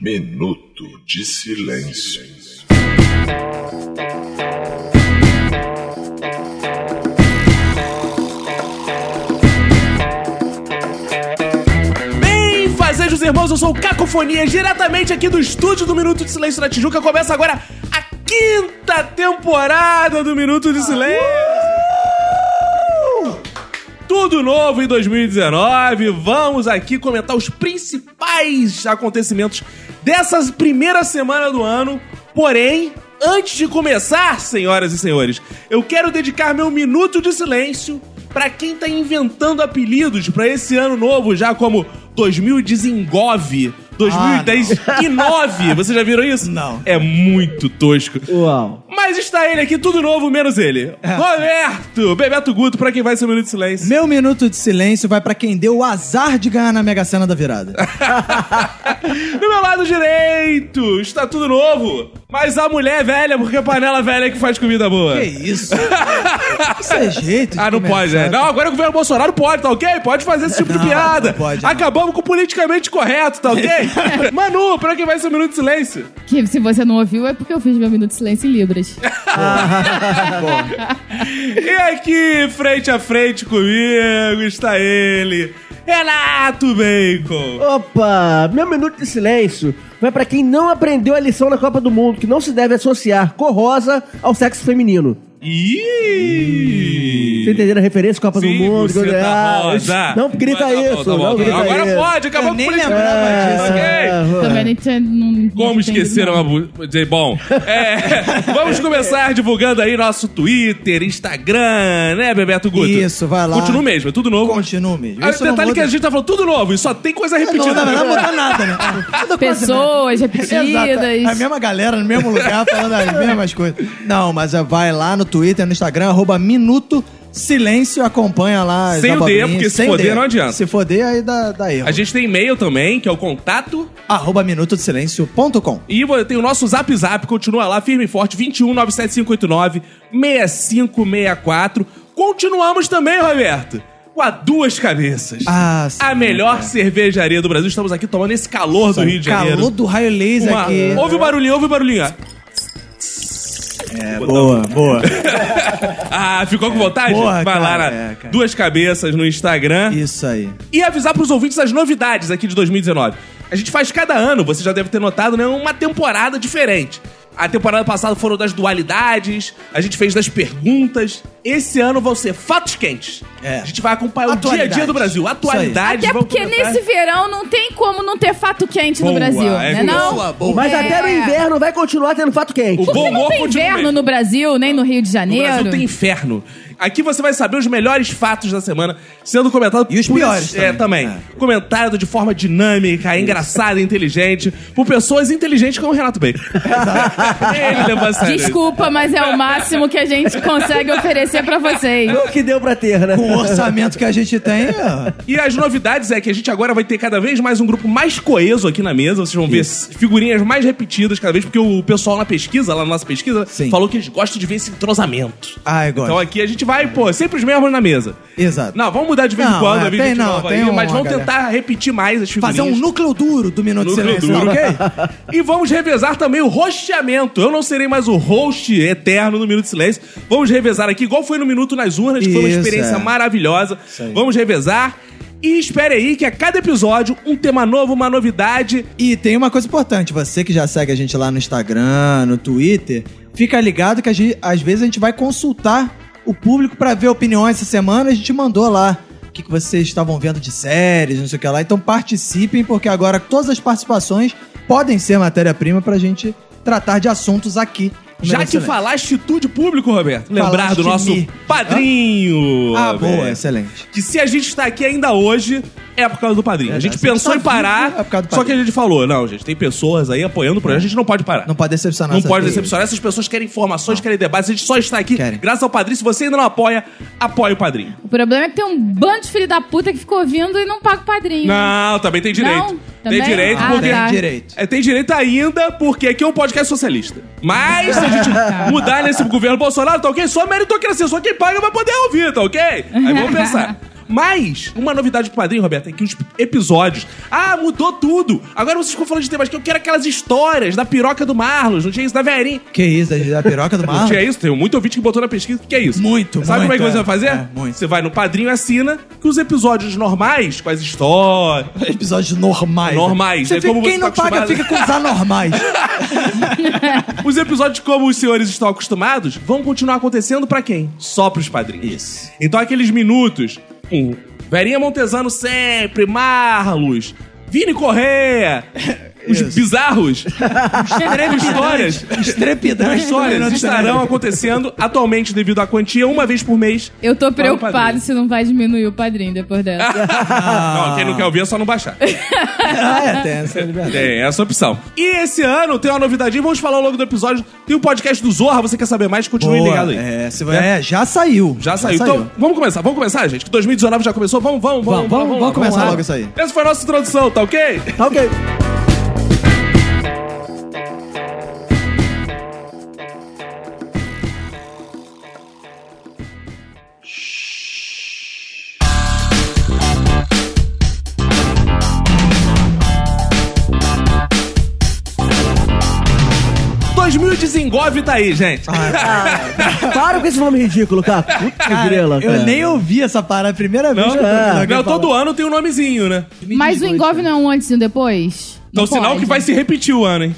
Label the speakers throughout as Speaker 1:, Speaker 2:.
Speaker 1: Minuto de Silêncio.
Speaker 2: Bem, fazejos irmãos, eu sou o Cacofonia, diretamente aqui do estúdio do Minuto de Silêncio na Tijuca. Começa agora a quinta temporada do Minuto de Silêncio. Tudo novo em 2019. Vamos aqui comentar os principais acontecimentos dessas primeira semana do ano. Porém, antes de começar, senhoras e senhores, eu quero dedicar meu minuto de silêncio para quem tá inventando apelidos para esse ano novo já como 2019. 2010 e 9. Vocês já viram isso?
Speaker 3: Não.
Speaker 2: É muito tosco.
Speaker 3: Uau.
Speaker 2: Mas está ele aqui, tudo novo, menos ele. Roberto! Bebeto Guto, pra quem vai ser o Minuto de Silêncio.
Speaker 3: Meu minuto de silêncio vai pra quem deu o azar de ganhar na Mega Sena da virada.
Speaker 2: Do meu lado direito, está tudo novo. Mas a mulher é velha, porque a panela velha é que faz comida boa.
Speaker 3: que isso? isso é jeito de
Speaker 2: Ah, não
Speaker 3: começar.
Speaker 2: pode, né? Não, agora o governo Bolsonaro pode, tá ok? Pode fazer esse tipo de
Speaker 3: Não,
Speaker 2: piada.
Speaker 3: não pode,
Speaker 4: né?
Speaker 3: não.
Speaker 2: Acabamos com o politicamente correto, tá ok? Manu, pra quem vai ser o Minuto de Silêncio?
Speaker 5: Que se você não ouviu é porque eu fiz meu minuto de silêncio em Libras.
Speaker 2: É. E aqui, frente a frente comigo, está ele, Renato Bacon.
Speaker 4: Opa, meu minuto de silêncio vai pra quem não aprendeu a lição na Copa do Mundo, que não se deve associar cor rosa ao sexo feminino.
Speaker 2: Ih!
Speaker 4: Você entenderam a referência Copa do
Speaker 2: Sim,
Speaker 4: Mundo?
Speaker 2: você
Speaker 4: Ah,
Speaker 2: tá rosa.
Speaker 4: Não grita
Speaker 2: Mas tá bom,
Speaker 4: isso,
Speaker 2: tá bom,
Speaker 4: não
Speaker 2: tá bom.
Speaker 4: grita
Speaker 2: Agora
Speaker 4: isso. Ah, É.
Speaker 2: pode, acabou
Speaker 3: Eu nem
Speaker 2: com o
Speaker 3: lembrava disso.
Speaker 2: Ok.
Speaker 5: Também nem tinha. Não,
Speaker 2: Como esqueceram a bu- dizer, Bom, é, vamos começar divulgando aí nosso Twitter, Instagram, né, Bebeto Guto?
Speaker 3: Isso, vai lá.
Speaker 2: Continua o mesmo, é tudo novo.
Speaker 3: Continua mesmo.
Speaker 2: Ah, o
Speaker 3: Isso não
Speaker 2: detalhe é que a
Speaker 3: muda.
Speaker 2: gente tá falando tudo novo e só tem coisa
Speaker 3: Não,
Speaker 2: repetida.
Speaker 3: na verdade, não muda nada, né? Muda quase nada.
Speaker 5: Pessoas
Speaker 3: Exato. É A
Speaker 5: repetidas.
Speaker 3: mesma galera, no mesmo lugar, falando as mesmas coisas. Não, mas é, vai lá no Twitter, no Instagram, arroba Minuto Silêncio, acompanha lá. as
Speaker 2: Sem o D,
Speaker 3: abobrinhas.
Speaker 2: porque se
Speaker 3: Sem o
Speaker 2: foder
Speaker 3: D.
Speaker 2: não adianta.
Speaker 3: Se foder, aí dá, dá erro.
Speaker 2: a gente tem e-mail também, que é o contato.
Speaker 3: Arroba minutodesilêncio.com.
Speaker 2: E vo- tem o nosso zap zap, continua lá, firme e um, forte, 21 97589 6564. Continuamos também, Roberto, com a Duas Cabeças.
Speaker 3: Ah, sim,
Speaker 2: a melhor cervejaria do Brasil. Estamos aqui tomando esse calor do Rio de Janeiro.
Speaker 3: Calor do raio laser
Speaker 2: Uma...
Speaker 3: aqui.
Speaker 2: Ouve o barulhinho, ouve o barulhinho.
Speaker 3: É, boa, boa.
Speaker 2: Ah, ficou com vontade?
Speaker 3: Porra,
Speaker 2: Vai lá
Speaker 3: cara,
Speaker 2: na
Speaker 3: é, cara.
Speaker 2: Duas Cabeças no Instagram.
Speaker 3: Isso aí.
Speaker 2: E avisar pros ouvintes as novidades aqui de 2019. A gente faz cada ano, você já deve ter notado, né? Uma temporada diferente. A temporada passada foram das dualidades, a gente fez das perguntas. Esse ano vão ser fatos quentes.
Speaker 3: É.
Speaker 2: A gente vai acompanhar o dia a dia do Brasil. Atualidades.
Speaker 5: Até
Speaker 2: vão
Speaker 5: é porque
Speaker 2: comentar.
Speaker 5: nesse verão não tem como não ter fato quente
Speaker 2: Boa,
Speaker 5: no Brasil,
Speaker 2: é
Speaker 5: né? Não?
Speaker 2: boa, boa.
Speaker 4: Mas
Speaker 5: É.
Speaker 4: até no inverno vai continuar tendo fato quente.
Speaker 2: O bom
Speaker 5: Porque não
Speaker 2: humor
Speaker 5: tem
Speaker 2: continua
Speaker 5: inverno
Speaker 2: mesmo.
Speaker 5: no Brasil, nem no Rio de
Speaker 2: No Brasil
Speaker 5: Janeiro.
Speaker 2: tem inferno. Aqui você vai saber os melhores fatos da semana sendo comentado
Speaker 3: E os
Speaker 2: por-
Speaker 3: piores
Speaker 2: É, também.
Speaker 3: também.
Speaker 2: Comentado de forma dinâmica, engraçada, inteligente, por pessoas inteligentes como o Renato Bacon. Ele levou a sério.
Speaker 5: Desculpa, mas é o máximo que a gente consegue oferecer pra vocês.
Speaker 4: é O que deu pra ter, né?
Speaker 3: Com o orçamento que a gente tem, ó,
Speaker 2: E as novidades é que a gente agora vai ter cada vez mais um grupo mais coeso aqui na mesa. Vocês vão ver figurinhas mais repetidas cada vez, porque o pessoal na pesquisa, lá na nossa pesquisa,
Speaker 3: Sim.
Speaker 2: falou que eles gostam de ver esse entrosamento.
Speaker 3: Ai, gosto.
Speaker 2: Então aqui a gente vai, pô, sempre os mesmos na mesa.
Speaker 3: Ah, é Exato.
Speaker 2: Não, vamos mudar de vez em
Speaker 3: Não,
Speaker 2: quando,
Speaker 3: é,
Speaker 2: a vida
Speaker 3: tem
Speaker 2: de
Speaker 3: não,
Speaker 2: nova
Speaker 3: tem
Speaker 2: aí,
Speaker 3: uma,
Speaker 2: mas vamos
Speaker 3: galera.
Speaker 2: tentar repetir mais as figurinhas.
Speaker 3: Fazer um núcleo duro do Minuto de
Speaker 2: Núcleo
Speaker 3: Silêncio,
Speaker 2: duro.
Speaker 3: ok?
Speaker 2: E vamos revezar também o rosteamento. Eu não serei mais o host eterno no Minuto de Silêncio. Vamos revezar aqui, igual foi no Minuto nas Urnas, que foi uma
Speaker 3: Isso,
Speaker 2: experiência
Speaker 3: é.
Speaker 2: maravilhosa.
Speaker 3: aí.
Speaker 2: Vamos revezar. E espere aí que a cada episódio, um tema novo, uma novidade.
Speaker 3: E tem uma coisa importante, você que já segue a gente lá no Instagram, no Twitter, fica ligado que a gente- às vezes a gente vai consultar o público pra ver opiniões essa semana, a gente mandou lá o que, que vocês estavam vendo de séries, não sei o que lá. Então participem, porque agora todas as participações podem ser matéria-prima pra gente tratar de assuntos aqui. no
Speaker 2: Já
Speaker 3: Um Minuto
Speaker 2: que
Speaker 3: Silêncio.
Speaker 2: falaste tudo público, Roberto, lembrar
Speaker 3: Falaste
Speaker 2: do nosso
Speaker 3: me.
Speaker 2: padrinho.
Speaker 3: Ah,
Speaker 2: Roberto.
Speaker 3: boa, excelente.
Speaker 2: que se a gente tá aqui ainda hoje, é por causa do padrinho. a gente
Speaker 3: se a gente
Speaker 2: pensou
Speaker 3: tá
Speaker 2: em parar,
Speaker 3: vivo, é por causa do
Speaker 2: só que a
Speaker 3: padrinho.
Speaker 2: gente falou, não, gente, tem pessoas aí apoiando o projeto, a gente não pode parar.
Speaker 3: Não pode decepcionar.
Speaker 2: Não
Speaker 3: essa
Speaker 2: pode
Speaker 3: vez.
Speaker 2: decepcionar. Essas pessoas querem informações, querem debates. A gente só está aqui
Speaker 3: Querem.
Speaker 2: graças ao padrinho. Se você ainda não apoia, apoie o padrinho.
Speaker 5: O problema é que tem um bando de filho da puta que ficou ouvindo e não paga o padrinho.
Speaker 2: Não, também tem direito.
Speaker 5: Não?
Speaker 2: Tem
Speaker 5: Também?
Speaker 2: direito
Speaker 5: Ah,
Speaker 2: porque...
Speaker 3: Tem
Speaker 5: tá.
Speaker 3: direito.
Speaker 2: É, tem direito ainda, porque aqui é um podcast socialista. Mas se a gente é mudar nesse governo Bolsonaro, tá ok? Só meritocracia, só quem paga vai poder ouvir, tá ok? Aí vamos pensar. Mas, uma novidade pro padrinho, Roberto, é que os episódios. Ah, mudou tudo! Agora vocês ficam falando de temas que eu quero aquelas histórias da piroca do Marlos, não tinha isso da Verinha.
Speaker 3: Que isso, a piroca do
Speaker 2: Não
Speaker 3: mar?
Speaker 2: tinha isso? Tem um muito ouvinte que botou na pesquisa que é isso.
Speaker 3: Muito,
Speaker 2: Sabe
Speaker 3: muito,
Speaker 2: como é que você
Speaker 3: é.
Speaker 2: vai fazer?
Speaker 3: É, muito.
Speaker 2: Você vai no padrinho e assina que os episódios normais, com as histórias.
Speaker 3: Episódios normais. né?
Speaker 2: Normais,
Speaker 3: Você
Speaker 2: é
Speaker 3: fica-
Speaker 2: como você
Speaker 3: quem
Speaker 2: tá
Speaker 3: não paga
Speaker 2: acostumado.
Speaker 3: fica com os anormais.
Speaker 2: Os episódios como os senhores estão acostumados vão continuar acontecendo pra quem? Só pros padrinhos.
Speaker 3: Isso.
Speaker 2: Então aqueles minutos com Verinha Montesano sempre, Marlos, Vini Correia, os
Speaker 3: Isso.
Speaker 2: bizarros, breves histórias. As
Speaker 3: Estrepidante.
Speaker 2: histórias estarão acontecendo atualmente devido à quantia uma vez por mês.
Speaker 5: Eu tô
Speaker 2: padrinho.
Speaker 5: preocupado se não vai diminuir o padrinho depois dessa.
Speaker 2: Não, quem não quer ouvir é só não baixar.
Speaker 3: Ah, é, tem essa liberdade.
Speaker 2: Tem essa opção. E esse ano tem uma novidadinha, vamos falar ao longo do episódio. Tem o podcast do Zorra, você quer saber mais? Continue
Speaker 3: Boa,
Speaker 2: ligado aí.
Speaker 3: É, se vai- é, já saiu.
Speaker 2: Já saiu. Então, vamos começar, vamos começar, gente. Que 2019 já começou. Vamos, vamos, vamos.
Speaker 3: Vamos, vamos, vamos começar
Speaker 2: lá.
Speaker 3: logo isso aí.
Speaker 2: Essa foi a nossa introdução, tá ok?
Speaker 4: Tá ok.
Speaker 2: desengove tá aí, gente.
Speaker 4: Para com esse nome ridículo, cara. Puta que grela,
Speaker 3: eu
Speaker 4: cara.
Speaker 3: nem ouvi essa parada, a primeira vez
Speaker 2: Não,
Speaker 3: que eu tô ouvindo alguém
Speaker 2: Então, não
Speaker 3: falar.
Speaker 2: todo ano tem um nomezinho, né?
Speaker 5: Mas o engove não é um antes e um depois?
Speaker 2: Então, sinal que
Speaker 5: né?
Speaker 2: vai se repetir o ano, hein?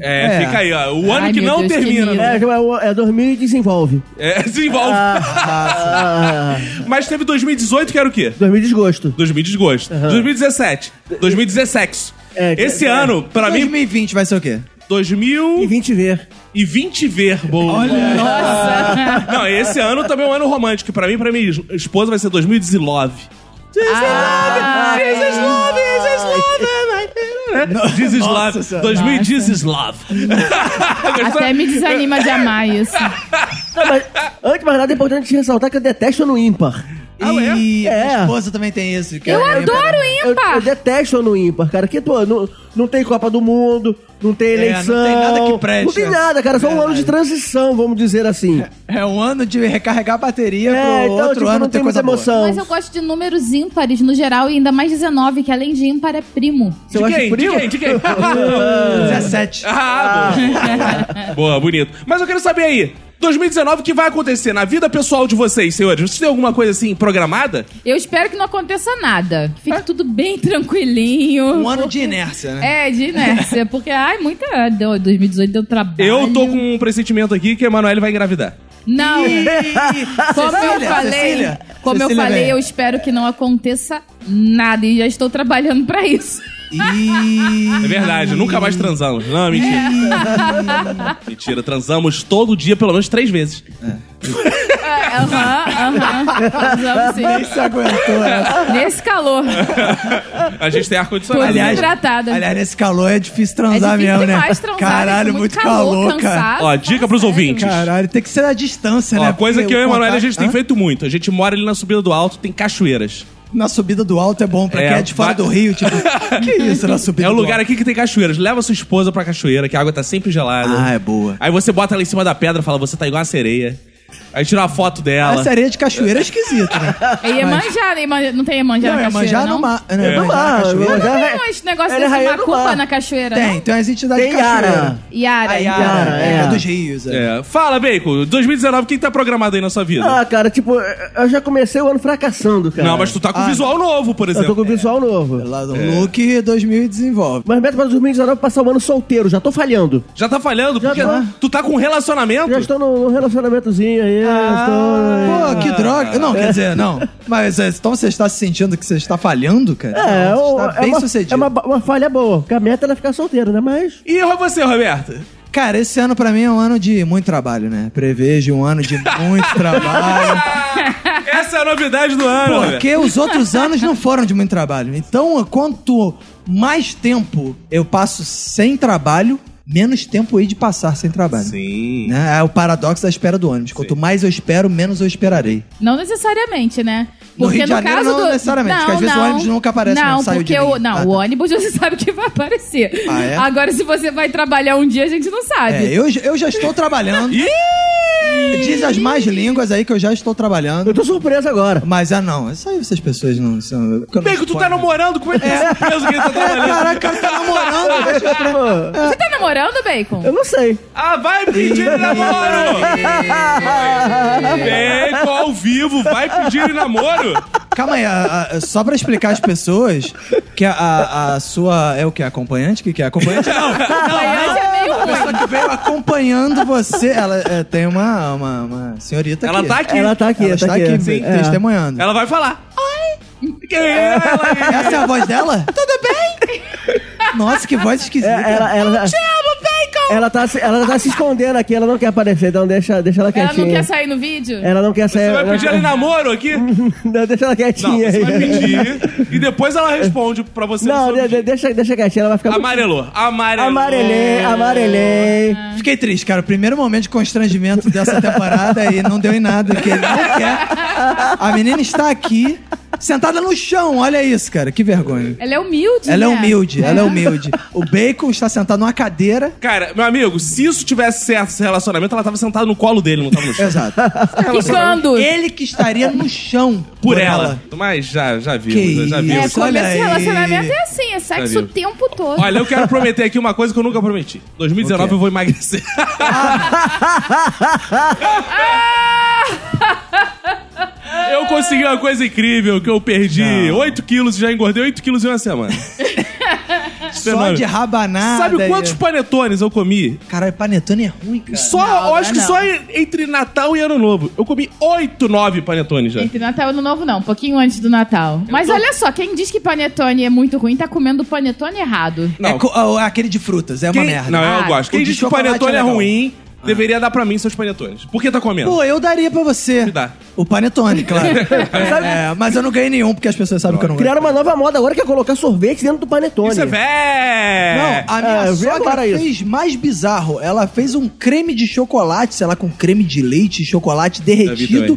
Speaker 2: É,
Speaker 3: É.
Speaker 2: fica aí, ó. O ano
Speaker 5: Ai,
Speaker 2: que
Speaker 5: meu
Speaker 2: não
Speaker 5: Deus, que
Speaker 2: termina.
Speaker 5: lindo.
Speaker 2: né?
Speaker 4: É, é, é 2000 e desenvolve.
Speaker 2: É, desenvolve.
Speaker 4: Ah,
Speaker 2: Mas teve 2018 que era o quê?
Speaker 4: 2000 desgosto.
Speaker 2: 2000 desgosto. 2017. 2017.
Speaker 4: É,
Speaker 2: Esse
Speaker 4: é.
Speaker 2: ano, pra mim,
Speaker 3: 2020 vai ser o quê?
Speaker 2: 2000
Speaker 4: E 20 ver.
Speaker 2: e 20 ver, boa. Não, esse ano também é um ano romântico. Pra mim, pra minha es- esposa vai ser 2019.
Speaker 5: Ah, é.
Speaker 2: This is love.
Speaker 3: Senhora.
Speaker 2: 2000 this is love. Gostou?
Speaker 5: Até me desanima de amar isso.
Speaker 4: Não, mas, antes de mais nada, é importante ressaltar que eu detesto ano ímpar.
Speaker 2: Ah,
Speaker 3: E
Speaker 4: é?
Speaker 3: minha
Speaker 4: É.
Speaker 3: esposa também tem isso. que
Speaker 5: Eu
Speaker 3: é-
Speaker 5: adoro
Speaker 4: Eu, eu
Speaker 5: ímpar.
Speaker 4: detesto ano ímpar, cara. Que, pô, não, não tem Copa do Mundo, não tem
Speaker 3: É, não tem
Speaker 4: eleição.
Speaker 3: nada que preste,
Speaker 4: Não tem
Speaker 3: é.
Speaker 4: nada, cara. Só um ano
Speaker 3: Verdade.
Speaker 4: de transição, vamos dizer assim.
Speaker 3: É um ano de recarregar a bateria
Speaker 4: É,
Speaker 3: pro
Speaker 4: então,
Speaker 3: outro
Speaker 4: tipo,
Speaker 3: ano
Speaker 4: não
Speaker 3: ter
Speaker 4: tem muita
Speaker 3: coisa boa.
Speaker 4: emoção.
Speaker 5: Mas é eu gosto de números ímpares no geral e ainda mais 19, que além de ímpar é primo.
Speaker 4: Você
Speaker 2: De
Speaker 4: gosta
Speaker 2: quem?
Speaker 4: de frio?
Speaker 2: De quem? De quem? É.
Speaker 3: 17.
Speaker 2: Ah, boa. boa, bonito. Mas eu quero saber aí, 2019, o que vai acontecer na vida pessoal de vocês, senhores? Vocês têm alguma coisa assim programada?
Speaker 5: Eu espero que não aconteça nada. Que fique tudo bem tranquilinho.
Speaker 3: Um ano de inércia, né?
Speaker 5: É, de inércia. Porque, ai, muita. deu- 2018 deu trabalho.
Speaker 2: Eu tô com um pressentimento aqui que a Emanuele vai engravidar.
Speaker 5: Não. Como eu falei,
Speaker 3: Cecília,
Speaker 5: como
Speaker 3: Cecília
Speaker 5: eu falei,
Speaker 3: vem.
Speaker 5: eu espero que não aconteça nada e já estou trabalhando pra isso.
Speaker 3: Ih,
Speaker 2: É verdade, nunca mais transamos. Não, mentira. mentira, transamos todo dia pelo menos três vezes.
Speaker 5: Ah, Aham, aham. Vamos sim.
Speaker 3: Você aguentou essa.
Speaker 5: Nesse calor,
Speaker 2: A gente tem
Speaker 5: tô
Speaker 2: ar-condicionado. né?
Speaker 3: Aliás,
Speaker 5: desidratada.
Speaker 3: Aliás, nesse calor é difícil
Speaker 5: é
Speaker 3: transar
Speaker 5: difícil
Speaker 3: mesmo, né?
Speaker 5: demais transar,
Speaker 3: Caralho,
Speaker 5: né?
Speaker 3: muito, calor, cara.
Speaker 5: cansado,
Speaker 2: Ó, dica pros
Speaker 5: sério.
Speaker 2: ouvintes.
Speaker 3: Caralho, tem que ser a distância, né?
Speaker 2: Ó, coisa
Speaker 3: Porque
Speaker 2: que eu e a
Speaker 3: o
Speaker 2: Emanuele a gente
Speaker 3: contato-
Speaker 2: tem
Speaker 3: Hã?
Speaker 2: feito muito. A gente mora ali na subida do alto, tem cachoeiras.
Speaker 3: Na subida do alto é bom pra
Speaker 2: É,
Speaker 3: quem é de fora
Speaker 2: vai-
Speaker 3: do Rio, tipo. que isso na subida
Speaker 2: É o
Speaker 3: do
Speaker 2: lugar
Speaker 3: alto?
Speaker 2: aqui que tem cachoeiras. Leva sua esposa pra cachoeira, que a água tá sempre gelada.
Speaker 3: Ah, é boa.
Speaker 2: Aí você bota ela em cima da pedra e fala, você tá igual uma sereia. Aí tira uma foto dela.
Speaker 3: Essa areia de cachoeira é esquisita, né?
Speaker 5: É Iemanjá, né? Iemanjá- Não tem Iemanjá
Speaker 3: Não,
Speaker 5: na
Speaker 3: é
Speaker 5: cachoeira,
Speaker 3: manjar
Speaker 5: não?
Speaker 3: no mar. né?
Speaker 2: É.
Speaker 3: manjar na
Speaker 4: Ah,
Speaker 3: cachoeira.
Speaker 4: mas
Speaker 5: Não
Speaker 4: é-
Speaker 5: tem uns negócios
Speaker 4: Ela é
Speaker 5: desse
Speaker 4: rainha do
Speaker 5: macumba
Speaker 4: mar.
Speaker 5: na cachoeira,
Speaker 3: Tem,
Speaker 5: não?
Speaker 3: tem as entidades
Speaker 4: Tem
Speaker 3: de cachoeira.
Speaker 4: Yara.
Speaker 5: Yara.
Speaker 3: A Yara,
Speaker 4: Yara,
Speaker 3: é,
Speaker 4: é.
Speaker 3: a dos rios. É.
Speaker 2: É. Fala, Bacon. 2019, o que que tá programado aí na sua vida?
Speaker 4: Ah, cara, tipo, eu já comecei o ano fracassando, cara.
Speaker 2: Não, mas tu tá com
Speaker 3: Ah,
Speaker 2: visual novo, por
Speaker 4: Eu tô
Speaker 2: exemplo.
Speaker 3: É.
Speaker 4: com o visual novo.
Speaker 3: Lá
Speaker 2: É.
Speaker 3: do Look 2000 desenvolve.
Speaker 4: Mas meta para 2019 passar o ano solteiro, já tô falhando.
Speaker 2: Já tá falhando,
Speaker 4: Já
Speaker 2: porque
Speaker 4: tá.
Speaker 2: tu tá com um relacionamento.
Speaker 4: Já estou num num relacionamentozinho aí. estou...
Speaker 3: Ah, Pô, que droga. Não, quer dizer, não. Mas é, então você está se sentindo que você está falhando, cara?
Speaker 4: É,
Speaker 3: Não, você
Speaker 4: o-
Speaker 3: está
Speaker 4: é,
Speaker 3: bem
Speaker 4: uma,
Speaker 3: sucedido.
Speaker 4: é uma, ba- uma falha boa. Porque a meta era ficar solteiro, né? Mas.
Speaker 2: E você, Roberto?
Speaker 3: Cara, esse ano pra mim é um ano de muito trabalho, né? Prevejo um ano de muito trabalho.
Speaker 2: Essa é a novidade do ano, Roberto.
Speaker 3: Porque os outros anos não foram de muito trabalho. Então, quanto mais tempo eu passo sem trabalho, menos tempo aí de passar sem trabalho.
Speaker 2: Sim.
Speaker 3: Né? É o paradoxo da espera do ônibus. Quanto mais eu espero, menos eu esperarei.
Speaker 5: Não necessariamente, né?
Speaker 3: No Rio de Janeiro, não necessariamente, porque às vezes o ônibus nunca aparece,
Speaker 5: Não,
Speaker 3: né? Saiu
Speaker 5: porque
Speaker 3: de
Speaker 5: o...
Speaker 3: mim.
Speaker 5: Não,
Speaker 3: Ah,
Speaker 5: o
Speaker 3: tá.
Speaker 5: ônibus você sabe que vai aparecer.
Speaker 3: Ah, é?
Speaker 5: Agora, se você vai trabalhar um dia, a gente não sabe.
Speaker 3: É, eu, eu já estou trabalhando. Diz as mais línguas aí que eu já estou trabalhando.
Speaker 4: Eu tô surpreso agora.
Speaker 3: Mas, ah, não. Isso aí essas pessoas não são... que eu não
Speaker 2: Bem que tu tá
Speaker 3: suporto.
Speaker 2: namorando, como é que tu é surpreso que ele tá
Speaker 3: É,
Speaker 2: trabalhando?
Speaker 3: caraca, o cara tá namorando. velho.
Speaker 5: Você tá namorando, Bacon?
Speaker 4: Eu não sei.
Speaker 2: Ah, vai pedir namoro!
Speaker 3: É.
Speaker 2: Bem, ao vivo, vai pedir namoro!
Speaker 3: Calma aí, a- a- só pra explicar às pessoas que a, a- a sua... É o que? Acompanhante? O que que é? Acompanhante? Não,
Speaker 5: Acompanhante é meio
Speaker 3: A pessoa que veio acompanhando você, ela é, tem uma, uma, uma senhorita
Speaker 2: Ela
Speaker 3: aqui.
Speaker 2: tá aqui.
Speaker 4: Ela tá aqui,
Speaker 3: Ela
Speaker 4: tá
Speaker 3: está aqui,
Speaker 4: aqui.
Speaker 3: te-
Speaker 4: Sim. É.
Speaker 3: testemunhando.
Speaker 2: Ela vai falar. Oi! Quem é ela?
Speaker 3: Essa é a voz dela? Tudo bem? Nossa, que voz esquisita.
Speaker 4: É, ela, ela, ela tá, se- ela tá se escondendo aqui, ela não quer aparecer, então deixa, deixa ela
Speaker 5: Ela
Speaker 4: quietinha.
Speaker 5: não
Speaker 3: assim,
Speaker 5: quer sair no vídeo?
Speaker 4: Ela não quer sair.
Speaker 2: Você vai
Speaker 4: ela-
Speaker 2: pedir ela em namoro aqui?
Speaker 4: Não, deixa ela quietinha
Speaker 2: Não, você
Speaker 4: aí.
Speaker 3: é.
Speaker 2: vai pedir e depois ela responde pra você. no
Speaker 4: Não,
Speaker 2: seu
Speaker 4: de- de-
Speaker 2: vídeo.
Speaker 4: deixa, deixa quietinha, ela vai ficar.
Speaker 2: Amarelou. Amarelou. É.
Speaker 4: Amarelei, amarelei.
Speaker 3: Fiquei triste, cara. O primeiro momento de constrangimento dessa temporada e não deu em nada, porque ele não quer. A menina está aqui, sentada no chão. Olha isso, cara. Que vergonha.
Speaker 5: Ela é humilde,
Speaker 3: Ela é
Speaker 5: né?
Speaker 3: humilde, ela é humilde. O Bacon está sentado numa cadeira.
Speaker 2: Cara, meu amigo, se isso tivesse certo esse relacionamento, ela tava sentada no colo dele, não tava no chão.
Speaker 3: Exato. Então,
Speaker 5: Quicando.
Speaker 3: Ele que estaria no chão
Speaker 2: Por ela. Mas já, já vimos,
Speaker 3: Que
Speaker 2: já
Speaker 3: isso.
Speaker 2: vimos.
Speaker 5: É, começo
Speaker 3: Olha
Speaker 5: de
Speaker 3: aí.
Speaker 5: relacionamento é assim, é sexo
Speaker 2: Tá vivo.
Speaker 5: o tempo todo.
Speaker 2: Olha, eu quero prometer aqui uma coisa que eu nunca prometi. 2019 eu vou emagrecer. eu consegui uma coisa incrível, que eu perdi 8 quilos e já engordei 8 quilos em uma semana.
Speaker 3: Só de né? rabanada.
Speaker 2: Sabe
Speaker 3: e-
Speaker 2: quantos panetones eu comi?
Speaker 3: Caralho, panetone é ruim, cara.
Speaker 2: Só,
Speaker 5: Não,
Speaker 2: eu acho
Speaker 5: não,
Speaker 2: que
Speaker 5: não.
Speaker 2: só en- entre Natal e Ano Novo. Eu comi 8, 9 panetones já.
Speaker 5: Entre Natal e Ano Novo, não. Um pouquinho antes do Natal. Mas olha só, quem diz que panetone é muito ruim, tá comendo panetone errado.
Speaker 2: Não.
Speaker 3: É co- ah, aquele de frutas, é
Speaker 2: Quem-
Speaker 3: uma merda.
Speaker 2: Não, eu
Speaker 5: Ah,
Speaker 2: gosto. Quem
Speaker 3: o de
Speaker 2: diz que o
Speaker 3: chocolate
Speaker 2: panetone
Speaker 3: é
Speaker 2: é
Speaker 3: legal.
Speaker 2: ruim, deveria dar pra mim seus panetones. Por que tá comendo?
Speaker 3: Pô, eu daria pra você.
Speaker 2: Me dá.
Speaker 3: O panetone, claro. É, mas eu não ganhei nenhum, porque as pessoas sabem que eu não ganho.
Speaker 4: Criaram uma nova moda agora que é colocar sorvete dentro do panetone.
Speaker 2: Isso é velho!
Speaker 3: Não, ah, a minha
Speaker 4: É, eu vi
Speaker 3: sogra
Speaker 4: agora isso.
Speaker 3: fez mais bizarro. Ela fez um creme de chocolate, sei lá, com creme de leite, chocolate derretido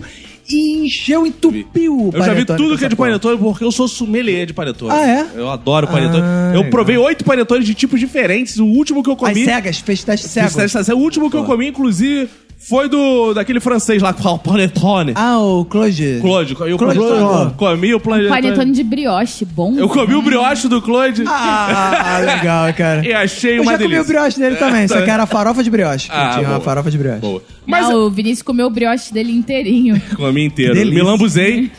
Speaker 3: e encheu, entupiu o
Speaker 2: Eu já vi
Speaker 3: panetone com
Speaker 2: tudo que é
Speaker 3: essa
Speaker 2: de
Speaker 3: porra.
Speaker 2: panetone porque eu sou sommelier de panetone.
Speaker 3: Ah, é?
Speaker 2: Eu adoro panetone.
Speaker 3: Ah,
Speaker 2: eu
Speaker 3: legal.
Speaker 2: provei oito panetones de tipos diferentes. O último que eu
Speaker 3: As
Speaker 2: comi...
Speaker 3: cegas, fez teste cego.
Speaker 2: Esse teste tá certo. O último que eu comi, inclusive, foi do daquele francês lá, qual? Panetone.
Speaker 3: Ah, o Cloge.
Speaker 2: Claude. Eu
Speaker 3: Claude
Speaker 2: comi,
Speaker 3: Claude.
Speaker 2: comi o
Speaker 5: Um Panetone
Speaker 2: panetone.
Speaker 5: de brioche, bom.
Speaker 2: Eu comi o brioche do Claude
Speaker 3: Ah, legal, cara.
Speaker 2: e achei
Speaker 3: Eu
Speaker 2: uma
Speaker 3: já comi
Speaker 2: delícia.
Speaker 3: o brioche dele também, só que era farofa de brioche. que
Speaker 2: Ah,
Speaker 3: tinha uma
Speaker 2: boa.
Speaker 3: farofa de brioche.
Speaker 2: Boa. Mas
Speaker 5: Mas o Vinícius comeu o brioche dele inteirinho.
Speaker 2: Comi inteiro.
Speaker 3: Delícia.
Speaker 2: Me lambuzei.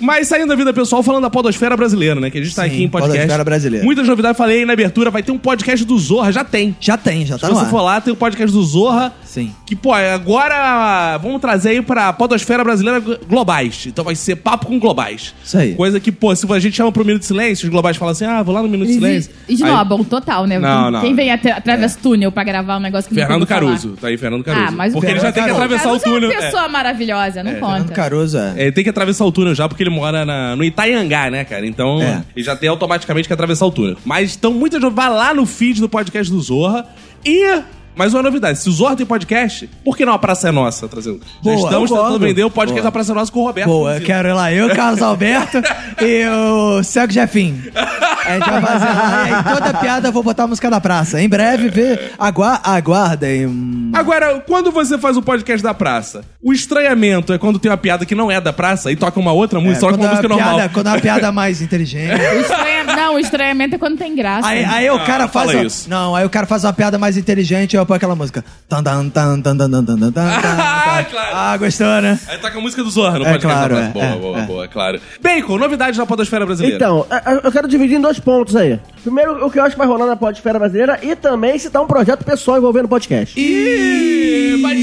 Speaker 2: Mas saindo da vida pessoal, falando da podosfera brasileira, né? Que a gente tá
Speaker 3: Sim,
Speaker 2: aqui em podcast.
Speaker 3: podosfera brasileira.
Speaker 2: Muitas novidades, falei aí na abertura, vai ter um podcast do Zorra, já tem.
Speaker 3: Já tem, já tá
Speaker 2: Se
Speaker 3: no
Speaker 2: você
Speaker 3: ar.
Speaker 2: for lá, tem o podcast do Zorra.
Speaker 3: Sim.
Speaker 2: Que, pô, é agora vamos trazer aí pra podosfera brasileira globais. Então vai ser papo com globais.
Speaker 3: Isso aí.
Speaker 2: Coisa que, pô, se a gente chama pro Minuto de Silêncio, os globais falam assim, ah, vou lá no Minuto de
Speaker 5: Eles
Speaker 2: Silêncio. Aí,
Speaker 5: esnobam total, né?
Speaker 2: Não, não.
Speaker 5: Quem vem atra- atravessa túnel pra gravar um negócio que
Speaker 2: Fernando
Speaker 5: não tem como falar.
Speaker 2: Caruso. Tá aí, Fernando Caruso.
Speaker 5: Ah, mas o
Speaker 2: porque ele já
Speaker 5: Fernando
Speaker 2: tem que
Speaker 3: Caruso.
Speaker 2: atravessar o
Speaker 5: Caruso
Speaker 2: túnel.
Speaker 5: É uma pessoa maravilhosa, não
Speaker 3: Fernando
Speaker 5: conta.
Speaker 3: Caruso é.
Speaker 2: É, ele tem que atravessar o túnel já, porque ele mora na- no Itaiangá, né, cara? Então,
Speaker 3: É.
Speaker 2: ele já tem automaticamente que atravessar o túnel. Mas, então, muita gente vai lá no feed do podcast do Zorra e... Mais uma novidade, se o Zorra tem podcast, por que não a Praça é Nossa trazendo?
Speaker 3: Boa,
Speaker 2: já estamos
Speaker 3: eu
Speaker 2: tentando
Speaker 3: gosto.
Speaker 2: vender o podcast da
Speaker 3: Boa.
Speaker 2: Praça é Nossa com o Roberto.
Speaker 3: Boa,
Speaker 2: inclusive.
Speaker 3: quero ir lá. Eu, Carlos Alberto e o Cego Jefim. A gente vai fazer lá. E aí, toda piada eu vou botar a música da praça. Em breve, vê. Agua aguardem. Hum.
Speaker 2: Agora, quando você faz o podcast da praça, o estranhamento é quando tem uma piada que não é da praça e toca uma outra
Speaker 3: É,
Speaker 2: música, toca
Speaker 3: quando,
Speaker 2: uma
Speaker 3: é uma
Speaker 2: música normal.
Speaker 3: piada, quando é uma piada mais inteligente.
Speaker 5: O estranha- Não, o estranhamento é quando tem graça.
Speaker 3: Aí, aí o
Speaker 2: Ah,
Speaker 3: cara faz.
Speaker 2: fala
Speaker 3: uma-
Speaker 2: isso.
Speaker 3: Não, aí o cara faz uma piada mais inteligente e eu põe aquela música. Tan, tan, tan, tan, tan, tan, tan, tan, tan,
Speaker 2: Ah,
Speaker 3: tan.
Speaker 2: claro.
Speaker 3: Ah, gostou, né?
Speaker 2: Aí toca a música do Zorra no
Speaker 3: É
Speaker 2: podcast
Speaker 3: claro,
Speaker 2: da praça.
Speaker 3: é,
Speaker 2: boa,
Speaker 3: é,
Speaker 2: boa,
Speaker 3: é.
Speaker 2: boa, é claro. Bacon, novidades da podosfera brasileira.
Speaker 4: Então, a- a- eu quero dividir em dois pontos aí. Primeiro, o que eu acho que vai rolar na Podesfera Brasileira e também citar um projeto pessoal envolvendo podcast.
Speaker 2: Ih, vai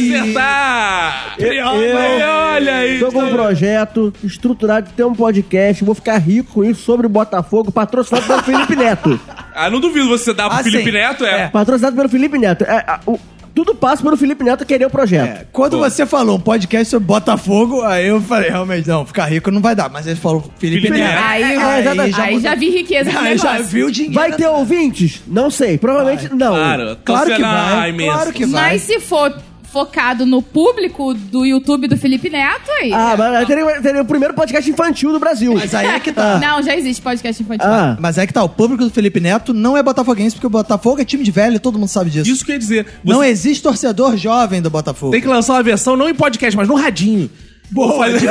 Speaker 2: desertar! Ele olha aí!
Speaker 4: Tô com um projeto estruturado de ter um podcast, vou ficar rico com isso sobre o Botafogo, patrocinado pelo Felipe Neto.
Speaker 2: Ah, não duvido você dar pro
Speaker 3: Ah,
Speaker 2: Felipe
Speaker 3: sim.
Speaker 2: Neto, é.
Speaker 4: Patrocinado pelo Felipe Neto. É, a- o- tudo passa pelo Felipe Neto querer o projeto.
Speaker 3: É, quando você falou um podcast sobre Botafogo, aí eu falei, realmente, não, ficar rico não vai dar. Mas ele falou Felipe,
Speaker 2: Felipe
Speaker 3: Neto.
Speaker 2: Neto.
Speaker 5: Aí,
Speaker 3: Aí
Speaker 5: aí,
Speaker 3: É, já-
Speaker 5: já,
Speaker 3: já-
Speaker 5: vi riqueza no
Speaker 3: Aí
Speaker 5: negócio.
Speaker 3: já viu o dinheiro. né?
Speaker 4: Vai ter ouvintes? Não sei, provavelmente não.
Speaker 2: Claro,
Speaker 3: Claro que
Speaker 2: torcerá
Speaker 3: vai,
Speaker 2: imenso.
Speaker 3: claro que vai.
Speaker 5: Mas se for focado no público do YouTube do Felipe Neto, aí...
Speaker 4: Ah, mas teria, teria o primeiro podcast infantil do Brasil.
Speaker 3: Mas aí é que tá.
Speaker 5: Não, já existe podcast infantil.
Speaker 4: Ah,
Speaker 3: Mas é que tá, o público do Felipe Neto não é botafoguense, porque o Botafogo é time de velho, todo mundo sabe disso.
Speaker 2: Isso quer dizer, você
Speaker 3: Não é. existe torcedor jovem do Botafogo.
Speaker 2: tem que lançar uma versão não em podcast, mas no radinho. Boa, pra que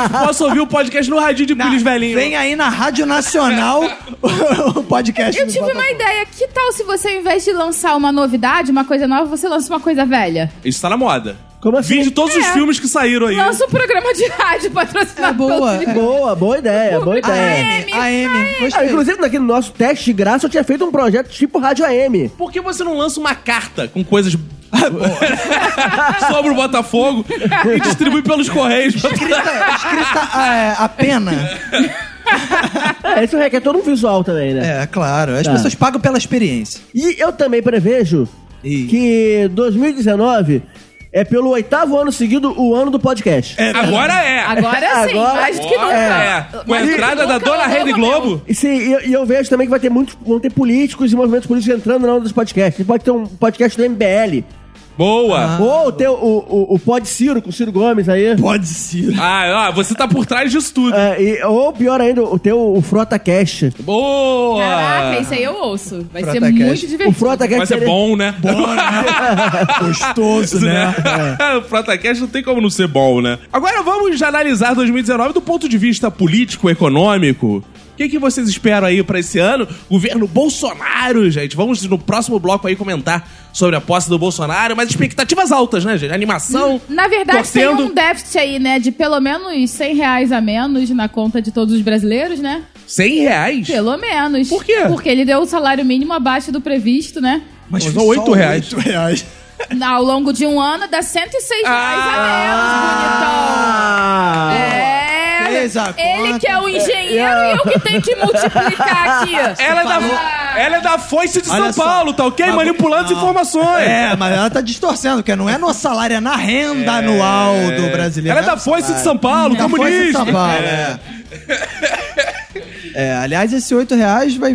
Speaker 2: eles possam ouvir o podcast no radinho de Pilis Velhinho.
Speaker 3: Vem aí na Rádio Nacional o podcast
Speaker 5: Eu
Speaker 3: do
Speaker 5: tive
Speaker 3: Botafogo.
Speaker 5: uma ideia. Que tal se você, ao invés de lançar uma novidade, uma coisa nova, você lança uma coisa velha?
Speaker 2: Isso tá na moda.
Speaker 4: como assim?
Speaker 2: Vídeo de todos os
Speaker 5: É.
Speaker 2: filmes que saíram aí.
Speaker 5: Lança um programa de rádio
Speaker 3: É
Speaker 5: patrocinado
Speaker 3: boa,
Speaker 5: pelo
Speaker 3: é.
Speaker 5: Felipe
Speaker 4: Boa, boa ideia,
Speaker 3: Ah,
Speaker 4: boa
Speaker 5: Público
Speaker 4: ideia.
Speaker 5: AM,
Speaker 3: AM.
Speaker 4: Ah,
Speaker 3: Gostei.
Speaker 4: inclusive, naquele nosso teste de graça, eu tinha feito um projeto tipo Rádio AM.
Speaker 2: Por que você não lança uma carta com coisas sobre o Botafogo e distribui pelos correios?
Speaker 3: Escrita, escrita é, a pena.
Speaker 4: É, isso requer todo um visual também, né?
Speaker 3: É, claro. As
Speaker 4: Tá.
Speaker 3: pessoas pagam pela experiência.
Speaker 4: E eu também prevejo
Speaker 3: E-
Speaker 4: que 2019 é pelo oitavo ano seguido o ano do podcast.
Speaker 2: Agora é.
Speaker 5: Agora sim,
Speaker 4: Agora-
Speaker 5: mais do que nunca.
Speaker 2: é. Com a
Speaker 5: Mais do que
Speaker 2: entrada da
Speaker 5: nunca,
Speaker 2: dona
Speaker 5: eu
Speaker 2: Rede
Speaker 5: amo
Speaker 2: Globo.
Speaker 4: E, sim, e eu, e eu vejo também que vai ter muitos, vão ter políticos e movimentos políticos entrando na onda dos podcasts. Pode ter um podcast do MBL.
Speaker 2: Boa.
Speaker 4: Ou ter o, o, o Pod Ciro, com o Ciro Gomes aí.
Speaker 3: Pode ser.
Speaker 2: Ah, ah, você tá por trás disso tudo.
Speaker 4: É, e- ou pior ainda, o- ter o, o Frota Cash.
Speaker 5: meu.
Speaker 2: Boa.
Speaker 5: Caraca, isso aí eu ouço. Vai ser
Speaker 3: Frotacast.
Speaker 5: muito divertido.
Speaker 4: O Frota Cash
Speaker 2: Mas é bom, né?
Speaker 3: Bom, né? Gostoso, né?
Speaker 2: É. o Protacast não tem como não ser bom, né? Agora vamos analisar 2019 do ponto de vista político, econômico. O que, que vocês esperam aí pra esse ano? Governo Bolsonaro, gente. Vamos no próximo bloco aí comentar sobre a posse do Bolsonaro, mas expectativas altas, né, gente? Animação.
Speaker 5: Na verdade, tem
Speaker 2: torcendo.
Speaker 5: um déficit aí, né? De pelo menos 100 reais a menos na conta de todos os brasileiros, né?
Speaker 2: 100 reais?
Speaker 5: Pelo menos.
Speaker 2: Por quê?
Speaker 5: Porque ele deu o salário mínimo abaixo do previsto, né?
Speaker 3: Mas
Speaker 2: Só
Speaker 3: só
Speaker 2: oito reais.
Speaker 3: oito reais.
Speaker 5: Ao longo de um ano dá 106 reais a menos, bonitão.
Speaker 4: Ah!
Speaker 5: É.
Speaker 3: Fez a
Speaker 5: Ele
Speaker 3: conta.
Speaker 5: que é o engenheiro e eu que tenho que multiplicar aqui.
Speaker 2: Ela é, da,
Speaker 5: Ah.
Speaker 2: ela é da foice de
Speaker 3: Olha
Speaker 2: São
Speaker 3: só.
Speaker 2: Paulo, tá ok?
Speaker 3: Mas-
Speaker 2: Manipulando as
Speaker 3: não.
Speaker 2: informações.
Speaker 3: É, mas ela tá distorcendo, porque não é no salário, é na renda anual do brasileiro.
Speaker 2: Ela é da foice de São Paulo,
Speaker 3: Da Folha de
Speaker 2: comunista.
Speaker 3: São Paulo, é. É, aliás, esse 8 reais vai,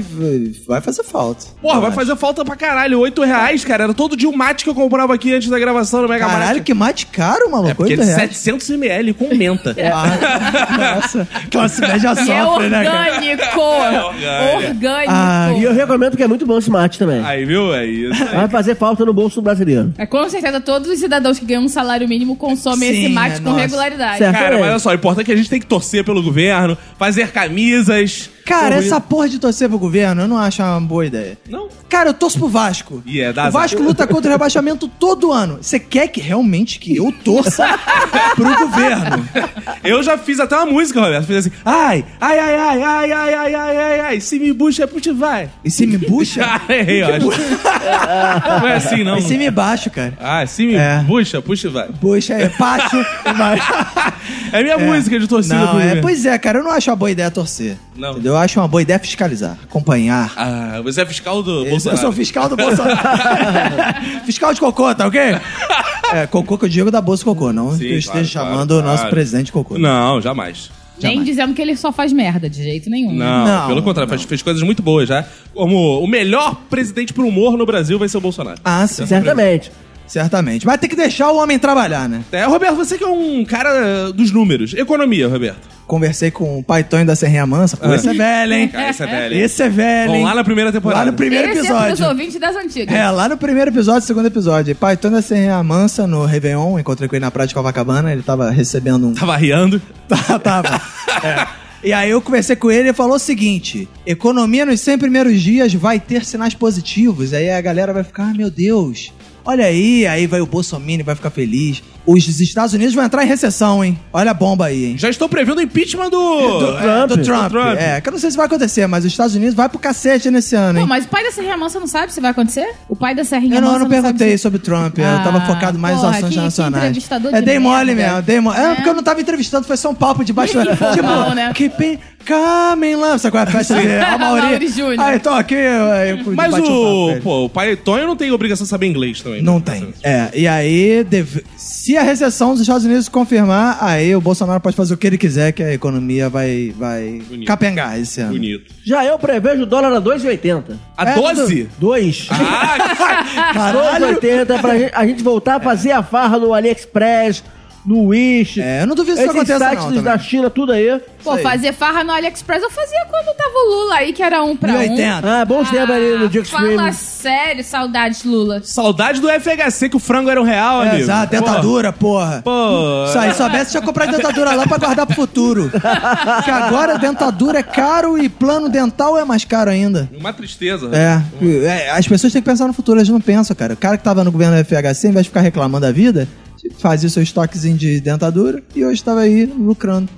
Speaker 3: vai fazer falta.
Speaker 2: Porra,
Speaker 3: Eu
Speaker 2: vai
Speaker 3: acho.
Speaker 2: fazer falta pra caralho. 8 reais, cara. Era todo dia o mate que eu comprava aqui antes da gravação no Mega
Speaker 3: Caralho,
Speaker 2: Mate.
Speaker 3: que mate caro, maluco.
Speaker 2: É porque
Speaker 3: 8
Speaker 2: ele
Speaker 3: reais. É.
Speaker 2: 700ml com menta.
Speaker 3: Ah, nossa, classe média
Speaker 5: E é
Speaker 3: sofre, né, cara?
Speaker 5: orgânico.
Speaker 2: orgânico.
Speaker 5: orgânico.
Speaker 3: Ah,
Speaker 4: E eu recomendo que é muito bom esse mate também.
Speaker 2: Aí, viu? É isso. aí.
Speaker 4: Vai fazer falta no bolso do brasileiro.
Speaker 5: É, com certeza, todos os cidadãos que ganham um salário mínimo consomem
Speaker 3: Sim,
Speaker 5: esse mate
Speaker 3: é,
Speaker 5: com
Speaker 3: nossa.
Speaker 5: regularidade.
Speaker 4: Certo.
Speaker 2: Cara, mas olha só, o importante é que a gente tem que torcer pelo governo, fazer camisas. Porra,
Speaker 3: Cara, essa porra de torcer pro governo, eu não acho uma boa ideia.
Speaker 2: Não.
Speaker 3: Cara, eu torço pro Vasco.
Speaker 2: E é, dá
Speaker 3: o
Speaker 2: azar.
Speaker 3: Vasco luta contra o rebaixamento todo ano. Você quer que realmente que eu torça pro governo?
Speaker 2: Eu já fiz até uma música, Roberto. Fiz assim: ai, ai, ai, ai, ai, ai, ai, ai, ai, ai, se me bucha, puxa, vai.
Speaker 3: E se me bucha?
Speaker 2: Ah, errei, eu acho. Não é assim, não.
Speaker 3: E se me baixo, cara?
Speaker 2: Ah, se me
Speaker 3: É.
Speaker 2: bucha, puxa, vai.
Speaker 3: Bucha é pátio. vai.
Speaker 2: É minha música de torcida.
Speaker 3: Não,
Speaker 2: pro
Speaker 3: é,
Speaker 2: governo.
Speaker 3: pois é, cara, eu não acho uma boa ideia torcer.
Speaker 2: Não.
Speaker 3: Entendeu? Eu acho uma boa ideia fiscalizar, acompanhar.
Speaker 2: Ah, você é fiscal do
Speaker 3: Eu
Speaker 2: Bolsonaro.
Speaker 3: sou fiscal do Bolsonaro. fiscal de cocô, tá ok? É, cocô que eu digo da Bolsa Cocô, não
Speaker 2: Sim,
Speaker 3: que eu esteja
Speaker 2: claro, claro,
Speaker 3: chamando o
Speaker 2: claro.
Speaker 3: nosso presidente Cocô.
Speaker 2: Não, jamais.
Speaker 5: Nem dizendo que ele só faz merda, de jeito nenhum. né?
Speaker 2: Não,
Speaker 3: Não,
Speaker 2: pelo contrário, faz- fez coisas muito boas já. Como o melhor presidente pro humor no Brasil vai ser o Bolsonaro.
Speaker 3: Ah, sim,
Speaker 4: Certamente.
Speaker 3: certamente. Mas tem que deixar o homem trabalhar, né?
Speaker 2: É, Roberto, você que é um cara dos números. Economia, Roberto.
Speaker 3: Conversei com o Paitonho da Serrinha Mansa, pô,
Speaker 2: Ah.
Speaker 3: esse é velho, hein?
Speaker 2: Cara, esse é velho. hein?
Speaker 3: Esse é velho,
Speaker 2: Vamos
Speaker 3: hein?
Speaker 2: lá na primeira temporada.
Speaker 3: Lá no primeiro
Speaker 5: Esse é pros
Speaker 3: episódio.
Speaker 5: ouvintes das antigas.
Speaker 3: É, lá no primeiro episódio, segundo episódio. Paitonho da Serrinha Mansa, no Réveillon, encontrei com ele na praia de Copacabana, ele tava recebendo um...
Speaker 2: Tava riando.
Speaker 3: Tá, tava. É. E aí eu conversei com ele e ele falou o seguinte: economia nos 100 primeiros dias vai ter sinais positivos. Aí a galera vai ficar, ah, meu Deus. Olha aí, aí vai o Bolsonaro vai ficar feliz. Os Estados Unidos vão entrar em recessão, hein? Olha a bomba aí, hein?
Speaker 2: Já estou prevendo o impeachment do...
Speaker 3: Do, é, do
Speaker 4: Trump.
Speaker 3: Trump.
Speaker 2: Do Trump.
Speaker 3: É, que eu não sei se vai acontecer, mas os Estados Unidos vai pro cacete nesse ano,
Speaker 5: Não,
Speaker 3: hein?
Speaker 5: mas o pai da Serrinha Mansa não sabe se vai acontecer? O pai da Serrinha
Speaker 3: Eu não, eu
Speaker 5: Mansa
Speaker 3: não perguntei sobre o Trump, eu
Speaker 5: Ah,
Speaker 3: tava focado mais
Speaker 5: porra,
Speaker 3: em ações
Speaker 5: que- que
Speaker 3: nacionais.
Speaker 5: entrevistador
Speaker 3: é,
Speaker 5: de
Speaker 3: dei
Speaker 5: merda.
Speaker 3: mole mesmo, dei mole. É,
Speaker 5: É.
Speaker 3: porque eu não tava entrevistando, foi só um papo de baixo.
Speaker 5: Que
Speaker 3: tipo,
Speaker 5: bom, né?
Speaker 3: que pe... Carmen lá. Sabe qual é a festa dele? A
Speaker 5: Mauri
Speaker 3: Mauri.
Speaker 5: Júnior.
Speaker 3: Ah, então aqui. aí,
Speaker 2: Mas
Speaker 3: bate um
Speaker 2: o,
Speaker 3: papo,
Speaker 2: pô, o Paetonho não tem obrigação de saber inglês também.
Speaker 3: ele. Não
Speaker 2: né?
Speaker 3: tem. É, e aí, deve- se a recessão dos Estados Unidos confirmar, aí o Bolsonaro pode fazer o que ele quiser, que a economia vai, vai
Speaker 2: Bonito.
Speaker 3: capengar esse ano.
Speaker 2: Bonito.
Speaker 4: Já eu prevejo o dólar a 2,80.
Speaker 2: A
Speaker 3: É,
Speaker 2: 12?
Speaker 4: 2.
Speaker 2: Ah,
Speaker 3: Caralho! É.
Speaker 4: 2,80 pra gente, a gente voltar a fazer a farra no AliExpress, no Wish.
Speaker 3: É, eu não duvido que isso
Speaker 4: Esses
Speaker 3: aconteça
Speaker 4: sites
Speaker 3: não,
Speaker 4: da
Speaker 3: também.
Speaker 4: China, tudo aí.
Speaker 5: Pô,
Speaker 3: aí.
Speaker 5: fazer farra no AliExpress eu fazia quando tava o Lula aí, que era um pra um.
Speaker 3: 1080.
Speaker 4: Ah, bons tempos ali no
Speaker 5: Ah,
Speaker 4: Jack
Speaker 5: fala
Speaker 4: Screaming.
Speaker 5: sério, saudades, Lula.
Speaker 2: saudade do FHC que o frango era um real,
Speaker 3: É,
Speaker 2: amigo.
Speaker 3: exato,
Speaker 2: Pô,
Speaker 3: dentadura, porra.
Speaker 2: Pô,
Speaker 3: Isso aí, soubesse, tinha comprado dentadura lá pra guardar pro futuro. Porque agora dentadura é caro e plano dental é mais caro ainda.
Speaker 2: uma tristeza.
Speaker 3: É, é, as pessoas têm que pensar no futuro, elas não pensam, cara. O cara que tava no governo do FHC, ao invés de ficar reclamando da vida, fazia o seu estoquezinho de dentadura e hoje tava aí lucrando.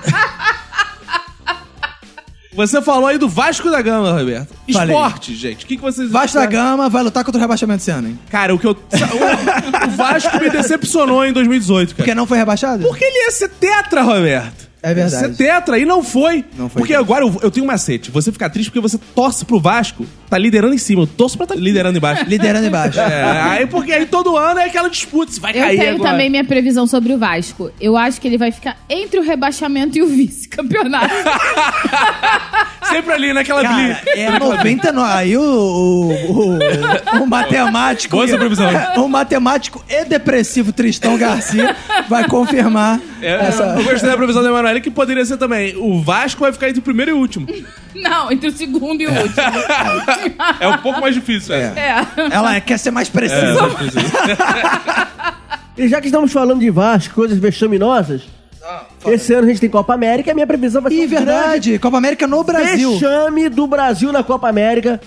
Speaker 2: Você falou aí do Vasco da Gama, Roberto.
Speaker 3: Falei.
Speaker 2: Esporte, gente. O que, que vocês...
Speaker 3: Vasco da Gama vai lutar contra o rebaixamento esse ano, hein?
Speaker 2: Cara, o que eu... O, o Vasco me decepcionou em 2018, cara.
Speaker 3: Porque não foi rebaixado?
Speaker 2: Porque ele ia ser tetra, Roberto.
Speaker 3: É verdade.
Speaker 2: Ia ser tetra e não foi.
Speaker 3: Não foi
Speaker 2: porque
Speaker 3: tetra.
Speaker 2: agora eu, eu tenho um macete. Você fica triste porque você torce pro Vasco, tá liderando em cima. Eu torço pra tá liderando embaixo.
Speaker 3: Liderando embaixo.
Speaker 2: É, aí porque aí todo ano é aquela disputa, se vai
Speaker 5: Eu
Speaker 2: cair
Speaker 5: tenho
Speaker 2: agora.
Speaker 5: também minha previsão sobre o Vasco. Eu acho que ele vai ficar entre o rebaixamento e o vice-campeonato.
Speaker 2: Sempre ali naquela
Speaker 3: Cara,
Speaker 2: briga.
Speaker 3: é 99. Aí o, o, o- o matemático.
Speaker 2: Boa essa previsão.
Speaker 3: O matemático e depressivo Tristão Garcia vai confirmar
Speaker 2: É,
Speaker 3: essa.
Speaker 2: Eu gostei da previsão da Emanuele, que poderia ser também. O Vasco vai ficar entre o primeiro e o último.
Speaker 5: Não, entre o segundo e o último.
Speaker 2: É um pouco mais difícil, é.
Speaker 5: É.
Speaker 3: Ela quer ser mais precisa.
Speaker 2: É, mais difícil.
Speaker 4: E já que estamos falando de Vasco, coisas vexaminosas, esse ano a gente tem Copa América e a minha previsão vai ser
Speaker 3: Ah, Ih,
Speaker 4: um grande
Speaker 3: É verdade. Copa América no Brasil.
Speaker 4: vexame do Brasil na Copa América,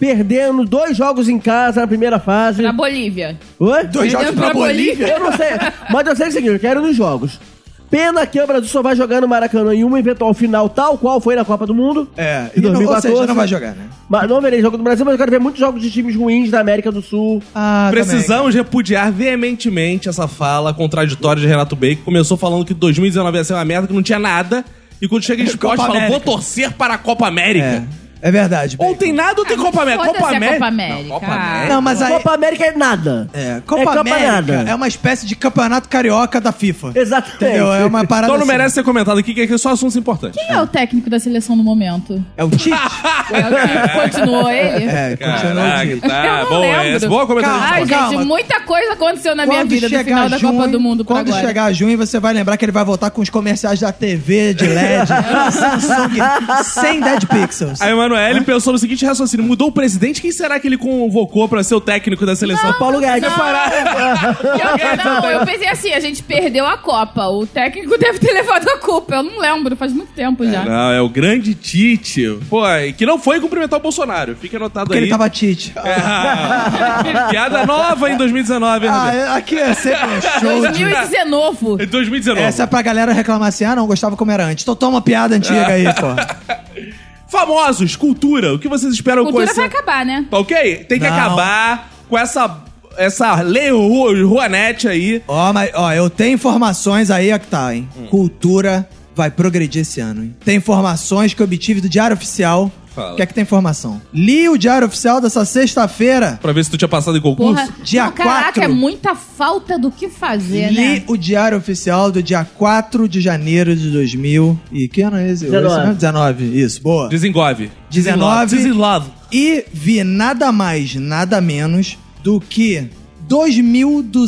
Speaker 4: perdendo dois jogos em casa na primeira fase.
Speaker 5: Na Bolívia.
Speaker 4: Oi?
Speaker 3: Dois jogos
Speaker 5: Perdeu
Speaker 3: pra
Speaker 5: pra
Speaker 3: Bolívia.
Speaker 4: Eu não sei, mas eu sei o seguinte, eu quero nos jogos. Pena que o Brasil só vai jogar no Maracanã em uma eventual final, tal qual foi na Copa do Mundo.
Speaker 3: É,
Speaker 4: em
Speaker 3: e não, ou
Speaker 4: 2014.
Speaker 3: seja, não vai jogar, né?
Speaker 4: Mas não verei jogo do Brasil, mas eu quero ver muitos jogos de times ruins da América do Sul.
Speaker 3: Ah,
Speaker 2: Precisamos repudiar veementemente essa fala contraditória de Renato Bacon, que começou falando que 2019 ia ser uma merda, que não tinha nada, e quando chega em esporte
Speaker 3: Copa
Speaker 2: fala, vou
Speaker 3: América.
Speaker 2: torcer para a Copa América.
Speaker 3: É, é verdade.
Speaker 2: Ou
Speaker 3: Bacon.
Speaker 2: tem nada ou tem Copa América.
Speaker 5: foda-se
Speaker 2: Copa
Speaker 5: a
Speaker 2: América.
Speaker 5: Copa América.
Speaker 2: Não, Copa América.
Speaker 3: Não, mas aí.
Speaker 4: Copa América é nada.
Speaker 3: É, Copa,
Speaker 4: É Copa
Speaker 3: América
Speaker 4: nada.
Speaker 3: é uma espécie de campeonato carioca da FIFA.
Speaker 4: Exatamente.
Speaker 3: Entendeu? É uma parada.
Speaker 2: Então não
Speaker 3: assim.
Speaker 2: merece ser comentado aqui, que aqui é só assuntos importantes.
Speaker 5: Quem é o técnico da seleção no momento?
Speaker 3: É o Tite.
Speaker 5: Continuou ele?
Speaker 3: É, continua o Tite.
Speaker 2: tá.
Speaker 5: Eu não
Speaker 2: Bom,
Speaker 5: lembro.
Speaker 2: esse. Boa comentário.
Speaker 3: Calma.
Speaker 5: Ai,
Speaker 2: de esporte.
Speaker 5: gente, muita coisa aconteceu na minha vida do final da Copa do Mundo pra
Speaker 3: quando
Speaker 5: agora.
Speaker 3: chegar junho, você vai lembrar que ele vai voltar com os comerciais da TV de LED, Samsung, sem 10 pixels.
Speaker 2: A Emanuele pensou no seguinte raciocínio: mudou o presidente, quem será que ele convocou pra ser o técnico da seleção?
Speaker 3: um
Speaker 4: Paulo Guedes.
Speaker 5: Eu- não, eu pensei assim, a gente perdeu a Copa. O técnico deve ter levado a culpa. Eu não lembro, faz muito tempo já.
Speaker 2: Não, é o grande Tite. Pô, e que não foi cumprimentar o Bolsonaro. Fica anotado
Speaker 3: Porque
Speaker 2: aí. É.
Speaker 3: ele tava Tite.
Speaker 2: Piada nova em 2019, hein,
Speaker 3: Ah,
Speaker 2: Roberto?
Speaker 3: é- aqui é sempre um show de...
Speaker 5: 2019.
Speaker 2: Em 2019.
Speaker 3: Essa é pra galera reclamar assim, ah não, gostava como era antes. Então toma uma piada antiga aí, pô.
Speaker 2: Famosos, cultura. O que vocês esperam
Speaker 5: Cultura
Speaker 2: com
Speaker 5: vai
Speaker 2: essa...
Speaker 5: acabar, né?
Speaker 2: Tá ok? Tem que
Speaker 3: Não.
Speaker 2: acabar com essa... Essa lei Ru- Ruanete aí.
Speaker 3: Ó, mas, ó, eu tenho informações aí é que tá, hein.
Speaker 2: Hum.
Speaker 3: Cultura vai progredir esse ano, hein. Tem informações que eu obtive do Diário Oficial.
Speaker 2: Fala.
Speaker 3: O que é que tem informação? Li o Diário Oficial dessa sexta-feira.
Speaker 2: Pra ver se tu tinha passado em concurso.
Speaker 5: Porra,
Speaker 3: dia
Speaker 5: não, caraca,
Speaker 3: quatro.
Speaker 5: é muita falta do que fazer,
Speaker 3: Li
Speaker 5: né?
Speaker 3: o diário oficial do dia 4 de janeiro de 2000. E que ano é esse?
Speaker 4: 19.
Speaker 3: Esse ano? 19, isso, boa.
Speaker 2: Desengove.
Speaker 3: 19.
Speaker 2: Desenlove.
Speaker 3: E vi nada mais, nada menos do que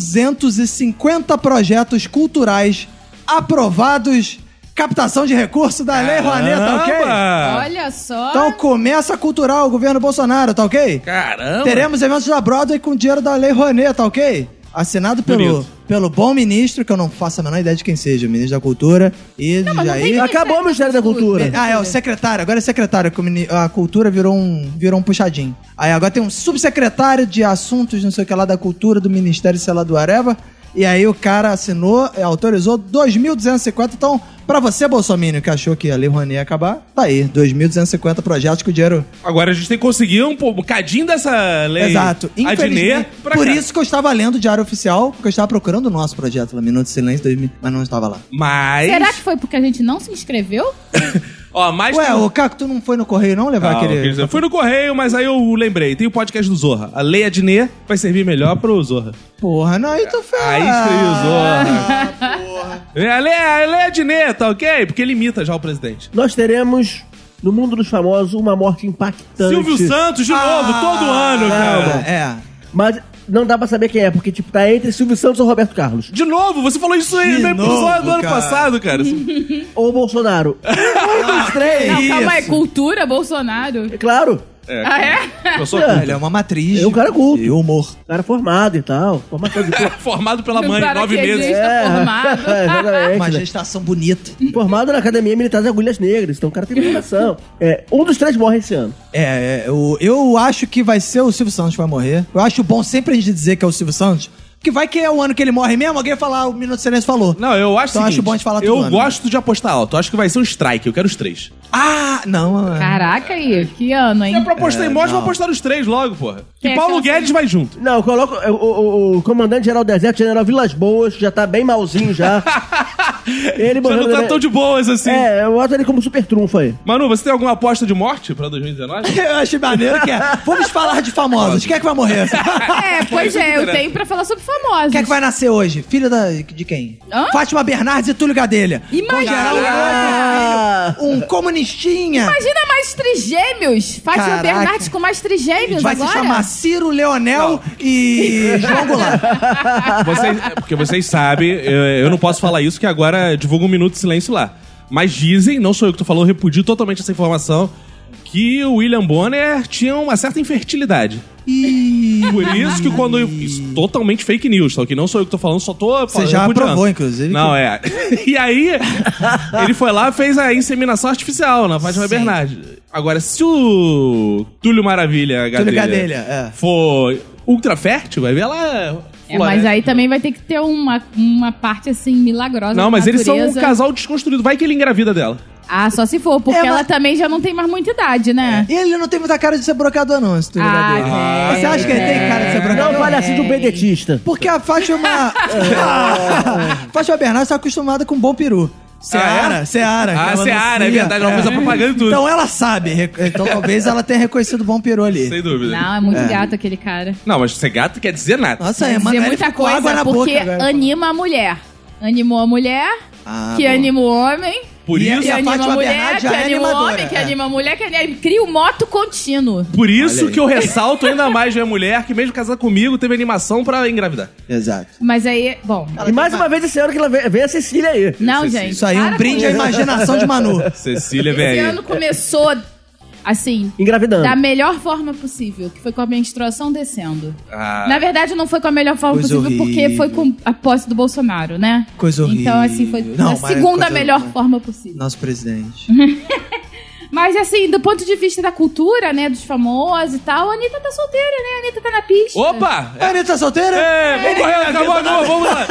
Speaker 3: 2.250 projetos culturais aprovados, captação de recurso da Lei Rouanet, tá ok?
Speaker 2: Caramba!
Speaker 5: Olha só.
Speaker 3: Então começa a cultural o governo Bolsonaro, tá ok?
Speaker 2: Caramba!
Speaker 3: Teremos eventos da Broadway com dinheiro da Lei Rouanet, tá ok? Assinado pelo,
Speaker 2: Bonito.
Speaker 3: pelo bom ministro, que eu não faço a menor ideia de quem seja, o ministro da Cultura e do
Speaker 5: Não, mas não tem
Speaker 3: Jair.
Speaker 4: Acabou o Ministério da Cultura.
Speaker 3: Ah, é, o secretário. Agora é secretário, que o mini- a cultura virou um, virou um puxadinho. Aí agora tem um subsecretário de assuntos, não sei o que lá, da cultura, do Ministério, sei lá, do Areva. E aí o cara assinou, é, autorizou 2.250. Então, pra você, Bolsonaro, que achou que a Lei Rouanet ia acabar, tá aí, 2.250 projetos que o dinheiro
Speaker 2: Agora a gente tem que conseguir um bocadinho dessa lei.
Speaker 3: Exato.
Speaker 2: Adnet
Speaker 3: Infelizmente,
Speaker 2: pra
Speaker 3: por
Speaker 2: cá.
Speaker 3: isso que eu estava lendo o Diário Oficial, porque eu estava procurando o nosso projeto lá, Minuto de Silêncio 2000, mas não estava lá.
Speaker 2: Mas.
Speaker 5: Será que foi porque a gente não se inscreveu?
Speaker 2: Ó, mais
Speaker 3: Ué,
Speaker 2: tem-
Speaker 3: ô Caco, tu não foi no correio não levar
Speaker 2: Ah,
Speaker 3: aquele.
Speaker 2: ok, eu Fui no correio, mas aí eu lembrei. Tem o podcast do Zorra. A Leia Diné vai servir melhor pro Zorra.
Speaker 3: Porra, não, aí tu fez.
Speaker 2: Aí escrevi o Zorra. É, a Leia, a Leia Diné, tá ok? Porque ele imita já o presidente.
Speaker 4: Nós teremos, no mundo dos famosos, uma morte impactante.
Speaker 2: Silvio Santos, de novo, todo ano, cara.
Speaker 3: Ah, É.
Speaker 4: Mas não dá pra saber quem é, porque, tipo, tá entre Silvio Santos ou Roberto Carlos.
Speaker 2: De novo, você falou isso aí
Speaker 3: De
Speaker 2: no episódio do
Speaker 3: novo,
Speaker 2: ano
Speaker 3: cara.
Speaker 2: passado, cara.
Speaker 4: Ou Bolsonaro. Um
Speaker 3: Ah,
Speaker 4: dos três.
Speaker 5: Não, calma aí,
Speaker 3: Isso.
Speaker 5: cultura, Bolsonaro.
Speaker 4: É claro.
Speaker 2: É,
Speaker 5: Ah, é?
Speaker 2: eu sou
Speaker 4: É.
Speaker 3: Ele é uma matriz.
Speaker 4: É um cara culto.
Speaker 3: E humor.
Speaker 4: Cara formado e tal. Formação de...
Speaker 2: formado pela mãe,
Speaker 5: Paraquedista
Speaker 2: nove meses.
Speaker 4: Tá
Speaker 5: formado.
Speaker 4: É, exatamente. né?
Speaker 3: Uma gestação bonita.
Speaker 4: Formado na Academia Militar de Agulhas Negras. Então o cara tem formação. É, um dos três morre esse ano.
Speaker 3: É, é, eu, eu acho que vai ser o Silvio Santos que vai morrer. Eu acho bom sempre a gente dizer que é o Silvio Santos. Porque vai que é o ano que ele morre mesmo, alguém falar, o Minuto de Silêncio falou.
Speaker 2: Não, eu acho
Speaker 3: Então
Speaker 2: o seguinte,
Speaker 3: acho bom a gente falar
Speaker 2: Eu
Speaker 3: todo ano.
Speaker 2: gosto de apostar alto. Acho que vai ser um strike. Eu quero os três.
Speaker 3: Ah, não. é.
Speaker 5: Caraca aí, que ano, hein?
Speaker 2: Eu apostei em morte,
Speaker 3: não.
Speaker 2: vou apostar os três logo, porra. E
Speaker 5: É,
Speaker 2: Paulo
Speaker 5: aquela
Speaker 2: Guedes vai junto.
Speaker 4: Não, eu coloco é, o, o- o comandante-geral do deserto, general Vilas Boas, que já tá bem malzinho já. Ele
Speaker 2: Já
Speaker 4: morreu
Speaker 2: não tá
Speaker 4: também.
Speaker 2: tão de boas assim.
Speaker 4: É, eu boto ele como super trunfo aí.
Speaker 2: Manu, você tem alguma aposta de morte pra 2019?
Speaker 3: Eu achei maneiro que é. Vamos falar de famosos. Quem é que vai morrer?
Speaker 5: É, pois é, eu tenho pra falar sobre famosos.
Speaker 3: Quem é que vai nascer hoje? Filho da, de quem?
Speaker 5: Hã?
Speaker 3: Fátima Bernardes e Túlio Gadelha. Com
Speaker 5: Imagina, né?
Speaker 3: geral,
Speaker 4: Ah,
Speaker 3: um comunistinha.
Speaker 5: imagina mais trigêmeos. Fátima
Speaker 3: Caraca.
Speaker 5: Bernardes com mais trigêmeos
Speaker 3: Vai
Speaker 5: agora. É,
Speaker 3: se chamar Ciro Leonel e João Goulart.
Speaker 2: Vocês- é, porque vocês sabem, eu, eu não posso falar isso, que agora divulga um minuto de silêncio lá. Mas dizem, não sou eu que tu falou, eu repudio totalmente essa informação, que o William Bonner tinha uma certa infertilidade.
Speaker 3: E...
Speaker 2: Por isso que quando. eu- Isso, totalmente fake news, tá? Que não sou eu que tô falando, só tô falando.
Speaker 3: já
Speaker 2: repudiando.
Speaker 3: aprovou, inclusive,
Speaker 2: Não, é. E aí, ele foi lá e fez a inseminação artificial na Fátima
Speaker 3: Sim.
Speaker 2: Bernardes. Agora, se o Túlio Maravilha Gadelha,
Speaker 3: Gadelha, é.
Speaker 2: for ultra fértil, vai ver né? ela.
Speaker 3: né?
Speaker 5: É, mas aí também vai ter que ter uma, uma parte assim milagrosa.
Speaker 2: Não,
Speaker 5: da
Speaker 2: mas eles são um
Speaker 5: natureza.
Speaker 2: casal desconstruído. Vai que ele engravida dela.
Speaker 5: Ah, só se for, porque
Speaker 3: É, mas-
Speaker 5: ela também já não tem mais muita idade, né?
Speaker 3: E ele não tem muita cara de ser brocador, não, esse Túlio
Speaker 5: Ah,
Speaker 3: Gadelha.
Speaker 5: tem.
Speaker 3: Você é acha que ele tem cara de ser brocador?
Speaker 4: Não fale assim de um pedetista.
Speaker 3: Porque a Fátima... a Fátima Bernardes tá acostumada com bom peru. Seara,
Speaker 2: é?
Speaker 3: Seara.
Speaker 2: Ah,
Speaker 3: que ela
Speaker 2: Seara, é
Speaker 3: anuncia.
Speaker 2: verdade. Ela fez a propaganda e tudo.
Speaker 3: Então ela sabe. rec- Então talvez ela tenha reconhecido o bom peru ali.
Speaker 2: Sem dúvida. Não,
Speaker 5: Não, é muito gato aquele cara.
Speaker 2: mas ser gato quer dizer nada.
Speaker 3: Nossa, é,
Speaker 5: Quer
Speaker 3: mano,
Speaker 5: dizer muita
Speaker 3: ficou água
Speaker 5: coisa,
Speaker 3: na
Speaker 5: porque
Speaker 3: boca agora.
Speaker 5: anima a mulher. Animou a mulher,
Speaker 3: Ah,
Speaker 5: que
Speaker 3: boa.
Speaker 5: anima o homem.
Speaker 2: Por
Speaker 3: E- é
Speaker 2: isso,
Speaker 5: Que
Speaker 3: a
Speaker 5: anima
Speaker 3: Fátima
Speaker 5: a mulher,
Speaker 3: Bernardes
Speaker 5: que
Speaker 3: já é
Speaker 5: anima o
Speaker 3: animadora,
Speaker 5: homem, que
Speaker 3: é.
Speaker 5: anima a mulher, que anima... Cria o moto contínuo.
Speaker 2: por isso
Speaker 3: aí.
Speaker 2: que eu ressalto ainda mais minha mulher, que mesmo casada comigo, teve animação pra engravidar.
Speaker 3: Exato.
Speaker 5: Mas aí, bom...
Speaker 4: E mais uma vez esse ano que ela vem, vem a Cecília aí.
Speaker 5: Não,
Speaker 2: Isso-
Speaker 5: gente.
Speaker 3: Isso aí, um
Speaker 5: para
Speaker 3: brinde
Speaker 5: com
Speaker 3: à
Speaker 5: isso.
Speaker 3: imaginação de Manu.
Speaker 2: Cecília,
Speaker 5: Esse ano
Speaker 3: é-
Speaker 2: velho.
Speaker 5: começou, assim,
Speaker 4: Engravidando.
Speaker 5: da melhor forma possível, que foi com a menstruação descendo.
Speaker 2: Ah.
Speaker 5: Na verdade, não foi com a melhor forma
Speaker 3: Coisa
Speaker 5: possível, porque
Speaker 3: horrível.
Speaker 5: foi com a posse do Bolsonaro, né?
Speaker 3: Coisa
Speaker 5: Então, assim, foi
Speaker 3: horrível. Não,
Speaker 5: a
Speaker 3: mas
Speaker 5: segunda
Speaker 3: coisa
Speaker 5: melhor
Speaker 3: horrível.
Speaker 5: forma possível.
Speaker 3: Nosso presidente.
Speaker 5: Uhum. Mas, assim, do ponto de vista da cultura, né, dos famosos e tal, a Anitta tá solteira, né? A Anitta tá na pista.
Speaker 2: Opa!
Speaker 3: A Anitta tá solteira?
Speaker 2: É, vamos correr, acabou a nova, vamos lá.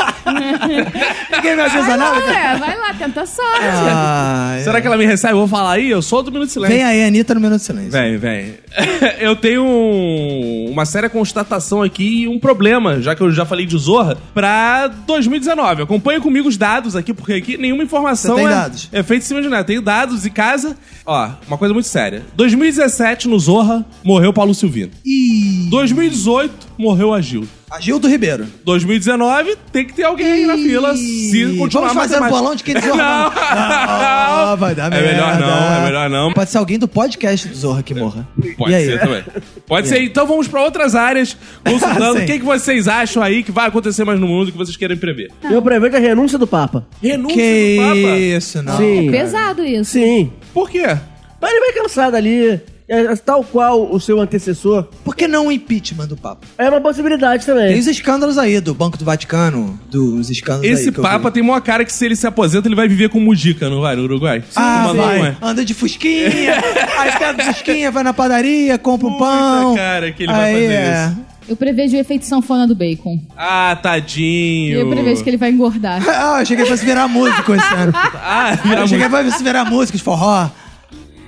Speaker 3: Ninguém me ajuda
Speaker 5: Vai
Speaker 3: nada? cara?
Speaker 5: lá, é, vai lá, tenta a sorte.
Speaker 3: Ah, é.
Speaker 2: Será que ela me recebe? Eu vou falar aí, eu sou do Minuto de Silêncio.
Speaker 3: Vem aí, Anitta, no Minuto de Silêncio.
Speaker 2: Vem, vem. Eu tenho um- uma séria constatação aqui e um problema, já que eu já falei de Zorra, pra 2019. Acompanha comigo os dados aqui, porque aqui nenhuma informação
Speaker 3: Você tem
Speaker 2: é,
Speaker 3: dados?
Speaker 2: é feita em cima de nada. Tenho dados e casa. Ó, uma coisa muito séria. 2017, no Zorra, morreu Paulo Silvino.
Speaker 3: Ih,
Speaker 2: 2018, morreu a Gil.
Speaker 3: Agildo Ribeiro.
Speaker 2: 2019, tem que ter alguém aí na
Speaker 3: Ih,
Speaker 2: fila se continuar
Speaker 3: Vamos fazer
Speaker 2: a
Speaker 3: um
Speaker 2: matemática.
Speaker 3: bolão de quem desonra.
Speaker 2: Não.
Speaker 3: Não, vai dar
Speaker 2: É
Speaker 3: merda.
Speaker 2: melhor não, é melhor não.
Speaker 3: Pode ser alguém do podcast do Zorra que morra.
Speaker 2: Pode
Speaker 3: e aí?
Speaker 2: ser também. Pode ser. Então vamos pra outras áreas, consultando
Speaker 3: Sim.
Speaker 2: o que, que vocês acham aí que vai acontecer mais no mundo que vocês querem prever.
Speaker 4: Eu prevejo a renúncia do Papa.
Speaker 2: Renúncia
Speaker 3: Que
Speaker 2: do
Speaker 3: isso, não.
Speaker 4: Sim.
Speaker 5: É Pesado isso.
Speaker 4: Sim.
Speaker 2: Papa. Por quê?
Speaker 4: Mas ele vai cansado ali. é tal qual o seu antecessor.
Speaker 3: Por que não o impeachment do Papa?
Speaker 4: É uma possibilidade
Speaker 2: É.
Speaker 4: também.
Speaker 3: Tem os escândalos aí do Banco do Vaticano, dos escândalos aí
Speaker 2: Esse
Speaker 3: que eu
Speaker 2: Papa tá
Speaker 3: vi.
Speaker 2: tem uma cara que se ele se aposenta, ele vai viver com Mujica, não vai, no Uruguai?
Speaker 3: Ah,
Speaker 2: Tomando
Speaker 3: vai.
Speaker 2: maconha.
Speaker 3: Anda de fusquinha, aí pega o fusquinha, vai na padaria, compra um
Speaker 2: Puta,
Speaker 3: pão.
Speaker 2: cara, que ele vai
Speaker 3: Aí,
Speaker 2: fazer
Speaker 3: é.
Speaker 2: isso.
Speaker 5: Eu prevejo o efeito sanfona do bacon.
Speaker 2: Ah,
Speaker 5: E
Speaker 2: tadinho.
Speaker 5: eu prevejo que ele vai engordar.
Speaker 3: Ah, eu cheguei pra se virar músico esse ano.
Speaker 2: Ah,
Speaker 3: Eu
Speaker 2: vira
Speaker 3: cheguei
Speaker 2: Mujica.
Speaker 3: pra se virar músico de forró.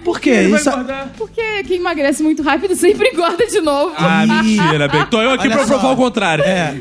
Speaker 3: Por quê?
Speaker 2: Ele vai
Speaker 3: Isso...
Speaker 2: engordar.
Speaker 5: Porque quememagrece muito rápido sempre engorda de novo.
Speaker 2: Ah, mentira, Beck. Tô eu aqui
Speaker 3: Olha
Speaker 2: pra
Speaker 3: só.
Speaker 2: provar o contrário.
Speaker 3: É.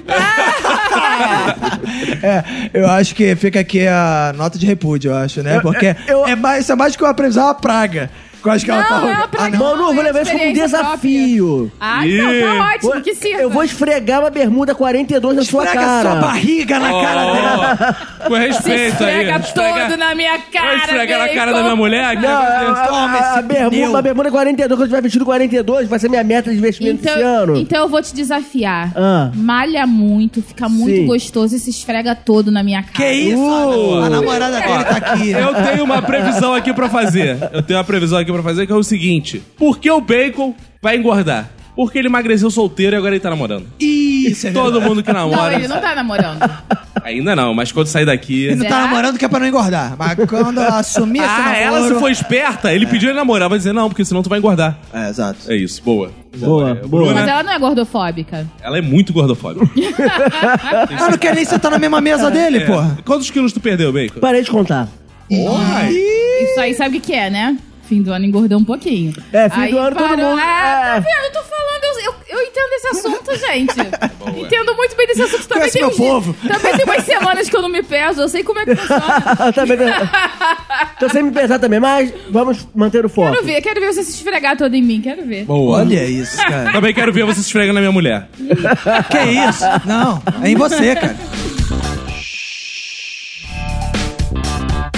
Speaker 3: É, eu acho que fica aqui a nota de repúdio, eu acho, né? Porque
Speaker 4: eu-
Speaker 3: é mais, isso é mais do que eu aprendizado, é uma praga. Eu acho que ela
Speaker 5: Não,
Speaker 3: tá
Speaker 5: não é uma praga,
Speaker 4: Mano, eu vou
Speaker 5: é
Speaker 4: levar isso como um
Speaker 5: experiência
Speaker 4: desafio.
Speaker 5: Ah, então tá
Speaker 4: Vou-
Speaker 5: ótimo, que sirva.
Speaker 4: eu vou esfregar uma bermuda 42 na sua
Speaker 3: Esfrega
Speaker 4: cara.
Speaker 3: sua barriga na cara né? dela.
Speaker 2: Ó, com
Speaker 5: Se
Speaker 2: respeito aí.
Speaker 5: esfrega todo
Speaker 2: Esfregar-
Speaker 5: na minha
Speaker 2: Vai
Speaker 5: cara,
Speaker 2: esfregar na
Speaker 5: bacon.
Speaker 2: cara da minha mulher? Que é
Speaker 4: Não,
Speaker 2: negócio
Speaker 4: a,
Speaker 5: então,
Speaker 2: desse?
Speaker 4: a, a, a
Speaker 3: esse pneu.
Speaker 4: bermuda, é a bermuda 42, quando eu tiver vestido 42, vai ser minha meta de investimento esse
Speaker 5: Então,
Speaker 4: ano.
Speaker 5: então eu vou te desafiar.
Speaker 4: Ah.
Speaker 5: Malha muito, fica muito
Speaker 4: Sim.
Speaker 5: gostoso e se esfrega todo na minha cara.
Speaker 3: Que isso?
Speaker 2: Uh.
Speaker 3: A namorada dele tá aqui.
Speaker 2: Eu tenho uma previsão aqui pra fazer. Eu tenho uma previsão aqui pra fazer que é o seguinte: Por que o bacon vai engordar? Porque ele emagreceu solteiro e agora ele tá namorando.
Speaker 3: Isso, é
Speaker 2: Todo
Speaker 3: verdade.
Speaker 2: mundo que
Speaker 5: Não,
Speaker 2: namora.
Speaker 5: ele não tá namorando.
Speaker 2: Ainda não, mas quando sair daqui.
Speaker 3: Ele não tá
Speaker 5: Será?
Speaker 3: namorando que é pra não engordar. Mas quando assumir esse
Speaker 2: Ah, ela se
Speaker 3: namoro-
Speaker 2: for esperta, ele pediu ele namorar, vai dizer não, porque senão tu vai engordar.
Speaker 3: É, exato.
Speaker 2: É isso, boa.
Speaker 4: Boa, boa.
Speaker 5: Mas ela não é gordofóbica.
Speaker 2: Ela é muito gordofóbica.
Speaker 3: Ah, não quer nem sentar na mesma mesa dele,
Speaker 2: É.
Speaker 3: porra.
Speaker 2: Quantos quilos tu perdeu, bacon?
Speaker 4: Parei de contar.
Speaker 2: Porra!
Speaker 5: Isso aí sabe o que que é, né? Fim do ano engordou um pouquinho.
Speaker 4: É, fim
Speaker 5: Aí
Speaker 4: do ano todo
Speaker 5: parou-
Speaker 4: mundo-
Speaker 5: Ah, tá
Speaker 4: é.
Speaker 5: vendo? Eu tô falando, eu, eu, eu entendo esse assunto, gente. entendo muito bem desse assunto. Também
Speaker 3: Conhece
Speaker 5: tem,
Speaker 3: meu
Speaker 5: uns dias-
Speaker 3: povo.
Speaker 5: também tem umas semanas que eu não me peso, eu sei como é que funciona.
Speaker 4: Também tem- tá Tô sem me pesar também, mas vamos manter o foco.
Speaker 5: Quero ver, quero ver você se esfregar todo em mim, quero ver.
Speaker 2: Boa.
Speaker 3: Olha isso, cara.
Speaker 2: Também quero ver você se esfregando na minha mulher.
Speaker 3: que isso? Não, é em você, cara.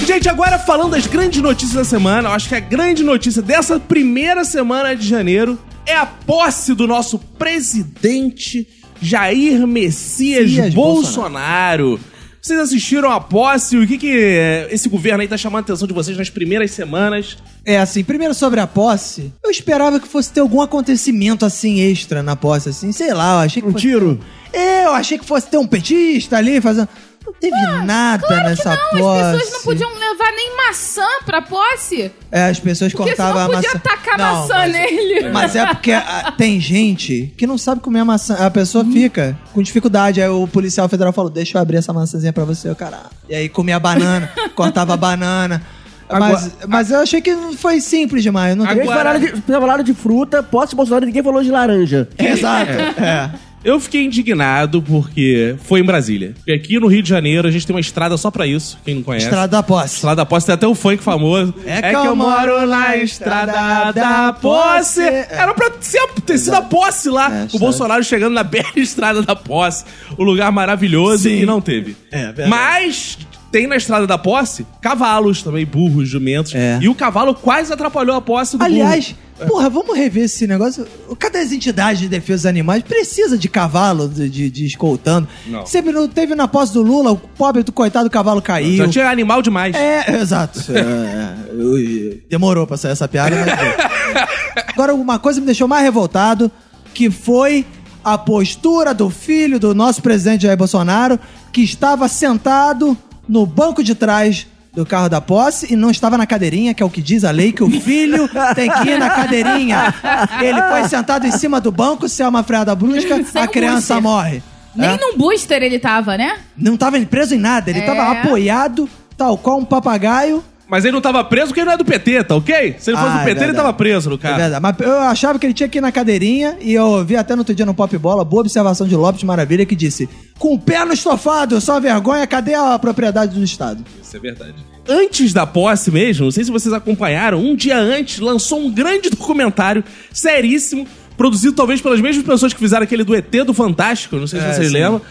Speaker 2: Gente, agora falando das grandes notícias da semana, eu acho que a grande notícia dessa primeira semana de janeiro é a posse do nosso presidente Jair Messias
Speaker 3: Messias
Speaker 2: Bolsonaro. Vocês assistiram a posse? O que, que eh, esse governo aí tá chamando a atenção de vocês nas primeiras semanas?
Speaker 3: É, assim, primeiro sobre a posse, eu esperava que fosse ter algum acontecimento assim extra na posse, assim, sei lá, eu achei que
Speaker 4: Um
Speaker 3: fosse.
Speaker 4: tiro.
Speaker 3: É, Eu achei que fosse ter um petista ali fazendo. Não teve nada nessa
Speaker 5: não,
Speaker 3: posse.
Speaker 5: as pessoas não podiam levar nem maçã pra posse.
Speaker 3: É, as pessoas
Speaker 5: Porque
Speaker 3: cortavam
Speaker 5: senão
Speaker 3: a
Speaker 5: podia
Speaker 3: maçã.
Speaker 5: tacar
Speaker 3: Não,
Speaker 5: maçã
Speaker 3: mas-
Speaker 5: nele.
Speaker 3: Mas é porque ah, tem gente que não sabe comer a maçã. A pessoa fica com dificuldade. Aí o policial federal falou: Deixa eu abrir essa maçãzinha pra você, eu, caralho. E aí comia a banana, cortava a banana. Mas, mas eu achei que foi simples demais. Não
Speaker 4: Eles
Speaker 2: Agora-
Speaker 4: falaram de, falaram de fruta, posse Bolsonaro, ninguém falou de laranja.
Speaker 3: tem... Exato. É.
Speaker 2: Eu fiquei indignado porque foi em Brasília. Porque aqui no Rio de Janeiro a gente tem uma estrada só pra isso, quem não conhece.
Speaker 3: Estrada da posse.
Speaker 2: Estrada da Posse tem até um funk famoso.
Speaker 3: É que eu moro na Estrada da Posse.
Speaker 2: Era pra ser, ter sido a posse
Speaker 3: É,
Speaker 2: lá. o
Speaker 3: estrada-
Speaker 2: Bolsonaro chegando na bela Estrada da Posse. O lugar maravilhoso e não teve.
Speaker 3: É, verdade.
Speaker 2: Mas tem na Estrada da Posse cavalos também, burros, jumentos.
Speaker 3: É.
Speaker 2: E o cavalo quase atrapalhou a posse do É.
Speaker 3: Aliás, porra, vamos rever esse negócio. Cadê as entidades de defesa dos animais? Precisa de cavalo de, de, de escoltando.
Speaker 2: Não.
Speaker 3: Sempre não teve na posse do Lula, o pobre do coitado do cavalo
Speaker 2: burro. Já
Speaker 3: caiu.
Speaker 2: tinha animal demais.
Speaker 3: É, exato. É, é. Eu- eu- Demorou pra sair essa piada, mas. deu. Agora, uma coisa me deixou mais revoltado, que foi a postura do filho do nosso presidente Jair Bolsonaro, que estava sentado no banco de trás do carro da posse e não estava na cadeirinha, que é o que diz a lei, que o filho tem que ir na cadeirinha. Ele foi sentado em cima do banco, se é uma freada brusca,
Speaker 5: Sem
Speaker 3: a criança
Speaker 5: booster.
Speaker 3: morre.
Speaker 5: é Nem
Speaker 3: É.
Speaker 5: num booster ele tava, né?
Speaker 3: Não estava preso em nada, ele
Speaker 5: É.
Speaker 3: estava apoiado, tal qual um papagaio.
Speaker 2: Mas ele não tava preso porque ele não é do PT, tá ok? Se ele fosse
Speaker 3: Ah,
Speaker 2: do
Speaker 3: é
Speaker 2: PT, ele
Speaker 3: verdade.
Speaker 2: tava preso no
Speaker 3: É
Speaker 2: cara.
Speaker 3: verdade. Mas eu achava que ele tinha que ir na cadeirinha e eu vi até no outro dia no Pop Bola, boa observação de Lopes Maravilha, que disse: com o pé no estofado, só vergonha, cadê a propriedade do Estado?
Speaker 2: Isso é verdade. Antes da posse mesmo, não sei se vocês acompanharam, um dia antes lançou um grande documentário, seríssimo, produzido talvez pelas mesmas pessoas que fizeram aquele do ET do Fantástico, não sei se
Speaker 3: É,
Speaker 2: vocês
Speaker 3: sim.
Speaker 2: lembram,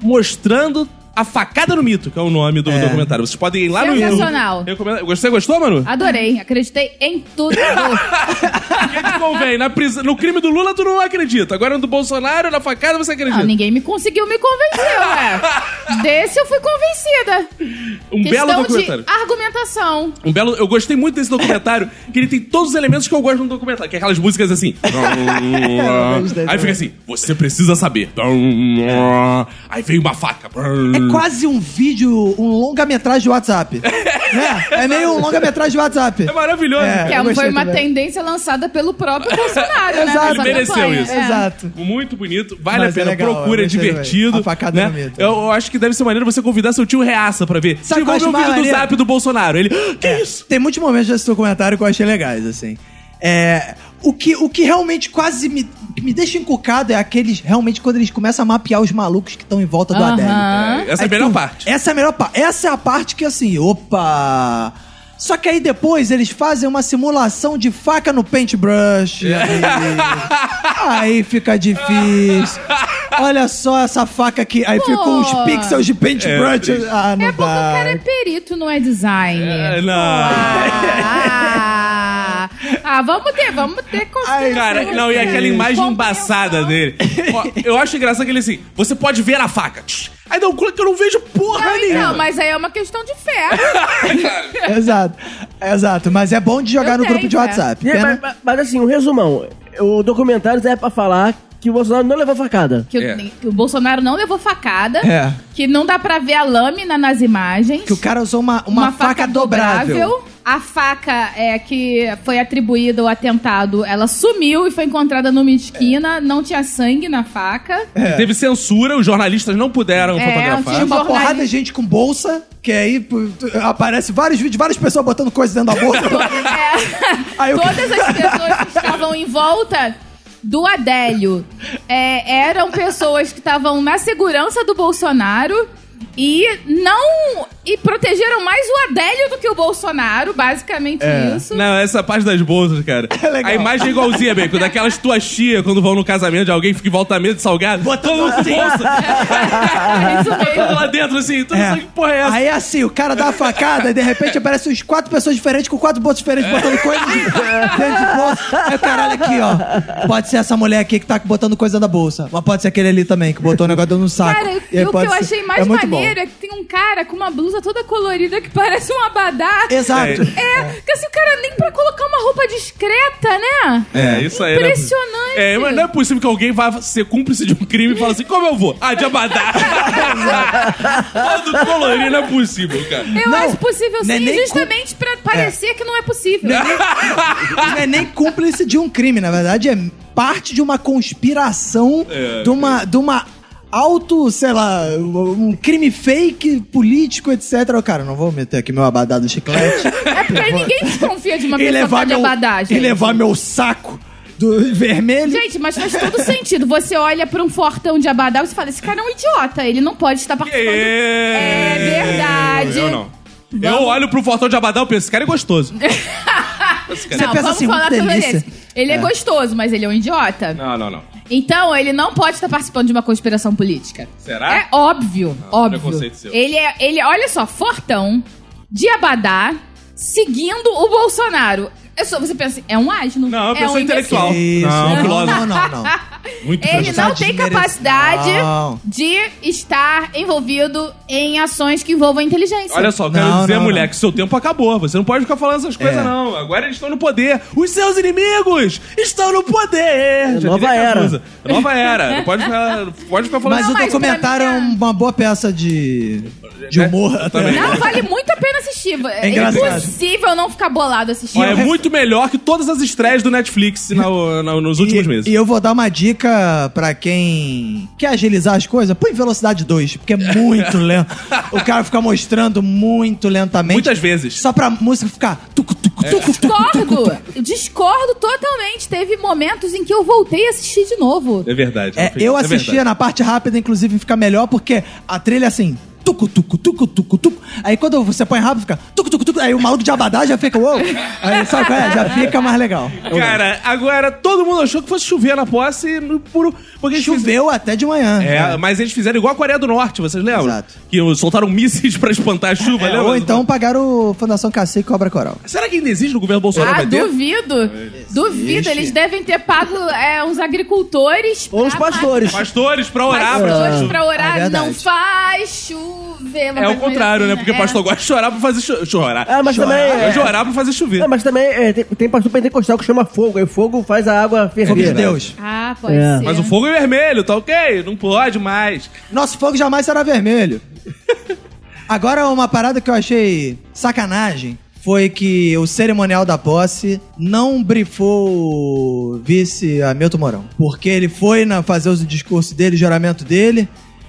Speaker 2: mostrando a facada no mito, que é o nome do documentário. Vocês podem ir lá no YouTube.
Speaker 5: Sensacional.
Speaker 2: Recomendo- Você gostou, Manu?
Speaker 5: Adorei,
Speaker 3: Hum.
Speaker 5: acreditei em tudo.
Speaker 2: O que que convém? Na prisa- No crime do Lula tu não acredita, agora no do Bolsonaro, na facada você acredita.
Speaker 5: Não, ninguém me conseguiu me convencer, ué. Desse eu fui convencida.
Speaker 2: um belo
Speaker 5: Questão
Speaker 2: documentário.
Speaker 5: de argumentação.
Speaker 2: Um belo, eu gostei muito desse documentário, que ele tem todos os elementos que eu gosto no documentário, que é aquelas músicas assim. Aí fica assim, você precisa saber. Aí vem uma faca.
Speaker 3: É
Speaker 2: Hum.
Speaker 3: quase um vídeo, um longa-metragem de WhatsApp. né? É meio um longa-metragem de WhatsApp.
Speaker 2: É maravilhoso.
Speaker 3: É.
Speaker 5: Que
Speaker 3: eu
Speaker 5: é- foi
Speaker 3: gostei
Speaker 5: uma
Speaker 3: também.
Speaker 5: tendência lançada pelo próprio Bolsonaro, né?
Speaker 3: Exato.
Speaker 5: nessa
Speaker 2: Ele mereceu
Speaker 5: campanha.
Speaker 2: isso.
Speaker 5: É.
Speaker 3: Exato.
Speaker 2: Muito bonito, vale
Speaker 3: Mas
Speaker 2: a pena.
Speaker 3: é legal,
Speaker 2: Procura,
Speaker 3: eu
Speaker 2: é
Speaker 3: gostei
Speaker 2: divertido.
Speaker 3: também. A facada é
Speaker 2: né?
Speaker 3: no mito.
Speaker 2: Eu, eu acho que deve ser maneiro você convidar seu tio reaça pra ver.
Speaker 3: Sabe
Speaker 2: Sabe
Speaker 3: qual
Speaker 2: Chegou
Speaker 3: eu
Speaker 2: meu
Speaker 3: acho
Speaker 2: vídeo
Speaker 3: mais
Speaker 2: do
Speaker 3: maneiro? É.
Speaker 2: zap do Bolsonaro. Ele, "Ah, que isso?
Speaker 3: Tem muitos É, momentos desse documentário que eu achei legais, assim. É, o, que, o que realmente quase me que me deixa encucado é aqueles, realmente, quando eles começam a mapear os malucos que estão em volta do
Speaker 5: Aham.
Speaker 3: Adélio. tá
Speaker 2: Essa é a
Speaker 3: Aí
Speaker 2: melhor
Speaker 3: tu-
Speaker 2: parte.
Speaker 3: Essa é a melhor parte. Essa é a parte que, assim, opa... Só que aí depois eles fazem uma simulação de faca no paintbrush.
Speaker 4: É.
Speaker 3: Aí, aí fica difícil. Olha só essa faca aqui. Aí
Speaker 5: Pô.
Speaker 3: ficam os pixels de paintbrush.
Speaker 2: É,
Speaker 3: ah, não
Speaker 5: É porque o
Speaker 3: dá.
Speaker 5: cara é perito, não é design.
Speaker 2: É, não.
Speaker 5: Ah, ah, vamos ter, vamos ter consideração.
Speaker 2: Cara, não, e aquela imagem
Speaker 5: Compensa.
Speaker 2: embaçada dele. Ó, eu acho engraçado que ele assim, você pode ver a faca. Tch. Aí dá um clique que eu não vejo porra
Speaker 5: Não,
Speaker 2: nenhuma.
Speaker 5: então, mas aí é uma questão de fé.
Speaker 3: Exato, exato. Mas é bom de jogar
Speaker 5: Eu
Speaker 3: no
Speaker 5: tenho,
Speaker 3: grupo de
Speaker 5: é.
Speaker 3: WhatsApp.
Speaker 4: E aí,
Speaker 3: Pena-
Speaker 4: mas, mas- mas assim, um resumão. O documentário é pra falar que o Bolsonaro não levou facada.
Speaker 5: Que, o-
Speaker 2: É.
Speaker 5: que o Bolsonaro não levou facada.
Speaker 3: É.
Speaker 5: Que não dá pra ver a lâmina nas imagens.
Speaker 3: Que o cara usou uma, uma, faca, dobrável.
Speaker 5: A faca é, que foi atribuída ao atentado, ela sumiu e foi encontrada numa esquina. Não tinha sangue na faca.
Speaker 3: É.
Speaker 2: E Teve censura, os jornalistas não puderam
Speaker 5: É,
Speaker 2: fotografar.
Speaker 3: Tinha uma
Speaker 5: Jornalista.
Speaker 3: porrada de gente com bolsa, que aí pu- tu- aparece vários vídeos, várias pessoas botando coisa dentro da bolsa.
Speaker 5: É,
Speaker 3: Aí eu-
Speaker 5: Todas as pessoas que estavam em volta do Adélio é, eram pessoas que estavam na segurança do Bolsonaro e não. e protegeram mais o Adélio do que o Bolsonaro, basicamente isso.
Speaker 2: Não, essa parte das bolsas, cara.
Speaker 3: É legal.
Speaker 2: A imagem é igualzinha, Bacon, daquelas tuas tia quando vão no casamento de alguém, fica em volta medo de salgado, botando
Speaker 3: assim.
Speaker 2: no bolsa,
Speaker 5: É isso
Speaker 2: botando
Speaker 5: mesmo.
Speaker 2: lá dentro assim, tu
Speaker 3: É.
Speaker 2: não sabe que porra é essa.
Speaker 3: Aí assim, o cara dá a facada e de repente aparece uns quatro pessoas diferentes com quatro bolsas diferentes botando coisa de-
Speaker 2: É.
Speaker 3: dentro de bolsa. Aí o caralho aqui, ó. Pode ser essa mulher aqui que tá botando coisa dentro da bolsa. Mas pode ser aquele ali também, que botou o negócio dentro do saco.
Speaker 5: Cara,
Speaker 3: E aí
Speaker 5: e o que
Speaker 3: É, pode
Speaker 5: eu
Speaker 3: ser-
Speaker 5: achei mais
Speaker 3: é muito bom.
Speaker 5: maneiro é que tem um cara com uma blusa toda colorida que parece um abadá.
Speaker 3: Exato.
Speaker 5: É, porque assim, o cara nem pra colocar uma roupa discreta, né?
Speaker 2: É, isso aí. né?
Speaker 5: Impressionante.
Speaker 2: É, mas não é possível que alguém vá ser cúmplice de um crime e fale assim, como eu vou? Ah, de abadá. Todo colorido, não é possível, cara.
Speaker 5: Eu
Speaker 3: Não,
Speaker 5: acho possível
Speaker 3: não é
Speaker 5: sim,
Speaker 3: nem
Speaker 5: justamente pra parecer que não é possível.
Speaker 3: não é nem cúmplice de um crime, na verdade é parte de uma conspiração,
Speaker 2: É,
Speaker 3: de uma de uma auto, sei lá, um crime fake político, etc. Eu, cara, não vou meter aqui meu abadá do chiclete
Speaker 5: É porque ninguém desconfia de uma
Speaker 3: e
Speaker 5: pessoa que tá
Speaker 3: levar
Speaker 5: de
Speaker 3: meu
Speaker 5: abadá, gente.
Speaker 3: e levar meu saco do vermelho.
Speaker 5: Gente, mas faz todo sentido. Você olha pra um fortão de abadá e você fala, esse cara é um idiota, ele não pode estar participando.
Speaker 2: É
Speaker 5: verdade.
Speaker 2: Eu não. Eu olho pro Fortão de Abadá e penso, esse cara é gostoso.
Speaker 3: Você
Speaker 5: Não,
Speaker 3: pensa
Speaker 5: vamos
Speaker 3: assim,
Speaker 5: falar
Speaker 3: que
Speaker 5: sobre
Speaker 3: delícia.
Speaker 5: ele. Ele é. gostoso, mas ele é um idiota.
Speaker 2: Não, não, não.
Speaker 5: Então, ele não pode estar participando de uma conspiração política.
Speaker 2: Será? Ah, um
Speaker 5: É óbvio, óbvio.
Speaker 2: preconceito seu.
Speaker 5: Ele é, ele, é- olha só, fortão, de abadá, seguindo o Bolsonaro. É só, você pensa assim, é um asno.
Speaker 2: Não, é uma
Speaker 5: é um
Speaker 2: pessoa intelectual.
Speaker 5: imbecil.
Speaker 3: Isso,
Speaker 2: Não,
Speaker 3: não,
Speaker 2: filósofo.
Speaker 3: não, não, não.
Speaker 2: Muito
Speaker 5: Ele
Speaker 2: bem.
Speaker 3: Tá
Speaker 5: não tem
Speaker 3: desmerecido.
Speaker 5: capacidade
Speaker 3: Não.
Speaker 5: de estar envolvido em ações que envolvam inteligência.
Speaker 2: Olha só, eu quero
Speaker 3: Não,
Speaker 2: dizer,
Speaker 3: não, É.
Speaker 2: mulher,
Speaker 3: não.
Speaker 2: que seu tempo acabou. Você não pode ficar falando essas coisas, não. Agora eles estão no poder. Os seus inimigos estão no poder. Já
Speaker 4: nova
Speaker 2: diria
Speaker 4: era.
Speaker 2: Cazuza. É Nova era. Não pode ficar, pode ficar falando
Speaker 3: Mas o
Speaker 5: Não, mas pra
Speaker 3: documentário é
Speaker 5: mim
Speaker 3: uma boa peça de de
Speaker 2: É,
Speaker 3: humor né? até.
Speaker 2: também.
Speaker 5: Não, vale muito a pena assistir. É,
Speaker 3: engraçado.
Speaker 5: impossível não ficar bolado assistindo.
Speaker 2: Ó, é muito melhor que todas as estreias do Netflix na- na- nos últimos
Speaker 3: e,
Speaker 2: meses.
Speaker 3: e eu vou dar uma dica pra quem quer agilizar as coisas, põe velocidade 2, porque é muito lento. o cara fica mostrando muito lentamente.
Speaker 2: Muitas vezes.
Speaker 3: Só pra música ficar tucu,
Speaker 2: É.
Speaker 3: tucu, tucu, tucu, tucu, tucu.
Speaker 5: Discordo! Discordo totalmente. Teve momentos em que eu voltei a assistir de novo.
Speaker 2: É verdade.
Speaker 3: É, eu
Speaker 2: É
Speaker 3: assistia
Speaker 2: verdade.
Speaker 3: na parte rápida, inclusive, fica melhor, porque a trilha é assim. Tucu, tucu, tucu, tucu, tucu. Aí quando você põe rápido, fica tucu, tucu, tucu. Aí o maluco de abadá já fica, uou. Aí sabe qual é? Já fica mais legal.
Speaker 2: Cara, agora todo mundo achou que fosse chover na posse no puro. Porque eles fizeram-
Speaker 3: Choveu até de manhã.
Speaker 2: É, mas eles fizeram igual a Coreia do Norte, vocês lembram?
Speaker 3: Exato.
Speaker 2: Que soltaram mísseis pra espantar a chuva, lembra?
Speaker 3: Ou então pagaram o Fundação Cacique Cobra Coral.
Speaker 2: Será que ainda existe no governo Bolsonaro?
Speaker 5: Ah,
Speaker 2: vai ter?
Speaker 5: duvido. Duvido. Eles devem ter pago é, uns agricultores.
Speaker 4: Ou os
Speaker 5: pra
Speaker 4: pastores.
Speaker 2: Pastores pra
Speaker 5: matar
Speaker 2: orar, pra
Speaker 5: Pastores né?
Speaker 2: chuva.
Speaker 5: pra orar.
Speaker 3: É verdade.
Speaker 5: não faz chover. uma
Speaker 2: É o
Speaker 5: coisa
Speaker 2: contrário,
Speaker 5: assim,
Speaker 2: né? Porque o pastor gosta de chorar pra fazer cho- chorar.
Speaker 4: Ah, mas também.
Speaker 2: É
Speaker 4: É,
Speaker 2: chorar pra fazer chover.
Speaker 4: Ah, mas também é, tem, tem pastor pentecostal que chama fogo. Aí o fogo faz a água ferver.
Speaker 2: É
Speaker 3: Fogo de Deus.
Speaker 5: Ah, pode
Speaker 4: É.
Speaker 5: ser.
Speaker 2: Mas o fogo é vermelho, tá ok? Não pode mais.
Speaker 3: Nosso fogo jamais será vermelho. Agora, uma parada que eu achei sacanagem foi que o cerimonial da posse não brifou o vice Hamilton Mourão. Porque ele foi na, fazer o discurso dele, o juramento dele,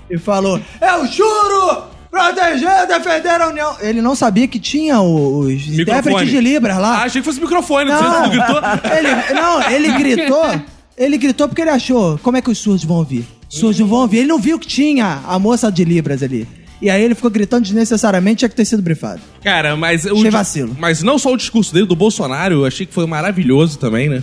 Speaker 3: e falou: Eu juro! Proteger, defender a União. Ele não sabia que tinha o- os
Speaker 2: Microfone.
Speaker 3: intérpretes de Libras lá.
Speaker 2: Ah, achei que fosse microfone, não sei se
Speaker 3: Não.
Speaker 2: não gritou.
Speaker 3: Ele, não, ele gritou Ele gritou porque ele achou, como é que os surdos vão ouvir? Os Surdos não vão ouvir. Ele não viu que tinha a moça de Libras ali. E aí ele ficou gritando desnecessariamente, tinha que ter sido brifado.
Speaker 2: Cara, mas... o
Speaker 3: Achei
Speaker 2: di-
Speaker 3: vacilo.
Speaker 2: Mas não só o discurso dele, do Bolsonaro, eu achei que foi maravilhoso também, né?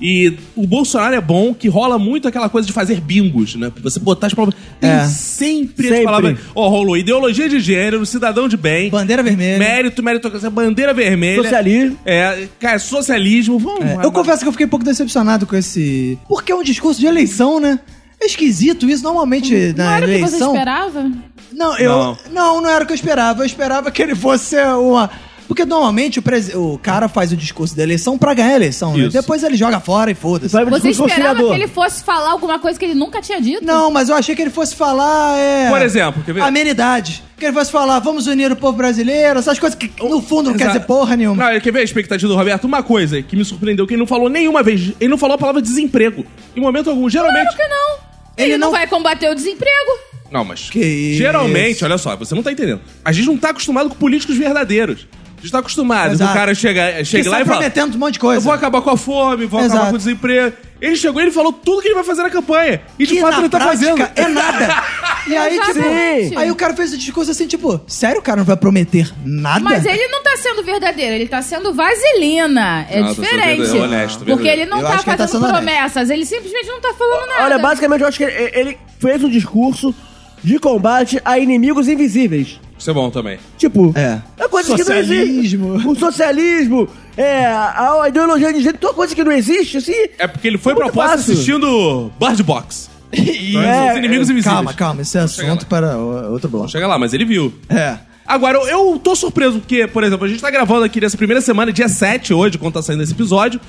Speaker 2: E o Bolsonaro é bom que rola muito aquela coisa de fazer bingos, né? Você botar as palavras... Tem
Speaker 3: É.
Speaker 2: sempre, as
Speaker 4: Sempre.
Speaker 2: palavras... Ó, rolou ideologia de gênero, cidadão de bem...
Speaker 3: Bandeira vermelha.
Speaker 2: Mérito, meritocracia, bandeira vermelha.
Speaker 4: Socialismo.
Speaker 2: É, cara, socialismo. Vamos,
Speaker 3: É, Eu confesso que eu fiquei um pouco decepcionado com esse. Porque é um discurso de eleição, né? É esquisito isso, normalmente
Speaker 5: Não
Speaker 3: na
Speaker 5: era o que você
Speaker 3: eleição. tipo
Speaker 5: esperava?
Speaker 3: não, eu.
Speaker 2: Não.
Speaker 3: Não. não, era o que eu esperava. Eu esperava que ele fosse uma. Porque normalmente o, presi- o cara faz o discurso da eleição pra ganhar a eleição, né?
Speaker 2: Isso.
Speaker 3: Depois ele joga fora e foda-se.
Speaker 4: Vai pro
Speaker 5: Você
Speaker 4: discurso
Speaker 5: esperava
Speaker 4: conciliador.
Speaker 5: que ele fosse falar alguma coisa que ele nunca tinha dito?
Speaker 3: Não, mas eu achei que ele fosse falar. É...
Speaker 2: Por exemplo, quer ver?
Speaker 3: Amenidade. Que ele fosse falar, vamos unir o povo brasileiro, essas coisas que no fundo não quer
Speaker 2: Exato.
Speaker 3: dizer porra nenhuma.
Speaker 2: Não, quer ver a expectativa do Roberto? Uma coisa que me surpreendeu, que ele não falou nenhuma vez. Ele não falou a palavra desemprego. Em momento algum, geralmente...
Speaker 5: Claro que não.
Speaker 3: Ele
Speaker 5: Ele, não
Speaker 3: não-
Speaker 5: vai combater o desemprego.
Speaker 2: Não, mas.
Speaker 3: Que isso.
Speaker 2: geralmente, olha só, você não tá entendendo. A gente não tá acostumado com políticos verdadeiros. A gente tá acostumado.
Speaker 3: Exato.
Speaker 2: O cara chega,
Speaker 3: Que
Speaker 2: chega lá
Speaker 3: sai
Speaker 2: e fala:
Speaker 3: prometendo um monte de
Speaker 2: Eu
Speaker 3: coisa.
Speaker 2: vou acabar com a fome, vou acabar
Speaker 3: Exato.
Speaker 2: com o desemprego. Ele chegou e ele falou tudo que ele vai fazer na campanha. E de
Speaker 3: que
Speaker 2: fato
Speaker 3: na
Speaker 2: ele tá
Speaker 3: prática
Speaker 2: fazendo.
Speaker 3: é nada. E aí, tipo,
Speaker 5: Exatamente.
Speaker 3: aí o cara fez o discurso assim, tipo, sério, o cara não vai prometer nada?
Speaker 5: Mas ele não tá sendo verdadeiro, ele tá sendo vaselina. É
Speaker 2: Não, tá sendo
Speaker 5: diferente.
Speaker 2: verdadeiro, honesto,
Speaker 5: porque
Speaker 2: verdadeiro.
Speaker 5: ele não
Speaker 3: Eu
Speaker 5: tá
Speaker 3: acho que ele tá
Speaker 5: fazendo
Speaker 3: sendo honesto.
Speaker 5: promessas, ele simplesmente não tá falando nada.
Speaker 4: Olha, basicamente eu acho que ele, ele fez um discurso de combate a inimigos invisíveis.
Speaker 2: Isso é bom também.
Speaker 4: Tipo,
Speaker 3: É.
Speaker 4: é coisa que não existe.
Speaker 3: Socialismo.
Speaker 4: O socialismo, é, a, a ideologia de gênero, toda coisa que não existe, assim.
Speaker 2: É porque ele foi
Speaker 4: Muito
Speaker 2: proposta
Speaker 4: fácil.
Speaker 2: assistindo Bird Box. Então,
Speaker 4: é,
Speaker 2: os inimigos invisíveis.
Speaker 3: Calma, calma, esse é
Speaker 2: chegar
Speaker 3: assunto para o- outro bloco.
Speaker 2: Chega lá, mas ele viu.
Speaker 3: É.
Speaker 2: Agora, eu, eu tô surpreso porque, por exemplo, a gente tá gravando aqui nessa primeira semana, dia 7 hoje, quando tá saindo esse episódio,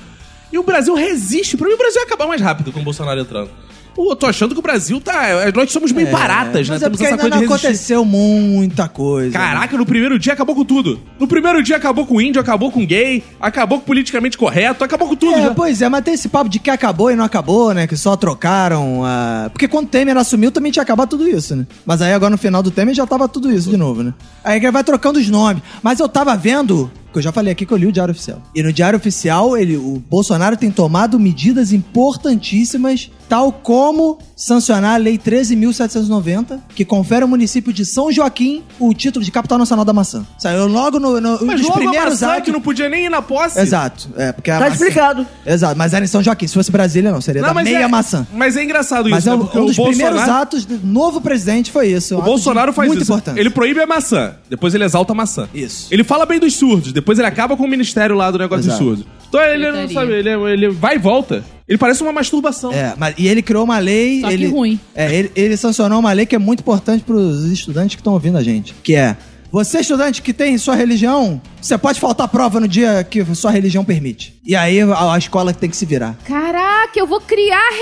Speaker 2: e o Brasil resiste. Pra mim, o Brasil ia acabar mais rápido com o Bolsonaro entrando. Pô, Eu tô achando que o Brasil tá. Nós somos meio baratas, né?
Speaker 3: Mas é
Speaker 2: Temos
Speaker 3: porque
Speaker 2: essa
Speaker 3: ainda
Speaker 2: coisa
Speaker 3: não
Speaker 2: de resistir.
Speaker 3: aconteceu muita coisa.
Speaker 2: Caraca, no primeiro dia acabou com tudo. No primeiro dia acabou com índio, acabou com gay, acabou com politicamente correto, acabou com tudo.
Speaker 3: É,
Speaker 2: já.
Speaker 3: pois é, mas tem esse papo de que acabou e não acabou, né? Que só trocaram a... Porque quando o Temer assumiu, também tinha acabado tudo isso, né? Mas aí agora no final do Temer já tava tudo isso de novo, né? Aí ele vai trocando os nomes. Mas eu tava vendo, que eu já falei aqui que eu li o Diário Oficial. E no Diário Oficial, ele, o Bolsonaro tem tomado medidas importantíssimas, tal como sancionar a Lei 13.790, que confere ao município de São Joaquim o título de capital nacional da maçã. Saiu logo no, no,
Speaker 2: Mas
Speaker 3: nos
Speaker 2: logo a
Speaker 3: primeiros
Speaker 2: maçã é que
Speaker 3: atos.
Speaker 2: não podia nem ir na posse.
Speaker 3: Exato. É, porque a
Speaker 4: Tá
Speaker 3: maçã-
Speaker 4: explicado.
Speaker 3: Exato, mas era em São Joaquim. Se fosse Brasília, não. Seria
Speaker 2: Não,
Speaker 3: da
Speaker 2: mas
Speaker 3: meia
Speaker 2: é,
Speaker 3: maçã.
Speaker 2: Mas é engraçado
Speaker 3: Mas
Speaker 2: isso,
Speaker 3: é
Speaker 2: né?
Speaker 3: um,
Speaker 2: Porque
Speaker 3: um dos
Speaker 2: o
Speaker 3: primeiros
Speaker 2: Bolsonaro...
Speaker 3: atos do novo presidente foi isso. um
Speaker 2: O
Speaker 3: ato
Speaker 2: Bolsonaro
Speaker 3: de-
Speaker 2: faz
Speaker 3: muito
Speaker 2: isso.
Speaker 3: importante.
Speaker 2: Ele proíbe a maçã, depois ele exalta a maçã.
Speaker 3: Isso.
Speaker 2: Ele fala bem dos surdos, depois ele acaba com o ministério lá do negócio
Speaker 3: Exato.
Speaker 2: dos surdos. Então ele não
Speaker 5: Gritaria.
Speaker 2: sabe, ele, é, ele vai e volta. Ele parece uma masturbação.
Speaker 3: É, mas, e ele criou uma lei.
Speaker 5: Só que
Speaker 3: ele,
Speaker 5: ruim.
Speaker 3: É, ele, ele sancionou uma lei que é muito importante pros estudantes que estão ouvindo a gente. Que é: você, estudante que tem sua religião, você pode faltar prova no dia que sua religião permite. E aí a, a escola tem que se virar.
Speaker 5: Caraca, eu vou criar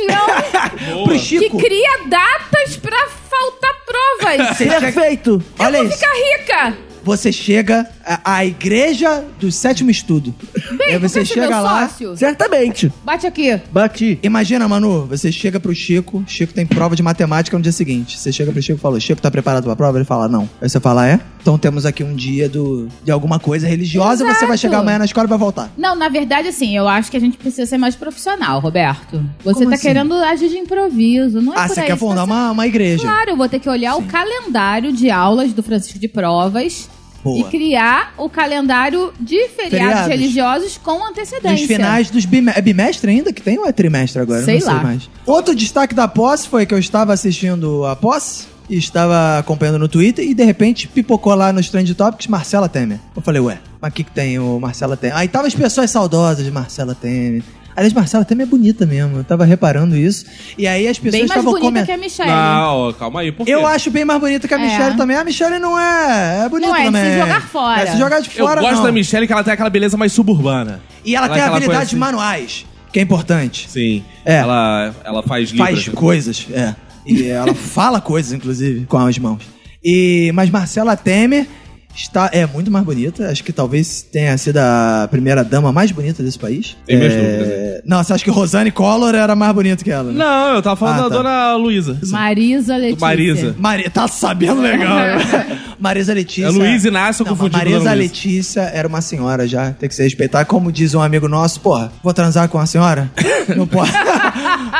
Speaker 5: religião
Speaker 3: Pro Chico.
Speaker 5: que cria datas pra faltar provas.
Speaker 4: é
Speaker 3: Você chega-
Speaker 4: Perfeito.
Speaker 3: é Olha
Speaker 5: eu vou
Speaker 3: isso.
Speaker 5: ficar rica.
Speaker 3: Você chega à, à igreja do sétimo estudo. e aí
Speaker 5: Bem,
Speaker 3: É, você
Speaker 5: você
Speaker 3: chega
Speaker 5: meu
Speaker 3: lá.
Speaker 5: sócio.
Speaker 4: Certamente.
Speaker 5: Bate aqui.
Speaker 4: Bati.
Speaker 3: Imagina, Manu, você chega pro Chico, Chico tem prova de matemática no dia seguinte. Você chega pro Chico e fala, Chico, tá preparado pra prova? Ele fala, não. Aí você fala, é? Então temos aqui um dia do, de alguma coisa religiosa,
Speaker 5: Exato.
Speaker 3: você vai chegar amanhã na escola e vai voltar.
Speaker 5: Não, na verdade, assim, eu acho que a gente precisa ser mais profissional, Roberto. Você
Speaker 3: Como
Speaker 5: tá
Speaker 3: assim?
Speaker 5: querendo agir de improviso, não é
Speaker 3: ah,
Speaker 5: por
Speaker 3: você
Speaker 5: aí
Speaker 3: quer
Speaker 5: que tá
Speaker 3: fundar
Speaker 5: certo.
Speaker 3: uma, uma igreja.
Speaker 5: Claro, eu vou ter que olhar o calendário de aulas do Francisco de Provas
Speaker 3: Boa.
Speaker 5: e criar o calendário de feriados,
Speaker 3: Feriados.
Speaker 5: religiosos com antecedência.
Speaker 3: Dos finais dos bimestres. É bimestre ainda que tem ou é trimestre agora? Eu
Speaker 5: Sei
Speaker 3: não sei
Speaker 5: lá.
Speaker 3: mais. Outro destaque da posse foi que eu estava assistindo a posse. e Estava acompanhando no Twitter e de repente pipocou lá nos Trend Topics Marcela Temer. Eu falei, ué, mas o que, que tem o Marcela Temer? Aí tava as pessoas saudosas de Marcela Temer. Aliás, Marcela Temer é bonita mesmo, eu tava reparando isso. E aí as pessoas
Speaker 5: Bem mais
Speaker 3: estavam
Speaker 5: bonita
Speaker 3: comentando.
Speaker 5: que a Michelle.
Speaker 2: Não, Ah, calma aí, por quê?
Speaker 3: Eu acho bem mais bonita que a
Speaker 5: É.
Speaker 3: Michelle também. A Michelle não é. É bonita
Speaker 5: Não é de se
Speaker 3: também.
Speaker 5: jogar fora.
Speaker 3: É se jogar de
Speaker 2: Eu
Speaker 3: fora.
Speaker 2: gosto
Speaker 3: não.
Speaker 2: da Michelle que ela tem aquela beleza mais suburbana.
Speaker 3: E ela,
Speaker 2: Ela
Speaker 3: tem
Speaker 2: é aquela
Speaker 3: habilidades
Speaker 2: coisa
Speaker 3: manuais, que é importante.
Speaker 2: Sim.
Speaker 3: É.
Speaker 2: Ela, ela faz livros.
Speaker 3: faz coisas, é. E ela fala coisas, inclusive, com as mãos. E, mas Marcela Temer está, é muito mais bonita. Acho que talvez tenha sido a primeira dama mais bonita desse país.
Speaker 2: Tem minhas
Speaker 3: é...
Speaker 2: dúvidas, né?
Speaker 3: Não, você acha que Rosane Collor era mais bonita que ela? né?
Speaker 2: Não, eu tava falando da
Speaker 3: Ah, tá.
Speaker 2: dona Luísa.
Speaker 5: Marisa Letícia.
Speaker 2: Marisa.
Speaker 3: Maria, tá sabendo legal. né? Marisa Letícia.
Speaker 2: É Luiz Inácio
Speaker 3: Não, mas
Speaker 2: confundido com
Speaker 3: Marisa
Speaker 2: Ana Luísa.
Speaker 3: Letícia era uma senhora já. Tem que se respeitar. Como diz um amigo nosso, porra, vou transar com a senhora? Não pode.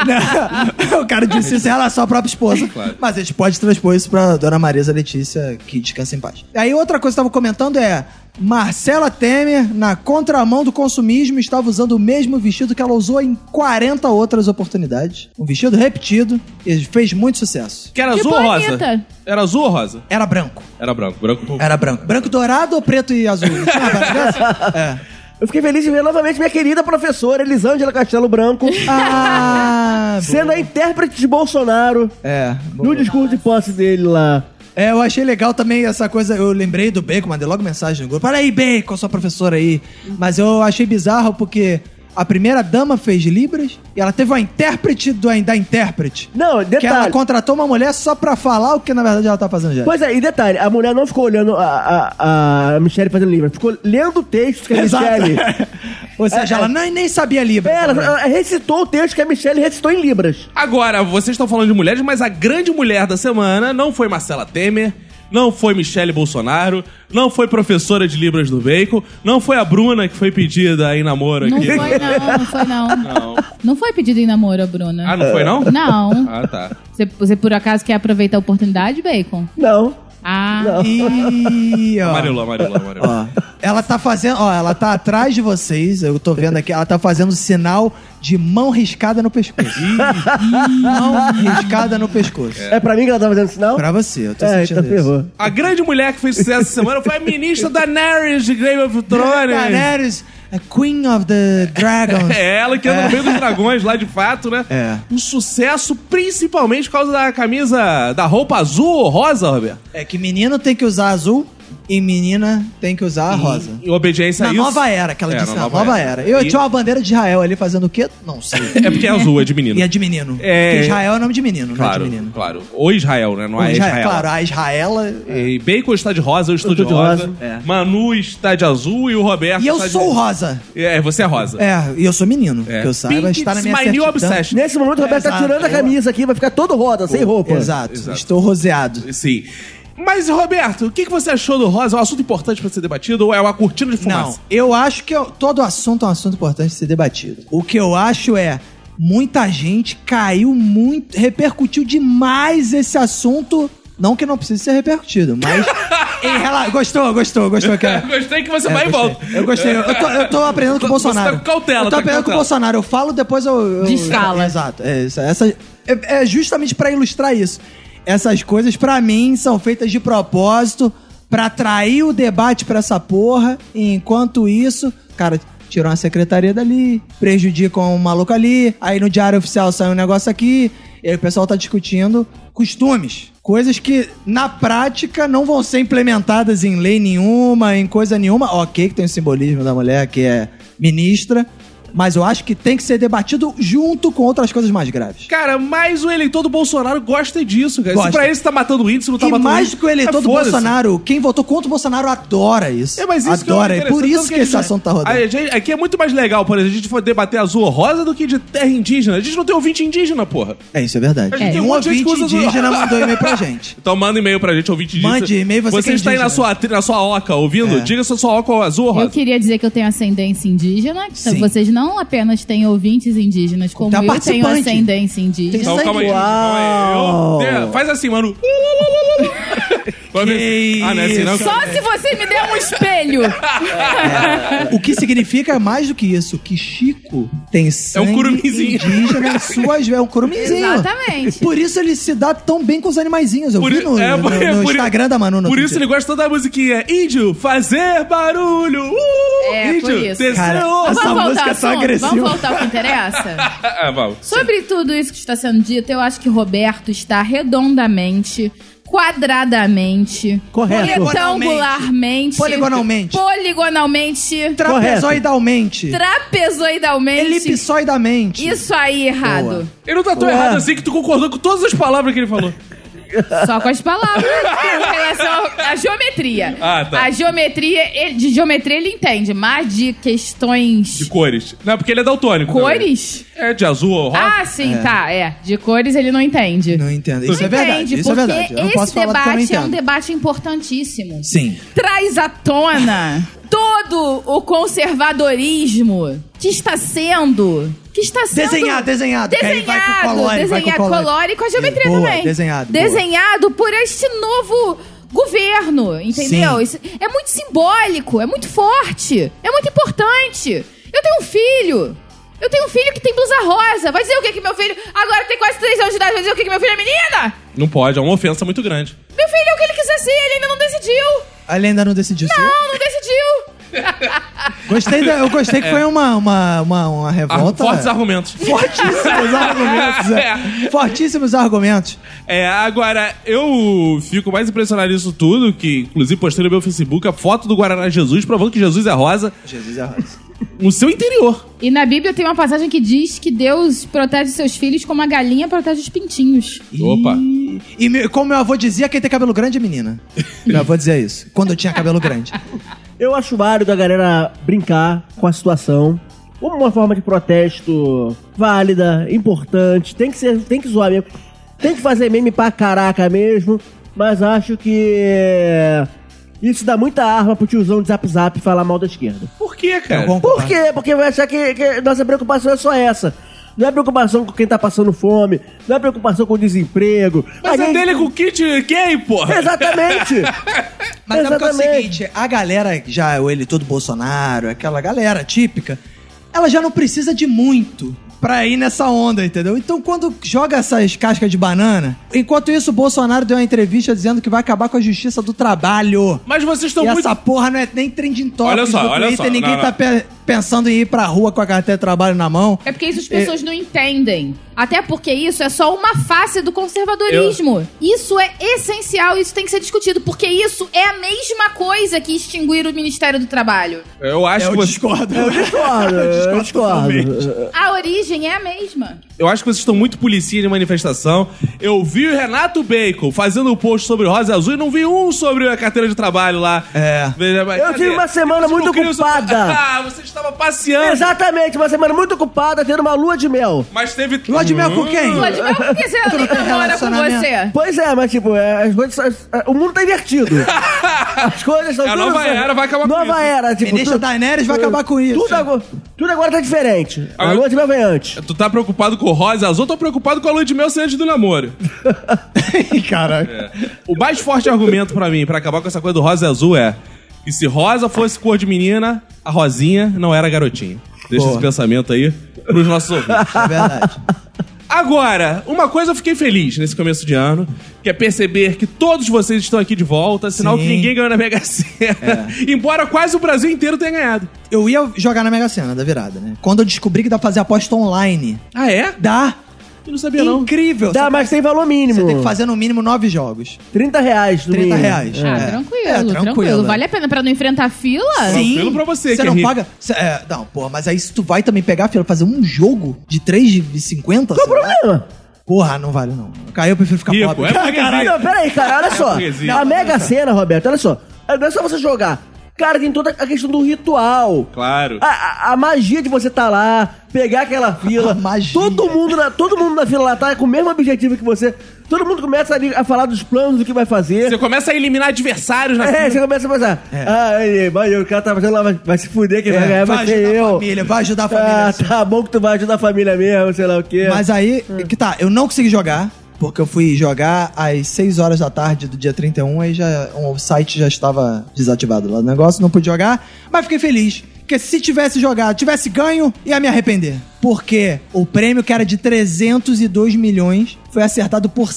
Speaker 3: Não, o cara disse isso, ela é sua própria esposa. Mas a gente pode transpor isso pra dona Marisa Letícia, que descansa em paz. Aí outra coisa que eu tava comentando é. Marcela Temer, na contramão do consumismo, estava usando o mesmo vestido que ela usou em 40 outras oportunidades. Um vestido repetido e fez muito sucesso.
Speaker 2: Que era
Speaker 5: Que
Speaker 2: azul ou rosa?
Speaker 5: bonita.
Speaker 2: Era azul ou rosa?
Speaker 3: Era branco.
Speaker 2: Era branco. Branco com
Speaker 3: Era branco. Branco dourado ou preto e azul? Não tinha uma parada dessa? é.
Speaker 4: Eu fiquei feliz de ver novamente minha querida professora Elisângela Castelo Branco
Speaker 3: Ah,
Speaker 4: sendo a intérprete de Bolsonaro
Speaker 3: é.
Speaker 4: no discurso de posse dele lá.
Speaker 3: É, eu achei legal também essa coisa. Eu lembrei do Bacon, mandei logo mensagem no grupo. Olha aí, Bacon, sua professora aí. Mas eu achei bizarro porque a primeira dama fez Libras e ela teve uma intérprete do, da intérprete.
Speaker 4: Não,
Speaker 3: Que ela
Speaker 4: detalhe.
Speaker 3: contratou uma mulher só pra falar o que na verdade ela tá fazendo já.
Speaker 4: Pois é, e detalhe, a mulher não ficou olhando a, a, a Michelle fazendo livro, ficou lendo o texto que a
Speaker 3: Exato.
Speaker 4: Michelle.
Speaker 3: Ou seja,
Speaker 4: É,
Speaker 3: ela nem, nem sabia Libras. tá
Speaker 4: É, ela,
Speaker 3: essa mulher.
Speaker 4: ela recitou o texto que a Michelle recitou em Libras.
Speaker 2: Agora, vocês estão falando de mulheres, mas a grande mulher da semana não foi Marcela Temer, não foi Michele Bolsonaro, não foi professora de Libras do Bacon, não foi a Bruna que foi pedida em namoro
Speaker 5: Não
Speaker 2: aqui.
Speaker 5: foi, não, não foi, não. Não,
Speaker 2: Não.
Speaker 5: foi pedido em namoro, a Bruna.
Speaker 2: Ah, não foi não?
Speaker 5: Não.
Speaker 2: Ah, tá.
Speaker 5: Você, você por acaso quer aproveitar a oportunidade, Bacon?
Speaker 4: Não.
Speaker 5: Ah,
Speaker 3: Ih, ó.
Speaker 2: Amarelo, amarelo, amarelo.
Speaker 3: Ó, ela tá fazendo, ó, ela tá atrás de vocês, eu tô vendo aqui, ela tá fazendo sinal de mão riscada no pescoço. mão riscada no pescoço.
Speaker 4: É pra mim que ela tá fazendo sinal?
Speaker 3: Pra você, eu tô
Speaker 4: é,
Speaker 3: sentindo
Speaker 2: tá
Speaker 4: então
Speaker 3: isso.
Speaker 4: ferrou.
Speaker 2: A grande mulher que fez sucesso essa semana foi a ministra Daenerys de Game of Thrones.
Speaker 3: Daenerys, a Queen of the Dragons.
Speaker 2: É ela que anda no meio dos dragões lá de fato, né?
Speaker 3: É.
Speaker 2: Um sucesso principalmente por causa da camisa, da roupa azul ou rosa, Roberto?
Speaker 3: É que menino tem que usar azul e menina tem que usar rosa.
Speaker 2: Em obediência
Speaker 3: Na
Speaker 2: a isso.
Speaker 3: nova era, que ela
Speaker 2: É,
Speaker 3: disse,
Speaker 2: na
Speaker 3: na
Speaker 2: nova
Speaker 3: nova,
Speaker 2: era.
Speaker 3: era. Eu
Speaker 2: E-
Speaker 3: tinha uma bandeira de Israel ali fazendo o quê? Não sei.
Speaker 2: É porque é azul, é de menino.
Speaker 3: E é de menino.
Speaker 2: É.
Speaker 3: Porque Israel é nome de menino,
Speaker 2: Claro,
Speaker 3: não é de menino.
Speaker 2: claro. Ou Israel, né? Não é Israel.
Speaker 3: Claro, a Israela.
Speaker 2: E Bacon está de rosa, eu estou de
Speaker 4: tô de
Speaker 2: rosa.
Speaker 4: rosa.
Speaker 2: É. Manu está de azul e o Roberto
Speaker 3: E eu
Speaker 2: está
Speaker 3: sou
Speaker 2: de...
Speaker 3: rosa.
Speaker 2: É, você é rosa.
Speaker 3: É, e eu sou menino. Que eu saiba,
Speaker 2: Pink
Speaker 3: está na minha
Speaker 2: is my new
Speaker 3: certidão.
Speaker 2: obsession.
Speaker 4: Nesse momento o Roberto tá
Speaker 3: Exato.
Speaker 4: tirando a camisa aqui, vai ficar todo roda, sem roupa.
Speaker 3: Exato.
Speaker 2: Exato.
Speaker 3: Estou roseado.
Speaker 2: Sim. Mas, Roberto, o que que você achou do rosa? É um assunto importante para ser debatido ou é uma cortina de
Speaker 3: Não,
Speaker 2: fumaça?
Speaker 3: eu acho que eu- todo assunto é um assunto importante de ser debatido. O que eu acho é muita gente caiu muito, repercutiu demais esse assunto. Não que não precise ser repercutido, mas. em rela... Gostou, gostou, gostou. Que...
Speaker 2: Gostei que você
Speaker 3: É,
Speaker 2: vai e
Speaker 3: gostei.
Speaker 2: volta.
Speaker 3: Eu gostei. Eu tô, eu tô aprendendo com o
Speaker 2: Você tá
Speaker 3: Bolsonaro.
Speaker 2: com cautela,
Speaker 3: Eu
Speaker 2: tá
Speaker 3: tô
Speaker 2: com
Speaker 3: aprendendo com o
Speaker 2: cautela.
Speaker 3: Bolsonaro. Eu falo, depois eu. eu
Speaker 5: Desfala.
Speaker 3: Exato. É, isso, essa, é, é justamente pra ilustrar isso. Essas coisas, pra mim, são feitas de propósito pra atrair o debate pra essa porra. E enquanto isso, cara. Tirou uma secretaria dali, prejudica um maluco ali, aí no Diário Oficial sai um negócio aqui, e aí o pessoal tá discutindo costumes. Coisas que, na prática, não vão ser implementadas em lei nenhuma, em coisa nenhuma. Ok, que tem o simbolismo da mulher que é ministra, mas eu acho que tem que ser debatido junto com outras coisas mais graves.
Speaker 2: Cara, mas o eleitor do Bolsonaro gosta disso, cara. Se
Speaker 3: Gosta.
Speaker 2: pra ele você tá matando o índice, não tá
Speaker 3: e
Speaker 2: matando
Speaker 3: mais
Speaker 2: índice,
Speaker 3: do que o eleitor
Speaker 2: é
Speaker 3: do
Speaker 2: foda-se.
Speaker 3: Bolsonaro, quem votou contra o Bolsonaro adora isso.
Speaker 2: É, mas isso que eu
Speaker 3: adora.
Speaker 2: acho
Speaker 3: é por
Speaker 2: interessante,
Speaker 3: isso
Speaker 2: porque
Speaker 3: que
Speaker 2: a
Speaker 3: esse
Speaker 2: gente-
Speaker 3: assunto tá rodando.
Speaker 2: A gente- aqui é muito mais legal, por exemplo, a gente for debater azul ou rosa do que de terra indígena. A gente não tem ouvinte indígena, porra.
Speaker 3: É, isso é verdade.
Speaker 2: A gente tem um
Speaker 3: um
Speaker 2: monte de gente
Speaker 3: ouvinte
Speaker 2: que usa-
Speaker 3: indígena mandou e-mail pra gente.
Speaker 2: Então manda e-mail pra gente, ouvinte indígena.
Speaker 3: Mande e-mail, você que é
Speaker 2: está aí na
Speaker 3: indígena.
Speaker 2: sua, tri- na sua oca ouvindo,
Speaker 3: É.
Speaker 2: diga se a sua oca é azul ou
Speaker 5: eu
Speaker 2: rosa.
Speaker 5: queria dizer que eu tenho ascendência indígena. que
Speaker 3: Sim.
Speaker 5: Vocês não apenas têm ouvintes indígenas, como
Speaker 3: Tá
Speaker 5: eu tenho
Speaker 3: participante.
Speaker 5: ascendência indígena.
Speaker 3: Tem-
Speaker 2: Então
Speaker 3: Isso aí.
Speaker 2: calma aí, calma aí. Eu-
Speaker 4: Uau.
Speaker 2: de- Faz assim, mano. Vai
Speaker 3: Que
Speaker 2: Ah, não é assim, não?
Speaker 5: Só se você me der um espelho.
Speaker 3: O que significa mais do que isso, que Chico tem sangue
Speaker 2: É um curumizinho.
Speaker 3: indígena em suas veias. É um curumizinho.
Speaker 5: Exatamente.
Speaker 3: Por isso ele se dá tão bem com os animaizinhos. Eu
Speaker 2: Por
Speaker 3: vi
Speaker 2: i-
Speaker 3: no,
Speaker 2: é,
Speaker 3: no-
Speaker 2: por-
Speaker 3: no
Speaker 2: por i-
Speaker 3: Instagram da Manu. no
Speaker 2: Por
Speaker 3: outro
Speaker 2: isso
Speaker 3: dia.
Speaker 2: ele gosta da musiquinha é Índio, fazer barulho. Uh,
Speaker 5: É, por
Speaker 2: índio,
Speaker 5: isso.
Speaker 3: Cara,
Speaker 2: desceu.
Speaker 3: essa
Speaker 5: Vamos voltar
Speaker 3: música
Speaker 5: ao
Speaker 3: é tão
Speaker 5: assunto?
Speaker 3: agressiva.
Speaker 5: Vamos voltar ao que interessa?
Speaker 2: Ah, vamos.
Speaker 5: Sobre tudo isso que está sendo dito, eu acho que Roberto está redondamente, quadradamente,
Speaker 4: Correto.
Speaker 5: retangularmente,
Speaker 3: Poligonalmente.
Speaker 5: poligonalmente,
Speaker 3: Trapezoidalmente.
Speaker 5: trapezoidalmente.
Speaker 3: Elipsoidamente.
Speaker 5: Isso aí, errado.
Speaker 2: Ele não tá tão
Speaker 4: Ué.
Speaker 2: errado assim que tu concordou com todas as palavras que ele falou.
Speaker 5: Só com as palavras com relação à geometria.
Speaker 2: Ah, tá.
Speaker 5: A geometria, ele- de geometria ele entende, mas de questões.
Speaker 2: De cores. Não, porque ele é daltônico.
Speaker 5: cores?
Speaker 2: também. É de azul ou rosa.
Speaker 5: Ah, sim, tá, é. De cores ele não entende.
Speaker 3: Não entendo. Isso é
Speaker 5: entende,
Speaker 3: verdade. Isso é
Speaker 5: porque
Speaker 3: verdade. Eu não
Speaker 5: esse
Speaker 3: posso falar
Speaker 5: debate
Speaker 3: porque eu não
Speaker 5: é um
Speaker 3: entendo.
Speaker 5: debate importantíssimo.
Speaker 3: Sim.
Speaker 5: Traz à tona todo o conservadorismo que está sendo. Que está sendo.
Speaker 3: Desenhado, desenhado. que aí
Speaker 5: Desenhado,
Speaker 3: vai com colore, vai com
Speaker 5: desenhado,
Speaker 3: colore.
Speaker 5: colore e com a geometria
Speaker 3: Boa,
Speaker 5: também.
Speaker 3: Desenhado. boa.
Speaker 5: Desenhado por este novo governo, entendeu?
Speaker 3: Sim.
Speaker 5: Isso é muito simbólico, é muito forte, é muito importante. Eu tenho um filho. Eu tenho um filho que tem blusa rosa. Vai dizer o que que meu filho... Agora tem quase três anos de idade. Vai dizer o que que meu filho é menina?
Speaker 2: Não pode, é uma ofensa muito grande.
Speaker 5: Meu filho é o que ele quiser ser. Ele ainda não decidiu.
Speaker 3: Ele ainda não decidiu. sim.
Speaker 5: Não, não decidiu.
Speaker 3: Gostei da- eu gostei que foi uma, uma, uma, uma
Speaker 2: Ar-
Speaker 3: revolta.
Speaker 2: Fortes argumentos.
Speaker 3: Fortíssimos argumentos. é. Fortíssimos argumentos.
Speaker 2: É, agora, eu fico mais impressionado nisso tudo, que inclusive postei no meu Facebook a foto do Guaraná Jesus provando que Jesus é rosa
Speaker 3: Jesus é rosa.
Speaker 2: no seu interior.
Speaker 5: E na Bíblia tem uma passagem que diz que Deus protege seus filhos como a galinha protege os pintinhos.
Speaker 2: Opa.
Speaker 3: E, e meu- como meu avô dizia, quem tem cabelo grande é menina. Meu avô dizia isso. Quando eu tinha cabelo grande.
Speaker 4: Eu acho válido a galera brincar com a situação. Como uma forma de protesto válida, importante. Tem que, ser, tem que zoar mesmo. Tem que fazer meme pra caraca mesmo. Mas acho que. Isso dá muita arma pro tiozão de zap zap falar mal da esquerda.
Speaker 2: Por quê, cara?
Speaker 3: Vamos
Speaker 4: Por
Speaker 3: comparar.
Speaker 4: quê? Porque vai achar que, que nossa preocupação é só essa. Não é preocupação com quem tá passando fome, não é preocupação com o desemprego.
Speaker 2: Mas
Speaker 4: Alguém-
Speaker 2: é dele com kit gay, porra.
Speaker 3: Mas
Speaker 4: Exatamente!
Speaker 3: é porque é o
Speaker 4: Exatamente.
Speaker 3: seguinte, a galera, já o ele todo Bolsonaro, aquela galera típica, ela já não precisa de muito pra ir nessa onda, entendeu? Então quando joga essas cascas de banana, enquanto isso o Bolsonaro deu uma entrevista dizendo que vai acabar com a justiça do trabalho.
Speaker 2: Mas vocês
Speaker 3: E
Speaker 2: estão muito.
Speaker 3: essa porra não é nem trending topics
Speaker 2: Olha só,
Speaker 3: do
Speaker 2: olha
Speaker 3: Twitter,
Speaker 2: só,
Speaker 3: ninguém
Speaker 2: não,
Speaker 3: tá
Speaker 2: não.
Speaker 3: pe- pensando em ir pra rua com a carteira de trabalho na mão.
Speaker 5: É porque isso as pessoas não entendem. Até porque isso é só uma face do conservadorismo. Isso é essencial, isso tem que ser discutido, porque isso é a mesma coisa que extinguir o Ministério do Trabalho.
Speaker 2: Eu acho,
Speaker 3: eu é
Speaker 2: que vocês...
Speaker 3: discordo.
Speaker 4: Eu discordo, eu discordo.
Speaker 3: totalmente.
Speaker 5: A origem é a mesma.
Speaker 2: eu acho que vocês estão muito policia de manifestação. Eu vi o Renato Bacon fazendo um post sobre rosa e azul e não vi um sobre a carteira de trabalho lá.
Speaker 3: É.
Speaker 2: Veja, mas
Speaker 4: Eu
Speaker 2: cadê?
Speaker 4: tive uma semana muito
Speaker 2: Descobriu isso-
Speaker 4: ocupada.
Speaker 2: Ah, você estava passeando.
Speaker 4: Exatamente, uma semana muito ocupada, tendo uma lua de mel.
Speaker 2: Mas teve. Hum,
Speaker 3: Lua de mel é com quem?
Speaker 5: Pô, de novo, por que você alguém namora com você?
Speaker 4: Pois é, mas tipo, é, as coisas. as- é, o mundo tá invertido. As coisas são
Speaker 2: É a
Speaker 4: tudo- assim.
Speaker 2: nova era, vai acabar com
Speaker 4: nova
Speaker 2: isso.
Speaker 4: era, tipo.
Speaker 3: Ministra
Speaker 4: tu-
Speaker 3: Daenerys tá- vai acabar com isso.
Speaker 4: Tudo, agora, tudo agora tá diferente. A
Speaker 2: Agora-
Speaker 4: lua de mel vem antes.
Speaker 2: Tu tá preocupado com o rosa azul, tô preocupado com a lua de mel ser antes do namoro.
Speaker 3: Caraca.
Speaker 2: O mais forte argumento pra mim, pra acabar com essa coisa do rosa e azul é que se rosa fosse cor de menina, a rosinha não era garotinha. Deixa
Speaker 3: Boa.
Speaker 2: esse pensamento aí pros nossos ouvintes.
Speaker 3: É verdade.
Speaker 2: Agora, uma coisa eu fiquei feliz nesse começo de ano, que é perceber que todos vocês estão aqui de volta, sinal que
Speaker 3: Sim.
Speaker 2: ninguém ganhou na Mega Sena, embora quase o Brasil inteiro tenha ganhado.
Speaker 3: Eu ia jogar na Mega Sena da virada, né? Quando eu descobri que dá pra fazer aposta online.
Speaker 2: Ah, é?
Speaker 3: Dá!
Speaker 2: Eu não sabia não.
Speaker 3: Incrível!
Speaker 4: Dá, mas tem valor mínimo.
Speaker 3: Você tem que fazer no mínimo nove jogos.
Speaker 4: 30 reais. no
Speaker 3: 30
Speaker 4: mínimo.
Speaker 3: reais.
Speaker 5: Ah,
Speaker 3: É.
Speaker 5: tranquilo,
Speaker 3: É,
Speaker 5: tranquilo, Vale a pena pra não enfrentar fila?
Speaker 2: Tranquilo pra você, que
Speaker 3: Você
Speaker 2: é
Speaker 3: não
Speaker 2: rico.
Speaker 3: paga. Cê- é, não, pô, mas aí se tu vai também pegar, filho, fazer um jogo de 3,50?
Speaker 4: Qual o
Speaker 3: sei lá.
Speaker 4: problema?
Speaker 3: Porra, não vale não. Caiu, eu prefiro ficar
Speaker 2: Rico,
Speaker 3: pobre.
Speaker 2: é
Speaker 4: Ah, caralho. Não, peraí, cara, olha só. É
Speaker 2: burguesia.
Speaker 4: A Mega Sena, Roberto, olha só. Não é só você jogar. Cara, tem toda a questão do ritual.
Speaker 2: Claro.
Speaker 4: A, a- a magia de você estar lá, pegar aquela fila.
Speaker 3: A magia.
Speaker 4: Todo mundo, na, todo mundo na fila lá tá com o mesmo objetivo que você. Todo mundo começa ali a falar dos planos, do que vai fazer.
Speaker 2: Você assim. começa a eliminar adversários na
Speaker 4: É,
Speaker 2: fila.
Speaker 4: você começa a pensar. Ah, aí, vai, o cara tá fazendo lá, vai, vai se fuder quem vai
Speaker 3: É,
Speaker 4: ganhar,
Speaker 3: vai
Speaker 4: vai ser
Speaker 3: ajudar a
Speaker 4: eu.
Speaker 3: família, vai ajudar a família. assim."
Speaker 4: Ah, tá bom que tu vai ajudar a família mesmo, sei lá o quê.
Speaker 3: Mas aí, que tá, eu não consegui jogar, porque eu fui jogar às 6 horas da tarde do dia 31, aí já o site já estava desativado lá do negócio, não pude jogar, mas fiquei feliz. Porque se tivesse jogado, tivesse ganho, ia me arrepender. Porque o prêmio que era de 302 milhões foi acertado por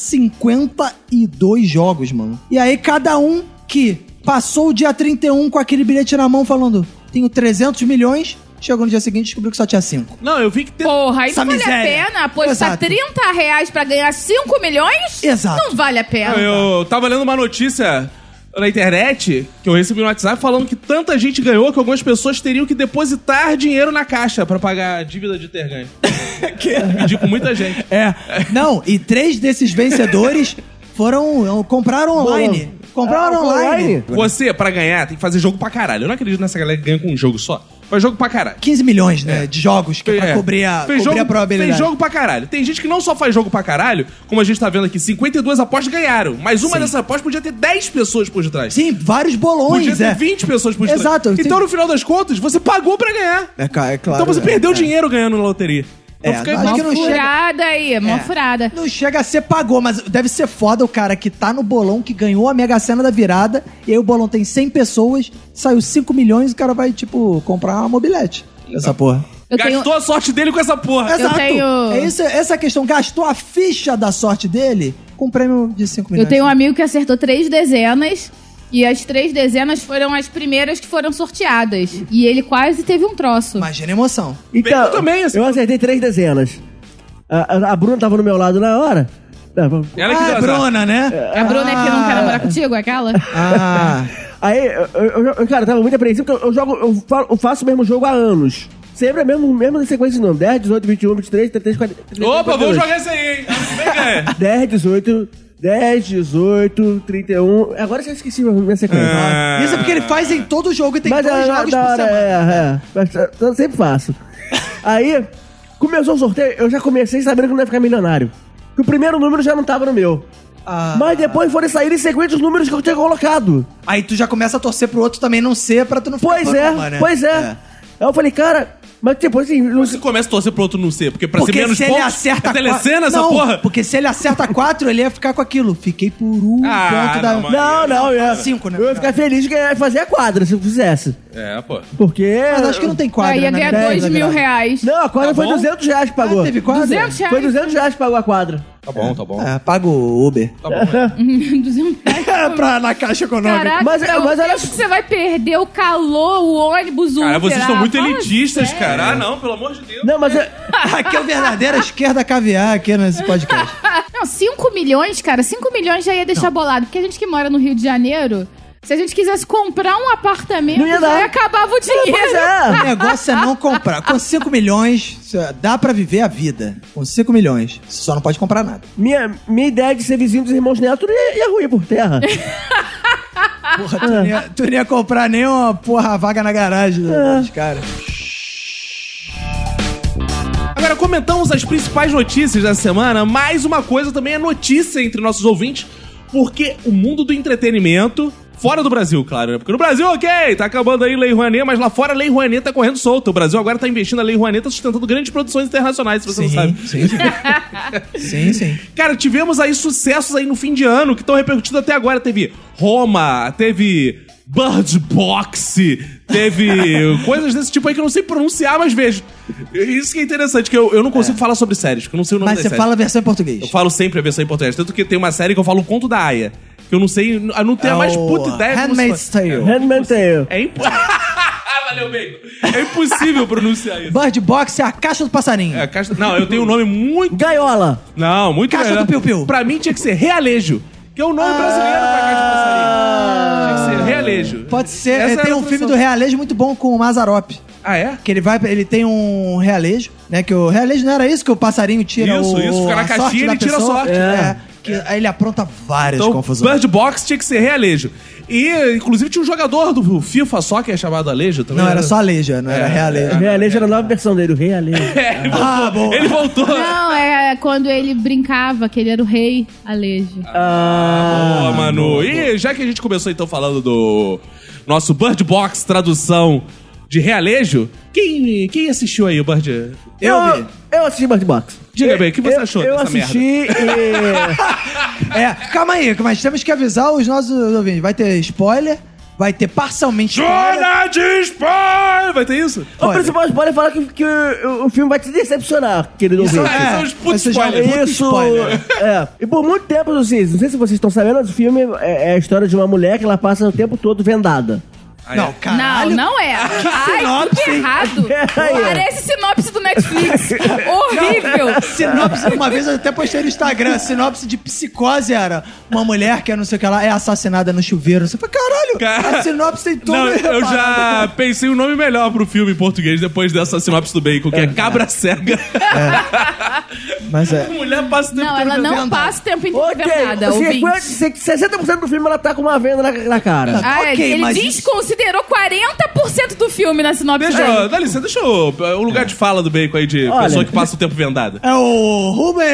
Speaker 3: 52 jogos, mano. E aí cada um que passou o dia 31 com aquele bilhete na mão falando, tenho 300 milhões, chegou no dia seguinte e descobriu que só tinha 5.
Speaker 2: Não, eu vi que tem...
Speaker 5: Porra, aí
Speaker 3: Essa
Speaker 5: não vale
Speaker 3: miséria.
Speaker 5: a pena apostar
Speaker 3: Exato.
Speaker 5: 30 reais pra ganhar 5 milhões?
Speaker 3: Exato.
Speaker 5: Não vale a pena.
Speaker 2: Eu tava lendo uma notícia na internet que eu recebi no WhatsApp falando que tanta gente ganhou que algumas pessoas teriam que depositar dinheiro na caixa pra pagar a dívida de ter ganho. Pedi com muita gente.
Speaker 3: É. Não, e três desses vencedores Foram. Compraram online.
Speaker 4: Boa.
Speaker 3: Compraram
Speaker 4: Ah,
Speaker 3: online.
Speaker 4: online?
Speaker 2: Uhum. Você, pra ganhar, tem que fazer jogo pra caralho. Eu não acredito nessa galera que ganha com um jogo só. Faz jogo pra caralho.
Speaker 3: 15 milhões, né? De jogos que é pra
Speaker 2: É.
Speaker 3: cobrir a,
Speaker 2: Fez
Speaker 3: cobrir a probabilidade.
Speaker 2: Fez jogo pra caralho. Tem gente que não só faz jogo pra caralho, como a gente tá vendo aqui, 52 apostas ganharam. Mas uma dessas apostas podia ter 10 pessoas por trás.
Speaker 3: Sim, vários
Speaker 2: Podia
Speaker 3: bolões,
Speaker 2: ter
Speaker 3: é.
Speaker 2: 20 pessoas por trás.
Speaker 3: Exato,
Speaker 2: Então,
Speaker 3: tem-
Speaker 2: no final das contas, você pagou pra ganhar.
Speaker 3: É, ca- é claro.
Speaker 2: então você
Speaker 3: é,
Speaker 2: perdeu
Speaker 3: é.
Speaker 2: dinheiro ganhando na loteria. Então
Speaker 3: É,
Speaker 2: fica aí
Speaker 3: acho
Speaker 2: mal-
Speaker 3: que não chega-
Speaker 5: furada aí, mó
Speaker 3: É.
Speaker 5: furada.
Speaker 3: Não chega a ser pagou, mas deve ser foda o cara que tá no bolão, que ganhou a Mega Sena da virada, e aí o bolão tem 100 pessoas, saiu 5 milhões e o cara vai, tipo, comprar uma mobilete. Essa porra.
Speaker 5: Eu tenho,
Speaker 2: Gastou a sorte dele com essa porra.
Speaker 3: Exato.
Speaker 5: tenho-
Speaker 3: É isso, essa questão. Gastou a ficha da sorte dele com um prêmio de 5
Speaker 5: eu
Speaker 3: milhões.
Speaker 5: tenho um amigo que acertou três dezenas. E as três dezenas foram as primeiras que foram sorteadas. E ele quase teve um troço.
Speaker 3: Imagina a emoção.
Speaker 4: Então,
Speaker 2: Eu também, assim.
Speaker 4: eu acertei três dezenas. A, a- a Bruna tava no meu lado na hora.
Speaker 2: Ela que deu
Speaker 3: ah,
Speaker 2: azar.
Speaker 3: Bruna, né?
Speaker 5: A Bruna é que não quer namorar contigo, aquela?
Speaker 3: Ah,
Speaker 4: Aí, eu, eu- eu- cara, eu tava muito apreensivo, porque eu, eu jogo, eu, fa- eu faço o mesmo jogo há anos. Sempre é a mesma, mesma sequência de nome. 10, 18, 21, 23, 33, 40.
Speaker 2: Opa, vamos
Speaker 4: 42.
Speaker 2: jogar isso aí, hein? Quem ganha?
Speaker 4: 10, 18, 10, 18, 31. Agora eu já esqueci a minha sequência.
Speaker 2: Ah.
Speaker 3: isso é porque ele faz em todo jogo e tem
Speaker 4: Mas
Speaker 3: dois
Speaker 4: é,
Speaker 3: jogos
Speaker 4: da
Speaker 3: por
Speaker 4: hora,
Speaker 3: semana.
Speaker 4: é, é. Mas, é, eu sempre faço. Aí, começou o sorteio, eu já comecei sabendo que não ia ficar milionário. Que o primeiro número já não tava no meu.
Speaker 3: Ah.
Speaker 4: Mas depois foram sair em sequência os números que eu tinha colocado.
Speaker 3: Aí tu já começa a torcer pro outro também não ser pra tu não ficar
Speaker 4: Pois
Speaker 3: com a
Speaker 4: é,
Speaker 3: fama, né?
Speaker 4: pois é. Aí eu falei, cara, mas depois assim, não-
Speaker 2: Você começa a torcer pro outro não ser, porque pra ser
Speaker 3: Porque
Speaker 2: menos
Speaker 3: se ele
Speaker 2: pontos,
Speaker 3: acerta
Speaker 2: é telecena essa
Speaker 3: Não,
Speaker 2: porra?
Speaker 3: Porque se ele acerta quatro, ele ia ficar com aquilo. Fiquei por um
Speaker 2: Ah,
Speaker 3: ponto da.
Speaker 2: não, mas-
Speaker 4: Não, não, eu ia,
Speaker 3: Cinco, né?
Speaker 4: eu ia ficar feliz de ganhar- fazer a quadra se eu fizesse.
Speaker 2: É, pô.
Speaker 4: Porque.
Speaker 3: Mas acho que não tem quadro.
Speaker 5: Aí ia
Speaker 3: né?
Speaker 5: ganhar
Speaker 3: Dez,
Speaker 5: dois
Speaker 3: na
Speaker 5: mil
Speaker 3: verdade.
Speaker 5: reais.
Speaker 4: Não, a quadra
Speaker 2: Tá
Speaker 4: foi
Speaker 2: bom?
Speaker 4: 200 reais que pagou.
Speaker 3: Ah, teve quadro?
Speaker 5: 200 reais.
Speaker 4: Foi 200 reais que pagou a quadra.
Speaker 2: Tá bom, tá bom.
Speaker 3: É, paga o Uber.
Speaker 2: Tá bom. né?
Speaker 5: 200 reais.
Speaker 3: É pra, na caixa econômica.
Speaker 5: Caraca,
Speaker 4: Mas-
Speaker 5: mas,
Speaker 4: mas olha-
Speaker 5: olha... que você vai perder o calor, o ônibus, o
Speaker 2: Cara,
Speaker 5: Uber,
Speaker 2: vocês estão
Speaker 5: ah,
Speaker 2: muito
Speaker 5: fala
Speaker 3: É.
Speaker 2: elitistas, cara. Ah, não, pelo amor de Deus.
Speaker 4: Não, mas. eu-
Speaker 3: Aqui é o verdadeiro esquerda caviar aqui nesse podcast.
Speaker 5: Não, 5 milhões, cara, 5 milhões já ia deixar bolado. Porque a gente que mora no Rio de Janeiro, se a gente quisesse comprar um apartamento,
Speaker 4: Não ia dar.
Speaker 5: já acabava o
Speaker 4: Pois
Speaker 5: dinheiro.
Speaker 3: O
Speaker 4: é.
Speaker 3: negócio é não comprar. Com 5 milhões, dá pra viver a vida. Com 5 milhões. Você só não pode comprar nada.
Speaker 4: Minha, minha ideia de ser vizinho dos irmãos Neto ia, ia ruir por terra.
Speaker 3: Porra, tu
Speaker 2: É.
Speaker 3: não ia, tu não ia comprar nem uma porra vaga na garagem
Speaker 2: É.
Speaker 3: né, dos caras.
Speaker 2: Agora comentamos as principais notícias da semana, mas uma coisa também é notícia entre nossos ouvintes, porque o mundo do entretenimento, fora do Brasil, claro, né? Porque no Brasil, ok, tá acabando aí Lei Rouanet, mas lá fora a Lei Rouanet tá correndo solta. O Brasil agora tá investindo na Lei Rouanet, tá sustentando grandes produções internacionais, se você não sabe.
Speaker 3: sim, sim. sim, sim.
Speaker 2: Cara, tivemos aí sucessos aí no fim de ano que estão repercutindo até agora. Teve Roma, teve Bird Box, teve coisas desse tipo aí que eu não sei pronunciar, mas vejo. Isso que é interessante, que eu, eu não consigo falar sobre séries, porque eu não sei o nome
Speaker 3: Mas
Speaker 2: das
Speaker 3: você
Speaker 2: séries.
Speaker 3: fala a versão em português.
Speaker 2: Eu falo sempre a versão em português. Tanto que tem uma série que eu falo o conto da Aya. Que eu não sei, eu não tenho a mais
Speaker 3: É o
Speaker 2: puta ideia como se
Speaker 3: Handmaid's
Speaker 2: fala.
Speaker 3: Tale.
Speaker 4: Handman Tale.
Speaker 2: É impossível. Valeu, Bacon. É impossível pronunciar isso.
Speaker 3: Bird Box é a caixa do passarinho.
Speaker 2: É, caixa... Não, eu tenho um nome muito.
Speaker 4: Gaiola.
Speaker 2: Não, muito
Speaker 3: Caixa
Speaker 2: melhor.
Speaker 3: do Piu Piu.
Speaker 2: Pra mim tinha que ser Realejo, que é o nome brasileiro pra caixa de passarinho. Tinha que ser Realejo.
Speaker 3: Ah. Pode ser.
Speaker 2: Essa era
Speaker 3: tem
Speaker 2: a
Speaker 3: um filme
Speaker 2: tradução.
Speaker 3: do Realejo muito bom com o Mazarop.
Speaker 2: Ah, é?
Speaker 3: Que ele vai, ele tem um realejo, né? Que o realejo não era isso que o passarinho tira
Speaker 2: Isso,
Speaker 3: o,
Speaker 2: isso, fica na
Speaker 3: a
Speaker 2: caixinha,
Speaker 3: sorte
Speaker 2: ele
Speaker 3: da
Speaker 2: tira a
Speaker 3: pessoa.
Speaker 2: sorte. né?
Speaker 3: É, que aí ele apronta várias
Speaker 2: Então,
Speaker 3: confusões.
Speaker 2: Bird Box tinha que ser Realejo. E, inclusive, tinha um jogador do FIFA só que é chamado Alejo também.
Speaker 3: Não, era
Speaker 2: né?
Speaker 3: só aleja, Ah, não era realejo.
Speaker 4: O Rei Alejo era a nova versão dele, o Rei Alejo.
Speaker 2: É, ele voltou.
Speaker 3: Ah, bom.
Speaker 2: Ele voltou.
Speaker 5: Não, é quando ele brincava que ele era o rei Alejo.
Speaker 3: Ah.
Speaker 2: Boa, Manu. E já que a gente começou então falando do nosso Bird Box tradução de Realejo, quem, quem assistiu aí o Bird?
Speaker 3: Eu vi.
Speaker 4: eu assisti Bird Box.
Speaker 2: Diga bem, o que você
Speaker 4: eu,
Speaker 2: achou
Speaker 4: Eu
Speaker 2: dessa
Speaker 4: assisti e...
Speaker 3: É, calma aí, mas temos que avisar os nossos ouvintes. Vai ter spoiler, vai ter parcialmente spoiler.
Speaker 2: Zona de spoiler! Vai ter isso?
Speaker 4: o
Speaker 3: Olha.
Speaker 4: principal spoiler é falar que, que o, o filme vai te decepcionar, querido
Speaker 3: Isso
Speaker 4: ouvinte. Então,
Speaker 2: é, são os putos
Speaker 3: isso já é um
Speaker 2: spoilers.
Speaker 3: puto
Speaker 4: Isso.
Speaker 3: spoiler.
Speaker 4: É. E por muito tempo, assim, não sei se vocês estão sabendo, mas o filme é, é a história de uma mulher que ela passa o tempo todo vendada.
Speaker 2: Ah,
Speaker 3: Não,
Speaker 2: é.
Speaker 3: caralho.
Speaker 5: Não, não é. Ai,
Speaker 3: sinopse,
Speaker 5: que
Speaker 3: hein?
Speaker 5: errado.
Speaker 4: Aí, ó.
Speaker 5: Parece sinopse do Netflix. Horrível.
Speaker 3: Sinopse, uma vez eu até postei no Instagram, sinopse de psicose era uma mulher que é não sei o que lá, é assassinada no chuveiro. Você fala, caralho, Caralho!
Speaker 2: Cara-
Speaker 3: A sinopse tem todo
Speaker 2: Não, eu
Speaker 3: reparado.
Speaker 2: já pensei um nome melhor pro filme em português depois dessa sinopse do Bacon, que é Cabra Cega.
Speaker 3: Mas é.
Speaker 2: Mulher passa o tempo
Speaker 5: Não,
Speaker 2: todo
Speaker 5: ela não
Speaker 2: vendendo.
Speaker 5: passa o tempo inteiro
Speaker 4: Ok, assim,
Speaker 5: vendo nada, ouvinte.
Speaker 4: 60% do filme ela tá com uma venda na, na cara.
Speaker 5: Ah, é,
Speaker 3: Ok,
Speaker 5: ele
Speaker 3: mas
Speaker 5: desconsiderou 40% do filme na sinopse
Speaker 2: Deixa,
Speaker 5: dele.
Speaker 2: dá licença, deixa o, o lugar de fala do Bacon aí de
Speaker 4: Olha.
Speaker 2: pessoa que passa o tempo vendada.
Speaker 3: É o Rubens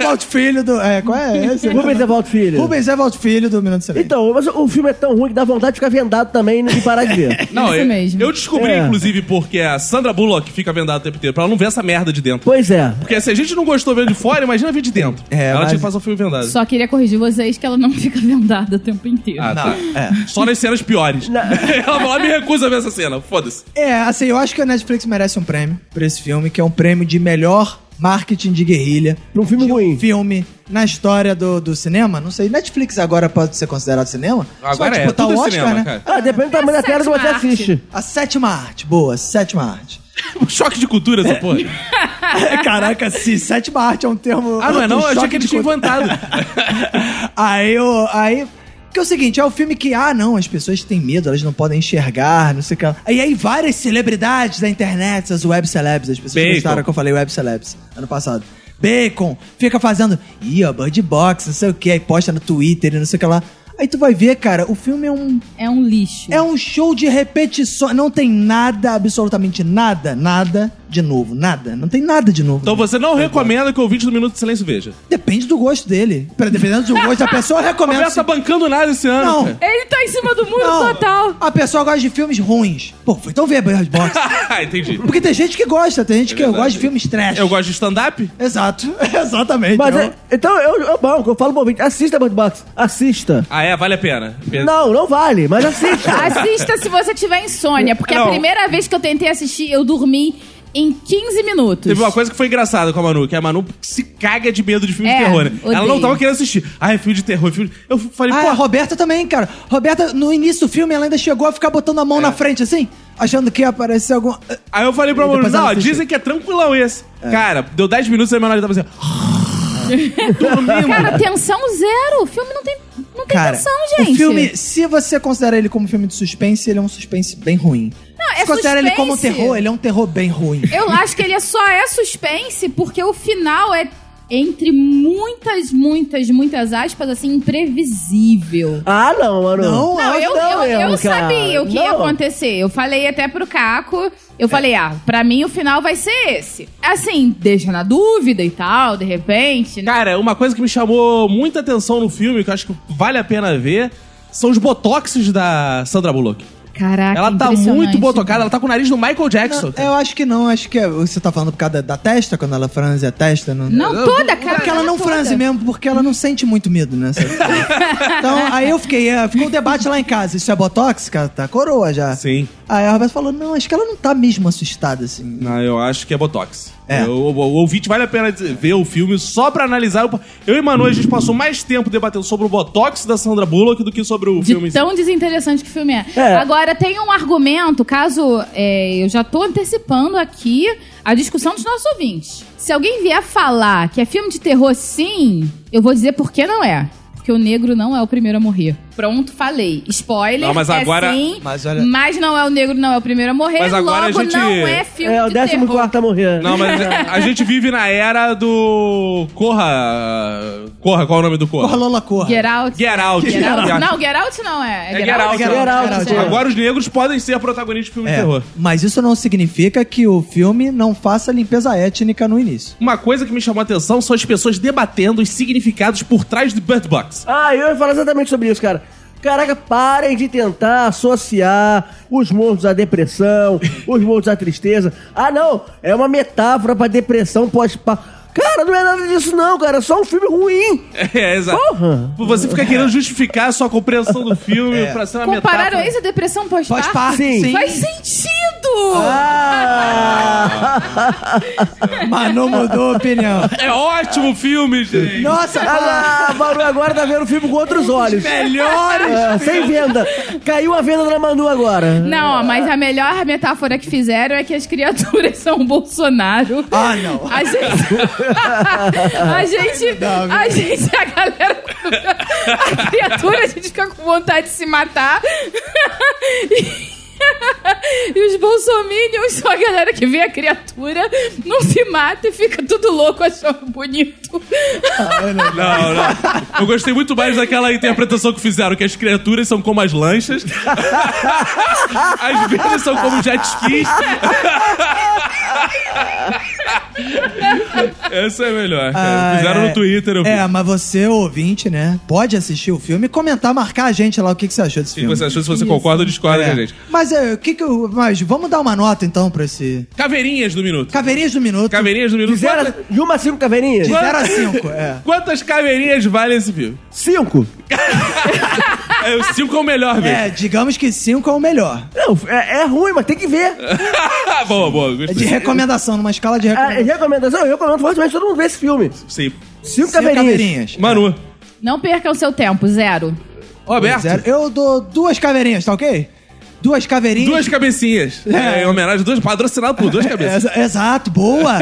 Speaker 3: Evald Filho do. É, qual é esse?
Speaker 4: Rubens Evaldo Filho.
Speaker 3: Rubens Evald Filho do Minuto de Silêncio.
Speaker 4: Então, mas o filme é tão ruim que dá vontade de ficar vendado também e parar de ver.
Speaker 2: Não,
Speaker 5: É Isso
Speaker 2: eu,
Speaker 5: mesmo.
Speaker 2: eu descobri,
Speaker 4: É.
Speaker 2: inclusive, porque a Sandra Bullock fica vendada o tempo inteiro, pra ela não ver essa merda de dentro.
Speaker 4: pois é.
Speaker 2: Porque se a gente não gostou vendo de fora, imagina ver de dentro.
Speaker 3: É,
Speaker 2: ela
Speaker 3: mas-
Speaker 2: tinha que fazer um filme vendado.
Speaker 5: Só queria corrigir vocês que ela não fica vendada o tempo inteiro.
Speaker 2: Ah, tá.
Speaker 3: é.
Speaker 2: Só nas cenas piores.
Speaker 4: Não.
Speaker 2: ela falou, me recusa a ver essa cena, foda-se.
Speaker 3: É, assim, eu acho que a Netflix merece um prêmio pra esse filme, que é um prêmio de melhor marketing de guerrilha.
Speaker 4: Pra um filme
Speaker 3: de
Speaker 4: ruim.
Speaker 3: filme na história do, do cinema. Não sei, Netflix agora pode ser considerado cinema? tipo, tá
Speaker 2: Agora é,
Speaker 3: disputar
Speaker 2: tudo é cinema, cara.
Speaker 4: Ah, depende do tamanho da tela que você
Speaker 5: Sétima
Speaker 4: assiste.
Speaker 3: né? A sétima arte, boa, sétima arte. É,
Speaker 2: Choque de cultura essa porra.
Speaker 3: Caraca, sim, sétima arte é um termo.
Speaker 2: Ah, não é não? Eu achei
Speaker 3: Choque
Speaker 2: que ele
Speaker 3: de
Speaker 2: tinha
Speaker 3: cultura.
Speaker 2: inventado.
Speaker 3: Aí eu. Aí. Porque é o seguinte, é o filme que, ah, não, as pessoas têm medo, elas não podem enxergar, não sei o que. lá. E aí várias celebridades da internet, as web celebs, as pessoas
Speaker 2: Bacon.
Speaker 3: gostaram que eu falei web celebs ano passado. Bacon, fica fazendo, ih, ó, Bird Box, não sei o que, aí posta no Twitter e não sei o que lá. Aí tu vai ver, cara, o filme é um
Speaker 5: É um lixo.
Speaker 3: é um show de repetições. Não tem nada, absolutamente nada, nada de novo. Nada. Não tem nada de novo.
Speaker 2: Então você não recomenda que o ouvinte do Minuto de Silêncio veja.
Speaker 3: Depende do gosto dele. Pra- Dependendo do gosto da pessoa, eu recomendo.
Speaker 2: Começa bancando nada esse ano.
Speaker 3: é assim. Não.
Speaker 2: cara.
Speaker 5: Ele tá em cima do muro
Speaker 3: Não.
Speaker 5: total.
Speaker 3: A pessoa gosta de filmes ruins. Pô, foi então ver Bird Box.
Speaker 2: Ah, Entendi.
Speaker 3: Porque tem gente que gosta, tem gente que
Speaker 2: É verdade.
Speaker 3: gosta de filmes trash.
Speaker 2: Eu gosto de stand-up?
Speaker 3: Exato. Exatamente.
Speaker 4: Mas
Speaker 3: Eu-
Speaker 4: é, então eu, eu banco, eu falo pro ouvinte, assista Bird Box, assista.
Speaker 2: Ah, é? Vale a pena.
Speaker 4: Não, não vale, mas assim, assista.
Speaker 5: Assista se você tiver insônia, porque
Speaker 2: Não.
Speaker 5: a primeira vez que eu tentei assistir, eu dormi em 15 minutos.
Speaker 2: Teve uma coisa que foi engraçada com a Manu, que a Manu se caga de medo de filme
Speaker 5: É,
Speaker 2: de terror, né? Ela
Speaker 5: odeio.
Speaker 2: não tava querendo assistir. Ah, é filme de terror, é filme... de- Eu falei,
Speaker 3: Ah, a
Speaker 2: porra.
Speaker 3: Roberta também, cara. Roberta, no início do filme, ela ainda chegou a ficar botando a mão
Speaker 2: É.
Speaker 3: na frente, assim, achando que ia aparecer algum.
Speaker 2: Aí eu falei pra Manu,
Speaker 3: Depois ela
Speaker 2: não,
Speaker 3: assiste. É.
Speaker 2: dizem que é tranquilão esse. Cara, deu 10 minutos, aí a Manu tava assim... Dormindo.
Speaker 5: Cara, tensão zero. O filme não tem, não tem
Speaker 3: Cara,
Speaker 5: tensão, gente.
Speaker 3: o filme, se você considera ele como filme de suspense, ele é um suspense bem ruim.
Speaker 5: Não, é
Speaker 3: se considera ele como um
Speaker 5: suspense.
Speaker 3: terror, ele é um terror bem ruim.
Speaker 5: Eu acho que ele é- só é suspense porque o final é, entre muitas, muitas, muitas aspas, assim, imprevisível.
Speaker 4: Ah, não, mano.
Speaker 3: Não,
Speaker 5: Não, é um eu, eu, eu
Speaker 4: mesmo, então, cara.
Speaker 5: sabia o que ia
Speaker 4: Não. É.
Speaker 5: acontecer. Eu falei até pro Caco. Eu falei, ah, pra mim o final vai ser esse. Assim, deixa na dúvida e tal, de repente. né?
Speaker 2: Cara, uma coisa que me chamou muita atenção no filme, que eu acho que vale a pena ver, são os botoxes da Sandra Bullock.
Speaker 5: Caraca,
Speaker 2: ela tá
Speaker 5: impressionante.
Speaker 2: muito botocada, ela tá com o nariz do Michael Jackson.
Speaker 3: Não,
Speaker 2: cara.
Speaker 3: eu acho que não, acho que é- você tá falando por causa da, da testa, quando ela franze a testa? Não,
Speaker 5: Não toda, cara. é
Speaker 3: Porque ela não
Speaker 5: toda.
Speaker 3: franze mesmo, porque ela não sente muito medo, né? sabe? então, aí eu fiquei, é, ficou um debate lá em casa, isso é botox, cara? Tá coroa já.
Speaker 2: Sim.
Speaker 3: Aí a Roberta falou, não, acho que ela não tá mesmo assustada, assim.
Speaker 2: Não, eu acho que é Botox.
Speaker 3: É.
Speaker 2: Eu- O, o- o ouvinte vale a pena dizer- ver o filme só pra analisar. Eu, eu e Manu, a gente passou mais tempo debatendo sobre o Botox da Sandra Bullock do que sobre o filme. em
Speaker 5: De
Speaker 2: si.
Speaker 5: tão desinteressante que o filme é.
Speaker 4: É.
Speaker 5: Agora, tem um argumento, caso é, eu já tô antecipando aqui a discussão dos nossos ouvintes. Se alguém vier falar que é filme de terror, sim, eu vou dizer por que não é. Porque o negro não é o primeiro a morrer. Pronto, falei. Spoiler,
Speaker 2: Não, mas agora-
Speaker 5: é sim,
Speaker 3: mas
Speaker 5: mas,
Speaker 3: olha-
Speaker 5: não é o negro, não é o primeiro a morrer.
Speaker 2: Mas agora a
Speaker 5: logo,
Speaker 2: gente-
Speaker 5: não é filme
Speaker 4: É, o
Speaker 5: de terror.
Speaker 4: 14 a morrer.
Speaker 2: Não, mas é
Speaker 4: é
Speaker 2: a, a gente vive na era do. Corra. Corra, qual é o nome do Corra?
Speaker 3: Porra, Lola, corra.
Speaker 5: Get out.
Speaker 2: Get Out.
Speaker 5: Get Out. Não, Get Out não é.
Speaker 2: É Get Out.
Speaker 3: Get
Speaker 4: Out,
Speaker 5: Out,
Speaker 4: Get Out.
Speaker 2: Agora os negros podem ser protagonistas de filme
Speaker 3: É,
Speaker 2: de terror.
Speaker 3: mas isso não significa que o filme não faça limpeza étnica no início.
Speaker 2: Uma coisa que me chamou a atenção são as pessoas debatendo os significados por trás de Bird Box.
Speaker 4: Ah, eu ia falar exatamente sobre isso, cara. Caraca, parem de tentar associar os mortos à depressão, os mortos à tristeza. Ah, não, é uma metáfora pra depressão pós pa Cara, não é nada disso não, cara, é só um filme ruim.
Speaker 2: É, exato.
Speaker 4: Porra.
Speaker 2: Você fica querendo justificar a sua compreensão do filme
Speaker 3: É.
Speaker 2: pra ser uma
Speaker 5: Compararam
Speaker 2: metáfora.
Speaker 5: isso à depressão
Speaker 3: Pode
Speaker 5: pós-parto?
Speaker 3: parte, Ah,
Speaker 4: Sim.
Speaker 3: sim.
Speaker 5: Faz sentido!
Speaker 2: É.
Speaker 4: Ah!
Speaker 3: Mas não mudou a opinião.
Speaker 2: É ótimo o filme, gente!
Speaker 3: Nossa, agora...
Speaker 4: Ah, Maru agora tá vendo o filme com outros olhos.
Speaker 3: melhores.
Speaker 4: É, sem venda. Caiu a venda na Manu agora.
Speaker 5: Não, ó, mas a melhor metáfora que fizeram é que as criaturas são o Bolsonaro.
Speaker 3: Ah, não.
Speaker 5: A gente. a gente. a galera criatura. A criatura, a gente fica com vontade de se matar. E, e os bolsominions são a galera que vê a criatura, não se mata e fica tudo louco achando bonito.
Speaker 2: Não, não. Eu gostei muito mais daquela interpretação que fizeram, que as criaturas são como as lanchas. As vezes são como jet skis. Essa é melhor. cara.
Speaker 3: Ah,
Speaker 2: fizeram
Speaker 3: é.
Speaker 2: no Twitter, eu vi.
Speaker 3: É, mas você, ouvinte, né? Pode assistir o filme e comentar, marcar a gente lá o que, que você achou desse
Speaker 2: O que
Speaker 3: filme.
Speaker 2: você achou? Se você concorda ou discorda
Speaker 3: É.
Speaker 2: com a gente.
Speaker 3: Mas é, o que que eu. Mas vamos dar uma nota então pra esse.
Speaker 2: Caveirinhas do minuto.
Speaker 3: Caveirinhas do Minuto.
Speaker 2: Caveirinhas do minuto.
Speaker 4: De, zero, de uma a cinco caveirinhas?
Speaker 3: De
Speaker 2: Quantas-
Speaker 3: 0 a 5. É.
Speaker 2: Quantas caveirinhas vale esse filme?
Speaker 4: Cinco.
Speaker 2: É, o cinco é o melhor mesmo.
Speaker 3: É, digamos que 5 é o melhor.
Speaker 4: Não, é, é ruim, mas tem que ver.
Speaker 2: Ah, boa, boa.
Speaker 3: É de
Speaker 2: Gostei.
Speaker 3: recomendação, numa escala de
Speaker 4: A
Speaker 3: recomendação.
Speaker 4: É, recomendação, eu recomendo fortemente todo mundo ver esse filme.
Speaker 2: Sim.
Speaker 4: Cinco,
Speaker 3: Cinco
Speaker 4: caveirinhas.
Speaker 3: caveirinhas.
Speaker 2: Manu.
Speaker 5: Não percam seu tempo, zero.
Speaker 2: Roberto.
Speaker 3: Zero. Eu dou duas caveirinhas, tá ok? Duas caveirinhas.
Speaker 2: Duas cabecinhas.
Speaker 3: É.
Speaker 2: É, em homenagem a duas, patrocinado por duas cabeças.
Speaker 3: Exa- Exato, boa!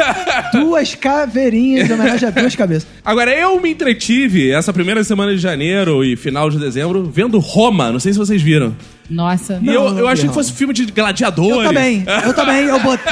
Speaker 3: duas caveirinhas em homenagem a duas cabeças.
Speaker 2: Agora, eu me entretive essa primeira semana de janeiro e final de dezembro vendo Roma. Não sei se vocês viram.
Speaker 5: Nossa.
Speaker 2: e eu,
Speaker 3: não
Speaker 2: eu achei
Speaker 3: vi
Speaker 2: que fosse um filme de gladiadores.
Speaker 3: Eu também, eu também, eu botei.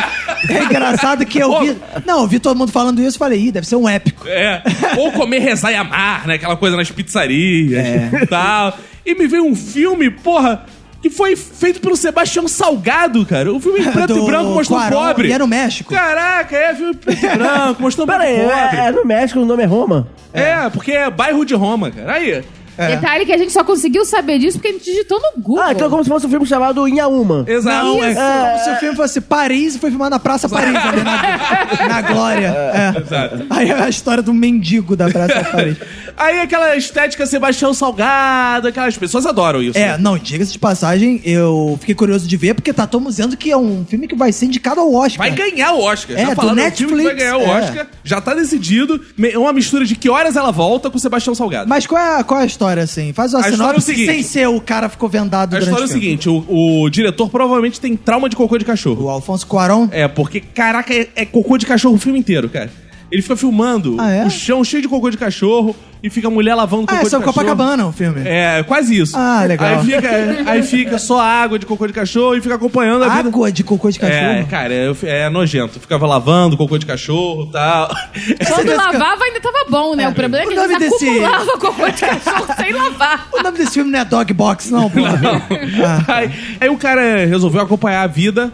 Speaker 3: É engraçado que eu vi. Não, eu vi todo mundo falando isso e falei, ih, deve ser um épico.
Speaker 2: É. Ou comer, rezar e amar, né? Aquela coisa nas pizzarias
Speaker 3: É.
Speaker 2: e tal. E me veio um filme, porra, que foi feito pelo Sebastião Salgado, cara. O filme em preto
Speaker 3: Do
Speaker 2: e branco mostrou
Speaker 3: Cuarón,
Speaker 2: pobre.
Speaker 3: e é no México.
Speaker 2: Caraca, é filme em preto e branco, mostrou um
Speaker 4: Pera aí,
Speaker 2: pobre.
Speaker 4: é, é no México, o nome é Roma.
Speaker 2: É. porque é bairro de Roma, cara. Aí.
Speaker 5: Detalhe que a gente só conseguiu saber disso porque a gente digitou no Google.
Speaker 4: É. Ah, então é como se fosse um filme chamado Inhaúma.
Speaker 2: Exato.
Speaker 3: Não,
Speaker 2: é-
Speaker 3: é como se o filme fosse Paris e foi filmado na Praça Paris, ali na, na Glória. É.
Speaker 2: Exato.
Speaker 3: Aí é a história do mendigo da Praça Paris.
Speaker 2: Aí aquela estética Sebastião Salgado, aquelas pessoas adoram isso. né?
Speaker 3: É, não, diga-se de passagem, eu fiquei curioso de ver, porque tá todo mundo dizendo que é um filme que vai ser indicado ao Oscar.
Speaker 2: Vai ganhar o Oscar.
Speaker 3: É,
Speaker 2: já
Speaker 3: do
Speaker 2: falaram o filme que vai
Speaker 3: Netflix,
Speaker 2: ganhar o
Speaker 3: é.
Speaker 2: Oscar. Já tá decidido. Me- É uma mistura de que horas ela volta com Sebastião Salgado.
Speaker 3: Mas qual é, a- qual é a história, assim? Faz uma
Speaker 2: A história é o
Speaker 3: sinopse
Speaker 2: seguinte.
Speaker 3: sem ser o cara ficou vendado
Speaker 2: a
Speaker 3: durante
Speaker 2: história é o
Speaker 3: filme.
Speaker 2: seguinte: o, o diretor provavelmente tem trauma de cocô de cachorro.
Speaker 3: O Alfonso Cuarón...
Speaker 2: É, porque, caraca, é, é cocô de cachorro o filme inteiro, cara. Ele fica filmando
Speaker 3: Ah, é?
Speaker 2: o chão cheio de cocô de cachorro e fica a mulher lavando cocô
Speaker 3: Ah,
Speaker 2: de
Speaker 3: esse é o
Speaker 2: cachorro.
Speaker 3: Copacabana, o filme.
Speaker 2: É, quase isso.
Speaker 3: Ah, legal.
Speaker 2: Aí fica, aí fica só água de cocô de cachorro e fica acompanhando a vida.
Speaker 3: Água de cocô de
Speaker 2: É,
Speaker 3: cachorro?
Speaker 2: cara, eu fi- é nojento. Ficava lavando cocô de cachorro e tal.
Speaker 5: Quando
Speaker 3: Você
Speaker 5: lavava ainda tava bom, né? O problema é que
Speaker 3: O
Speaker 5: a gente
Speaker 3: nome desse-
Speaker 5: acumulava cocô de cachorro sem lavar.
Speaker 3: O nome desse filme não é Dog Box, não, pô. Ah,
Speaker 2: aí, aí o cara resolveu acompanhar a vida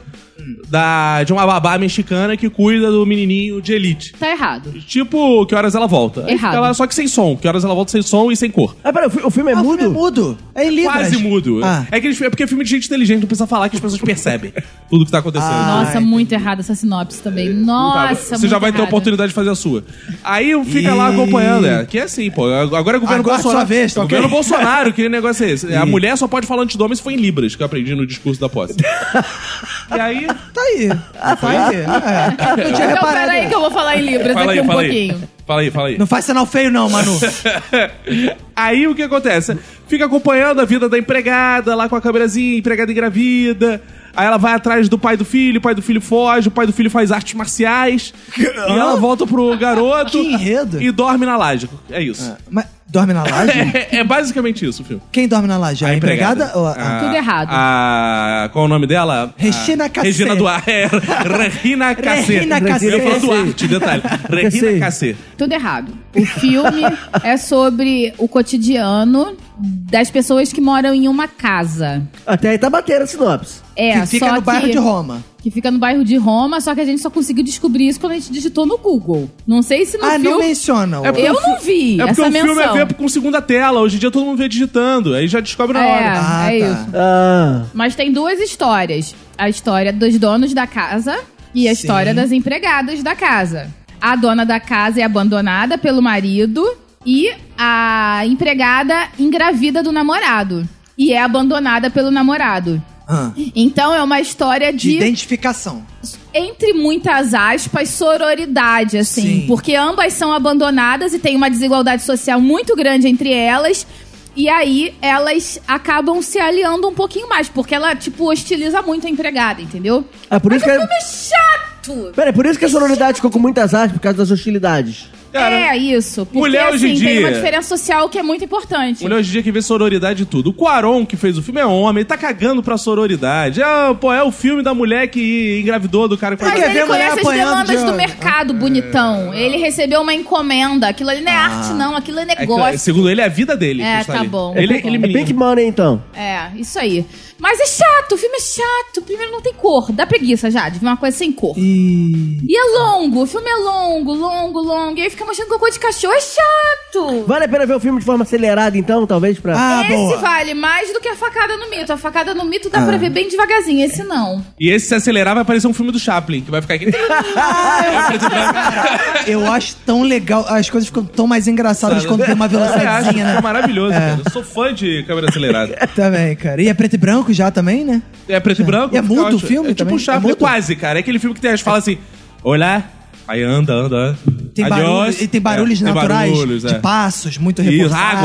Speaker 2: da, de uma babá mexicana que cuida do menininho de elite.
Speaker 5: Tá errado.
Speaker 2: Tipo, que horas ela volta. Aí
Speaker 5: Errado.
Speaker 2: fica lá, só que sem som. Que horas ela volta sem som e sem cor.
Speaker 4: Ah, peraí, o fi- o filme é
Speaker 3: Ah, o filme
Speaker 4: mudo?
Speaker 3: é mudo. É em Libras.
Speaker 2: Quase mudo.
Speaker 3: Ah.
Speaker 2: É, que eles, é porque é filme de gente inteligente, não precisa falar que as pessoas percebem tudo que tá acontecendo.
Speaker 3: Ah,
Speaker 5: Nossa,
Speaker 3: entendi.
Speaker 5: muito errado essa sinopse também.
Speaker 2: Tá,
Speaker 5: Nossa,
Speaker 2: Você já
Speaker 5: muito
Speaker 2: vai ter a
Speaker 5: errado.
Speaker 2: oportunidade de fazer a sua. Aí fica lá
Speaker 3: Ih.
Speaker 2: acompanhando. É, que é assim, pô. Agora é governo
Speaker 3: Agora
Speaker 2: Bolsonaro.
Speaker 3: é sua vez, tá ok?
Speaker 2: governo Bolsonaro, que negócio é esse? A
Speaker 3: Ih.
Speaker 2: mulher só pode falar antidome se for em Libras, que eu aprendi no discurso da posse. e aí. Ah,
Speaker 3: Tá aí. Tá aí. É. Não tinha
Speaker 5: Então,
Speaker 3: reparado.
Speaker 5: peraí que eu vou falar em Libras
Speaker 2: Fala
Speaker 5: daqui
Speaker 2: aí,
Speaker 5: um
Speaker 2: fala
Speaker 5: pouquinho.
Speaker 2: aí. Fala aí, fala aí.
Speaker 3: Não faz sinal feio, não, Manu.
Speaker 2: Aí o que acontece? Fica acompanhando a vida da empregada lá com a câmerazinha, empregada engravida. Aí ela vai atrás do pai do filho, o pai do filho foge, o pai do filho faz artes marciais. E ela volta pro garoto
Speaker 3: Que enredo. Ah.
Speaker 2: e dorme na laje. É isso.
Speaker 3: Mas dorme na laje?
Speaker 2: É, é basicamente isso o filme.
Speaker 3: Quem dorme na laje? A, Tá empregada? ou a-
Speaker 2: A-
Speaker 5: Tudo errado.
Speaker 2: a- qual o nome dela?
Speaker 3: Regina
Speaker 2: A-
Speaker 3: Cassé.
Speaker 2: Regina Duarte. É, Regina Cassé.
Speaker 3: Regina Cassé.
Speaker 2: Eu falo Duarte, detalhe. Regina
Speaker 4: Cassé.
Speaker 2: Cassé. É
Speaker 5: Tudo errado. O filme é sobre o cotidiano das pessoas que moram em uma casa.
Speaker 4: Até aí tá batendo a sinopse.
Speaker 5: É,
Speaker 3: que fica
Speaker 5: só
Speaker 3: no
Speaker 5: que...
Speaker 3: bairro de Roma.
Speaker 5: Que fica no bairro de Roma, só que a gente só conseguiu descobrir isso quando a gente digitou no Google. Não sei se no
Speaker 3: ah, não
Speaker 5: filme.
Speaker 3: mencionam.
Speaker 2: É porque
Speaker 5: Eu não vi
Speaker 2: É porque
Speaker 5: essa
Speaker 2: o filme
Speaker 5: menção.
Speaker 2: é ver com segunda tela. Hoje em dia todo mundo vê digitando. Aí já descobre na
Speaker 5: É,
Speaker 2: hora.
Speaker 3: Ah,
Speaker 5: é
Speaker 3: tá.
Speaker 5: isso.
Speaker 4: Ah,
Speaker 5: Mas tem duas histórias: a história dos donos da casa e a
Speaker 3: Sim.
Speaker 5: história das empregadas da casa. A dona da casa é abandonada pelo marido e a empregada engravida do namorado. E é abandonada pelo namorado.
Speaker 3: Ah,
Speaker 5: Então é uma história
Speaker 3: de
Speaker 5: de,
Speaker 3: identificação.
Speaker 5: entre muitas aspas, sororidade, assim.
Speaker 3: Sim.
Speaker 5: Porque ambas são abandonadas e tem uma desigualdade social muito grande entre elas. E aí elas acabam se aliando um pouquinho mais, porque ela, tipo, hostiliza muito a empregada, entendeu?
Speaker 4: é por isso que...
Speaker 5: Mas é chato!
Speaker 4: Peraí, por isso que a sonoridade ficou com muitas aspas por causa das hostilidades.
Speaker 2: Cara,
Speaker 5: é isso. Porque
Speaker 2: mulher
Speaker 5: assim,
Speaker 2: hoje em
Speaker 5: tem uma
Speaker 2: dia-
Speaker 5: diferença social que é muito importante.
Speaker 2: Mulher hoje em dia que vê sororidade e tudo. O Quaron, que fez o filme, é homem, ele tá cagando pra sororidade. É, pô, é o filme da mulher que engravidou do cara que
Speaker 5: Mas
Speaker 3: Quer ver
Speaker 5: ele
Speaker 3: a mulher
Speaker 5: conhece as
Speaker 3: apanhando
Speaker 5: demandas
Speaker 3: de-
Speaker 5: do mercado, bonitão. Ele recebeu uma encomenda. Aquilo ali não é arte, não. Aquilo é
Speaker 2: É,
Speaker 5: negócio.
Speaker 2: segundo ele, é a vida dele.
Speaker 5: É,
Speaker 2: que está
Speaker 5: tá
Speaker 2: ali.
Speaker 5: bom,
Speaker 2: Ele,
Speaker 5: tá bom.
Speaker 2: ele
Speaker 4: É
Speaker 2: menino.
Speaker 4: Pink Money, então.
Speaker 5: É, isso aí. Mas é chato, o filme é chato. Primeiro não tem cor. Dá preguiça, Jade. Uma coisa sem cor.
Speaker 3: E...
Speaker 5: E é longo, o filme é longo, longo, longo. E aí fica mostrando cocô de cachorro, é chato.
Speaker 4: Vale a pena ver o filme de forma acelerada, então, talvez, pra...
Speaker 3: Ah,
Speaker 5: Tá. Esse
Speaker 3: boa.
Speaker 5: vale mais do que a facada no mito. A facada no mito dá pra ver bem devagarzinho, esse não.
Speaker 2: E esse, se acelerar, vai parecer um filme do Chaplin, que vai ficar aqui.
Speaker 3: Eu acho tão legal. As coisas ficam tão mais engraçadas quando tem uma velocidadezinha,
Speaker 2: É,
Speaker 3: né?
Speaker 2: é maravilhoso, cara. Eu sou fã de câmera acelerada.
Speaker 3: Também, cara. E é preto e branco já também, né?
Speaker 2: É preto e branco.
Speaker 3: E é
Speaker 2: fica
Speaker 3: mudo o
Speaker 2: ótimo.
Speaker 3: filme
Speaker 2: É tipo
Speaker 3: também?
Speaker 2: um Chaplin,
Speaker 3: É mudo?
Speaker 2: quase, cara. É aquele filme que tem as falas assim, olhar, aí anda, anda, anda.
Speaker 3: Tem
Speaker 2: Adiós.
Speaker 3: barulhos, e tem barulhos
Speaker 2: É, tem
Speaker 3: naturais
Speaker 2: barulhos,
Speaker 3: de
Speaker 2: é.
Speaker 3: passos muito
Speaker 2: Isso,
Speaker 3: reforçados.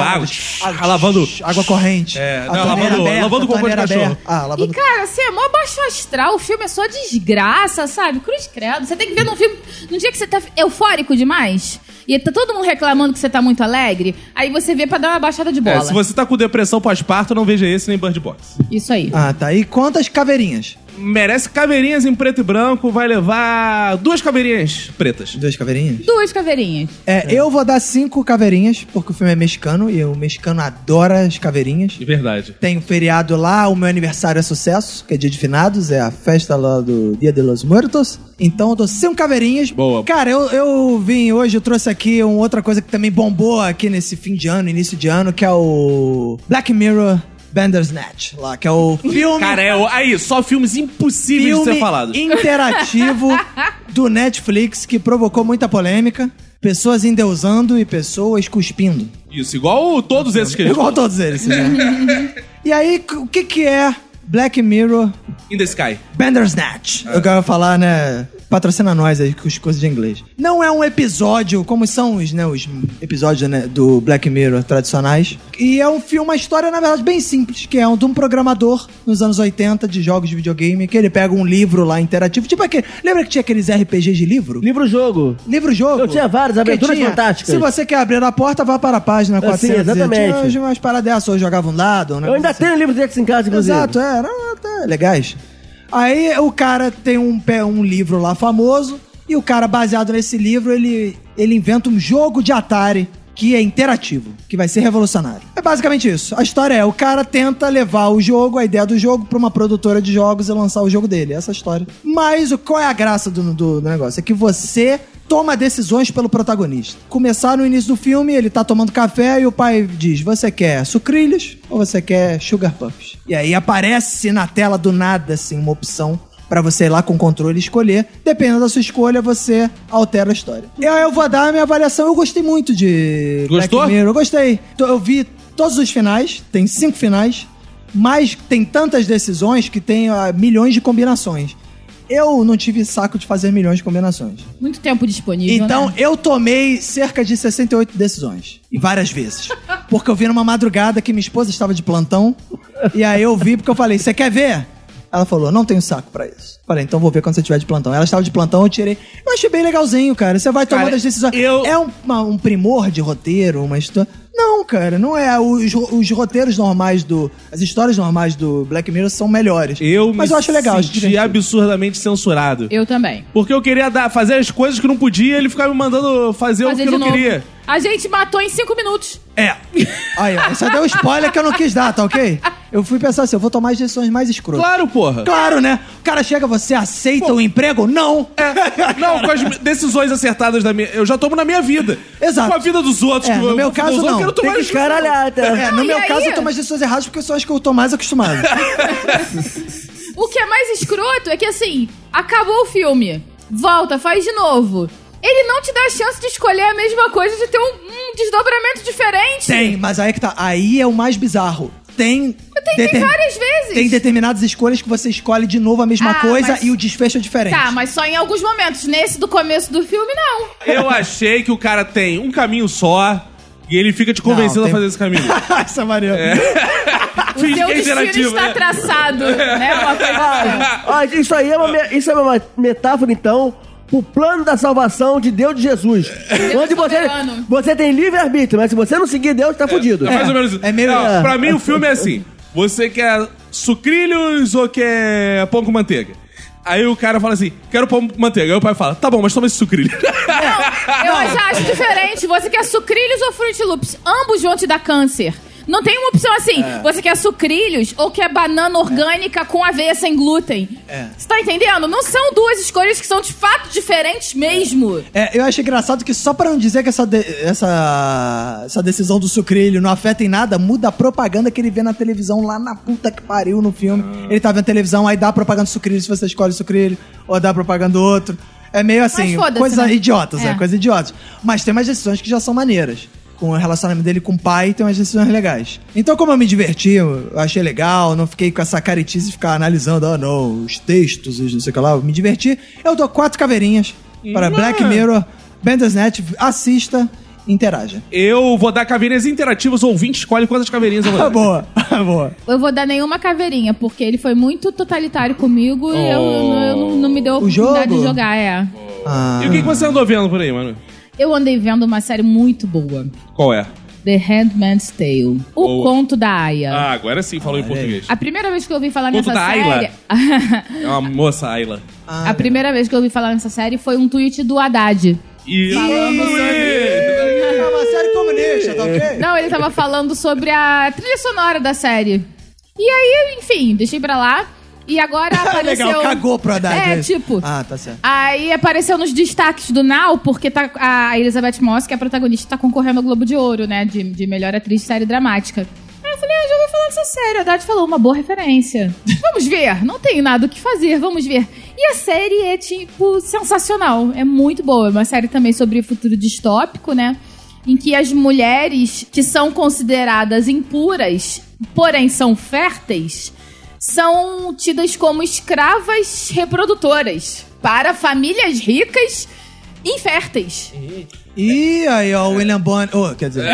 Speaker 3: Ah,
Speaker 2: água, água. Lavando-
Speaker 3: Água corrente.
Speaker 2: É,
Speaker 3: A
Speaker 2: não,
Speaker 3: torneira
Speaker 2: lavando- lavando
Speaker 3: a
Speaker 2: cocô de
Speaker 3: torneira
Speaker 2: cachorro.
Speaker 3: aberta. Ah,
Speaker 5: E
Speaker 3: lavando...
Speaker 5: cara, assim, é mó baixo astral, o filme é só desgraça, sabe? Cruz credo. Você tem que ver num filme, num dia que você tá eufórico demais, e tá todo mundo reclamando que você tá muito alegre, aí você vê pra dar uma baixada de bola.
Speaker 2: É, se você tá com depressão pós-parto, não veja esse nem Bird Box.
Speaker 5: Isso aí.
Speaker 3: Ah, tá. E quantas caveirinhas?
Speaker 2: Merece caveirinhas em preto e branco, vai levar duas caveirinhas pretas.
Speaker 3: Duas caveirinhas?
Speaker 5: Duas caveirinhas.
Speaker 3: É, eu vou dar cinco caveirinhas, porque o filme é mexicano e o mexicano adora as caveirinhas.
Speaker 2: De verdade.
Speaker 3: Tem um feriado lá, o meu aniversário é sucesso, que é dia de finados, é a festa lá do Dia de los Muertos. Então eu dou cinco caveirinhas.
Speaker 2: Boa.
Speaker 3: Cara, eu, eu vim hoje, eu trouxe aqui uma outra coisa que também bombou aqui nesse fim de ano, início de ano, que é o Black Mirror Bandersnatch, lá, que é o filme
Speaker 2: Cara, é, o- aí, só filmes impossíveis de ser falados.
Speaker 3: interativo do Netflix que provocou muita polêmica. Pessoas endeusando e pessoas cuspindo.
Speaker 2: Isso, igual o- todos esses que a gente
Speaker 3: Igual
Speaker 2: falou.
Speaker 3: todos eles. né? e aí, c- o que que é Black Mirror
Speaker 2: In the Sky.
Speaker 3: Bandersnatch? É Eu quero falar, né? Patrocina nós aí com as coisas de inglês. Não é um episódio, como são os, né, os episódios né, do Black Mirror tradicionais. E é um filme, uma história, na verdade, bem simples, que é um de um programador nos anos 80 de jogos de videogame, que ele pega um livro lá interativo. Tipo aquele. Lembra que tinha aqueles RPGs de livro?
Speaker 4: Livro-jogo.
Speaker 3: Livro-jogo.
Speaker 4: Eu tinha vários,
Speaker 3: Que
Speaker 4: Aventuras Fantásticas.
Speaker 3: Se você quer abrir a porta, vá para a página
Speaker 4: Eu sei,
Speaker 3: 400.
Speaker 4: exatamente.
Speaker 3: Eu tinha um, umas paradas dessas, ou eu jogava um dado. Um
Speaker 4: Eu ainda
Speaker 3: negócio
Speaker 4: tenho livro desse em casa,
Speaker 3: assim.
Speaker 4: inclusive.
Speaker 3: Exato, é, era até legais. Aí o cara tem um, pé- um livro lá famoso, e o cara, baseado nesse livro, ele, ele inventa um jogo de Atari que é interativo, que vai ser revolucionário. É basicamente isso. A história é, o cara tenta levar o jogo, a ideia do jogo, pra uma produtora de jogos e lançar o jogo dele. Essa é a história. Mas o, qual é a graça do- do- do negócio? É que você toma decisões pelo protagonista. Começar no início do filme, ele tá tomando café e o pai diz: Você quer sucrilhos ou você quer sugar puffs? E aí aparece na tela do nada, assim, uma opção pra você ir lá com o controle e escolher. Dependendo da sua escolha, você altera a história. E aí eu vou dar a minha avaliação. Eu gostei muito de
Speaker 2: Gostou?
Speaker 3: Black Mirror. Eu gostei. Tô- Eu vi todos os finais, tem cinco finais, mas tem tantas decisões que tem ah, milhões de combinações. Eu não tive saco de fazer milhões de combinações.
Speaker 5: Muito tempo disponível.
Speaker 3: Então,
Speaker 5: né?
Speaker 3: eu tomei cerca de 68 decisões. E várias vezes. Porque eu vi numa madrugada que minha esposa estava de plantão. E aí eu vi porque eu falei, você quer ver? Ela falou, não tenho saco pra isso. Falei, então vou ver quando você estiver de plantão. Ela estava de plantão, eu tirei. Eu achei bem legalzinho, cara. Você vai tomando
Speaker 2: Cara,
Speaker 3: as decisões.
Speaker 2: eu-
Speaker 3: É um, uma- um primor de roteiro, uma história. Não, cara, não é. Os, ro- os roteiros normais do. As histórias normais do Black Mirror são melhores.
Speaker 2: Eu
Speaker 3: Mas
Speaker 2: me
Speaker 3: eu acho legal. acho
Speaker 2: senti
Speaker 3: divertido.
Speaker 2: absurdamente censurado.
Speaker 5: Eu também.
Speaker 2: Porque eu queria dar, fazer as coisas que não podia, ele ficava me mandando fazer, o que eu não queria.
Speaker 5: A gente matou em cinco minutos.
Speaker 2: É.
Speaker 3: Aí, ó, isso deu um spoiler que eu não quis dar, tá ok? Eu fui pensar assim, eu vou tomar as decisões mais escrotas.
Speaker 2: Claro, porra.
Speaker 3: Claro, né? O cara chega, você aceita o emprego? Não!
Speaker 2: É. Não, com as decisões acertadas da minha. Eu já tomo na minha vida.
Speaker 3: Exato.
Speaker 2: Com a vida dos outros.
Speaker 3: É,
Speaker 2: que
Speaker 3: no
Speaker 2: eu-
Speaker 3: meu
Speaker 2: eu-
Speaker 3: caso,
Speaker 2: dos outros,
Speaker 3: não.
Speaker 2: Eu quero
Speaker 4: Tem
Speaker 2: tomar
Speaker 4: que
Speaker 2: as decisões.
Speaker 4: escaralhar, tá?
Speaker 3: É, no
Speaker 5: e
Speaker 3: meu
Speaker 5: aí?
Speaker 3: caso, eu tomo as decisões erradas porque eu só acho que eu tô mais acostumado.
Speaker 5: O que é mais escroto é que, assim, acabou o filme. Volta, faz de novo. Ele não te dá a chance de escolher a mesma coisa, de ter um, um desdobramento diferente.
Speaker 3: Tem, mas aí que tá. Aí é o mais bizarro. Tem.
Speaker 5: Tem, tem
Speaker 3: determin-
Speaker 5: várias vezes.
Speaker 3: Tem determinadas escolhas que você escolhe de novo a mesma
Speaker 5: Ah,
Speaker 3: coisa
Speaker 5: mas-
Speaker 3: e o desfecho é diferente.
Speaker 5: Tá, mas só em alguns momentos. Nesse do começo do filme, não.
Speaker 2: Eu achei que o cara tem um caminho só e ele fica te convencendo
Speaker 3: Não, tem-
Speaker 2: a fazer esse caminho.
Speaker 3: Essa é maneira.
Speaker 5: O seu
Speaker 2: que é
Speaker 5: destino
Speaker 2: interativo,
Speaker 5: está
Speaker 2: né?
Speaker 5: traçado. Né? Uma coisa assim.
Speaker 4: Ah, isso aí é uma, me- isso é uma metáfora, então, pro plano da salvação de Deus de Jesus.
Speaker 2: é
Speaker 4: onde você,
Speaker 5: soberano.
Speaker 4: você tem livre-arbítrio, mas se você não seguir Deus, tá fudido.
Speaker 2: É mais ou menos isso.
Speaker 3: é meio-
Speaker 2: Não,
Speaker 4: é.
Speaker 2: Pra mim, o filme é assim: você quer sucrilhos ou quer pão com manteiga? Aí o cara fala assim: quero pão com manteiga. Aí o pai fala: tá bom, mas toma esse sucrilho.
Speaker 5: Não, eu já acho diferente. Você quer sucrilhos ou Fruit Loops? Ambos vão te dar câncer. Não tem uma opção assim.
Speaker 3: É.
Speaker 5: Você quer sucrilhos ou quer banana orgânica com aveia sem glúten?
Speaker 3: É.
Speaker 5: Você tá entendendo? Não são duas escolhas que são de fato diferentes mesmo.
Speaker 3: É, eu achei engraçado que só pra não dizer que essa, de- essa, essa decisão do sucrilho não afeta em nada, muda a propaganda que ele vê na televisão lá na puta que pariu no filme. Ele tá vendo televisão, aí dá a propaganda do sucrilho se você escolhe o sucrilho, ou dá a propaganda do outro. É meio assim,
Speaker 5: foda-se,
Speaker 3: coisa
Speaker 5: né?
Speaker 3: idiotas, é.
Speaker 5: É.
Speaker 3: coisa idiotas. Mas tem umas decisões que já são maneiras. Com o relacionamento dele com o pai, tem umas decisões legais. Então, como eu me diverti, eu achei legal, não fiquei com essa caretice de ficar analisando, ah, não, os textos, os não sei o que lá, eu me diverti. Eu dou quatro caveirinhas para
Speaker 2: Hum.
Speaker 3: Black Mirror, Bandersnet, assista, interaja.
Speaker 2: Eu vou dar caveirinhas interativas, o ouvinte escolhe quantas caveirinhas eu vou
Speaker 3: Ah,
Speaker 2: dar.
Speaker 3: boa, ah, boa.
Speaker 5: Eu vou dar nenhuma caveirinha, porque ele foi muito totalitário comigo e eu,
Speaker 2: Oh.
Speaker 5: eu- eu não, não me deu a
Speaker 3: O
Speaker 5: oportunidade
Speaker 3: jogo?
Speaker 5: de jogar, é.
Speaker 3: Ah,
Speaker 2: E o que, que você andou vendo por aí, mano?
Speaker 5: Eu andei vendo uma série muito boa.
Speaker 2: Qual é?
Speaker 5: The Handmaid's Tale. O
Speaker 2: Boa.
Speaker 5: Conto da Aya.
Speaker 2: Ah, agora sim falou em português.
Speaker 5: A primeira vez que eu ouvi falar
Speaker 2: Conto
Speaker 5: nessa
Speaker 2: da
Speaker 5: série. Ah,
Speaker 2: É uma moça, Ayla.
Speaker 3: ah,
Speaker 5: a primeira vez que eu ouvi falar nessa série foi um tweet do Haddad.
Speaker 2: E...
Speaker 5: Falamos sobre-
Speaker 3: é uma série comunista, tá ok?
Speaker 5: Não, ele tava falando sobre a trilha sonora da série. E aí, enfim, deixei pra lá. E agora apareceu.
Speaker 3: É Legal, cagou pro Haddad.
Speaker 5: É,
Speaker 3: isso.
Speaker 5: tipo.
Speaker 3: Ah, tá certo.
Speaker 5: Aí apareceu nos destaques do Now, porque tá, a Elizabeth Moss, que é a protagonista, tá concorrendo ao Globo de Ouro, né? De, de melhor atriz de série dramática. Aí eu falei, ah, já vou falar dessa série. A Haddad falou, uma boa referência. Vamos ver, não tenho nada o que fazer, vamos ver. E a série é, tipo, sensacional. É muito boa. É uma série também sobre futuro distópico, né? Em que as mulheres que são consideradas impuras, porém são férteis, são tidas como escravas reprodutoras para famílias ricas inférteis.
Speaker 3: Ih, aí, ó, o William Bonner. Oh, quer dizer.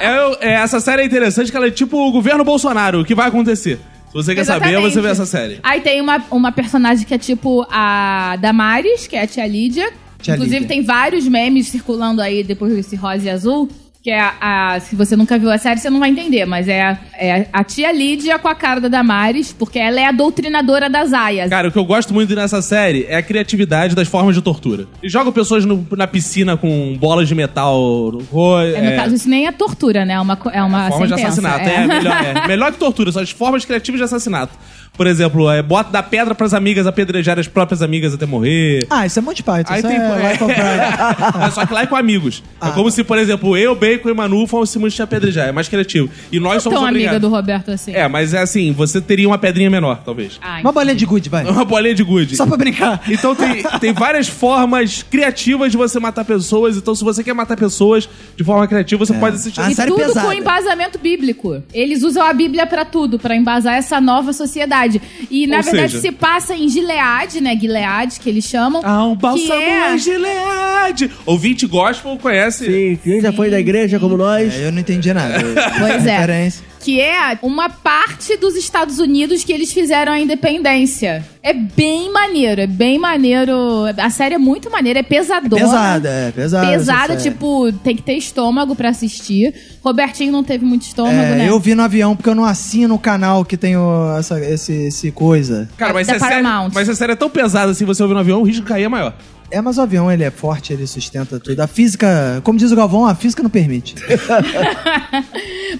Speaker 2: É, é, essa série é interessante que ela é tipo o governo Bolsonaro. O que vai acontecer? Se você quer saber,
Speaker 5: Exatamente.
Speaker 2: você vê essa série.
Speaker 5: Aí tem uma, uma personagem que é tipo a Damares, que é a tia Lídia.
Speaker 3: Tia
Speaker 5: Inclusive
Speaker 3: Lídia.
Speaker 5: tem vários memes circulando aí depois desse rosa e azul. Que é a, a- Se você nunca viu a série, você não vai entender, mas é, a- é a tia Lídia com a cara da Damares, porque ela é a doutrinadora das aias.
Speaker 2: Cara, o que eu gosto muito nessa série é a criatividade das formas de tortura. Eles jogam pessoas no- na piscina com bolas de metal. no ro-
Speaker 5: É, no
Speaker 2: é,
Speaker 5: caso, isso nem é tortura, né? É uma, co- é uma
Speaker 2: formas de
Speaker 5: sentença,
Speaker 2: assassinato. É, melhor, é. Melhor que tortura, são as formas criativas de assassinato. Por exemplo, é, bota da pedra pras amigas apedrejar as próprias amigas até morrer.
Speaker 3: Ah, isso é Monty Python.
Speaker 2: Aí
Speaker 3: isso
Speaker 2: tem.
Speaker 3: é
Speaker 2: É,
Speaker 3: Life of Brian.
Speaker 2: É, só que lá é com amigos.
Speaker 3: Ah.
Speaker 2: é como se, por exemplo, eu, Bacon e Manu fôssemos te apedrejar. É mais criativo. E nós somos
Speaker 5: Tão
Speaker 2: obrigados.
Speaker 5: amiga do Roberto assim.
Speaker 2: É, mas é assim, você teria uma pedrinha menor, talvez.
Speaker 5: Ai,
Speaker 3: Uma bolinha de good, vai.
Speaker 5: Ah.
Speaker 2: Uma bolinha de gude.
Speaker 3: Só pra brincar.
Speaker 2: Então tem, tem várias formas criativas de você matar pessoas. Então, se você quer matar pessoas de forma criativa, você pode assistir.
Speaker 3: Ah, Uma
Speaker 5: e
Speaker 3: série
Speaker 5: tudo
Speaker 3: pesada.
Speaker 5: com embasamento bíblico. Eles usam a Bíblia pra tudo, pra embasar essa nova sociedade. E na
Speaker 2: Ou
Speaker 5: verdade
Speaker 2: seja-
Speaker 5: se passa em Gileade, né? Gileade que eles chamam.
Speaker 2: Ah, um bálsamo
Speaker 5: que é-
Speaker 2: Gilead. Ouvinte gospel conhece.
Speaker 4: Sim, quem já foi da igreja como nós.
Speaker 3: É, eu não entendi nada.
Speaker 5: Pois é.
Speaker 3: Referência.
Speaker 5: Que é uma parte dos Estados Unidos que eles fizeram a independência. É bem maneiro, é bem maneiro. A série é muito maneira, é pesadona.
Speaker 3: Pesada, é, pesada.
Speaker 5: Pesada,
Speaker 3: essa série.
Speaker 5: tipo, tem que ter estômago pra assistir. Robertinho não teve muito estômago,
Speaker 3: É,
Speaker 5: né?
Speaker 3: Eu vi no avião porque eu não assino o canal que tem o- essa esse, esse coisa.
Speaker 2: Cara, mas
Speaker 5: Da
Speaker 2: se, a série,
Speaker 5: Paramount.
Speaker 2: mas se a série é tão pesada assim, você ouvir no avião, o risco de cair é maior.
Speaker 3: É, mas o avião ele é forte, ele sustenta tudo. A física, como diz o Galvão, a física não permite.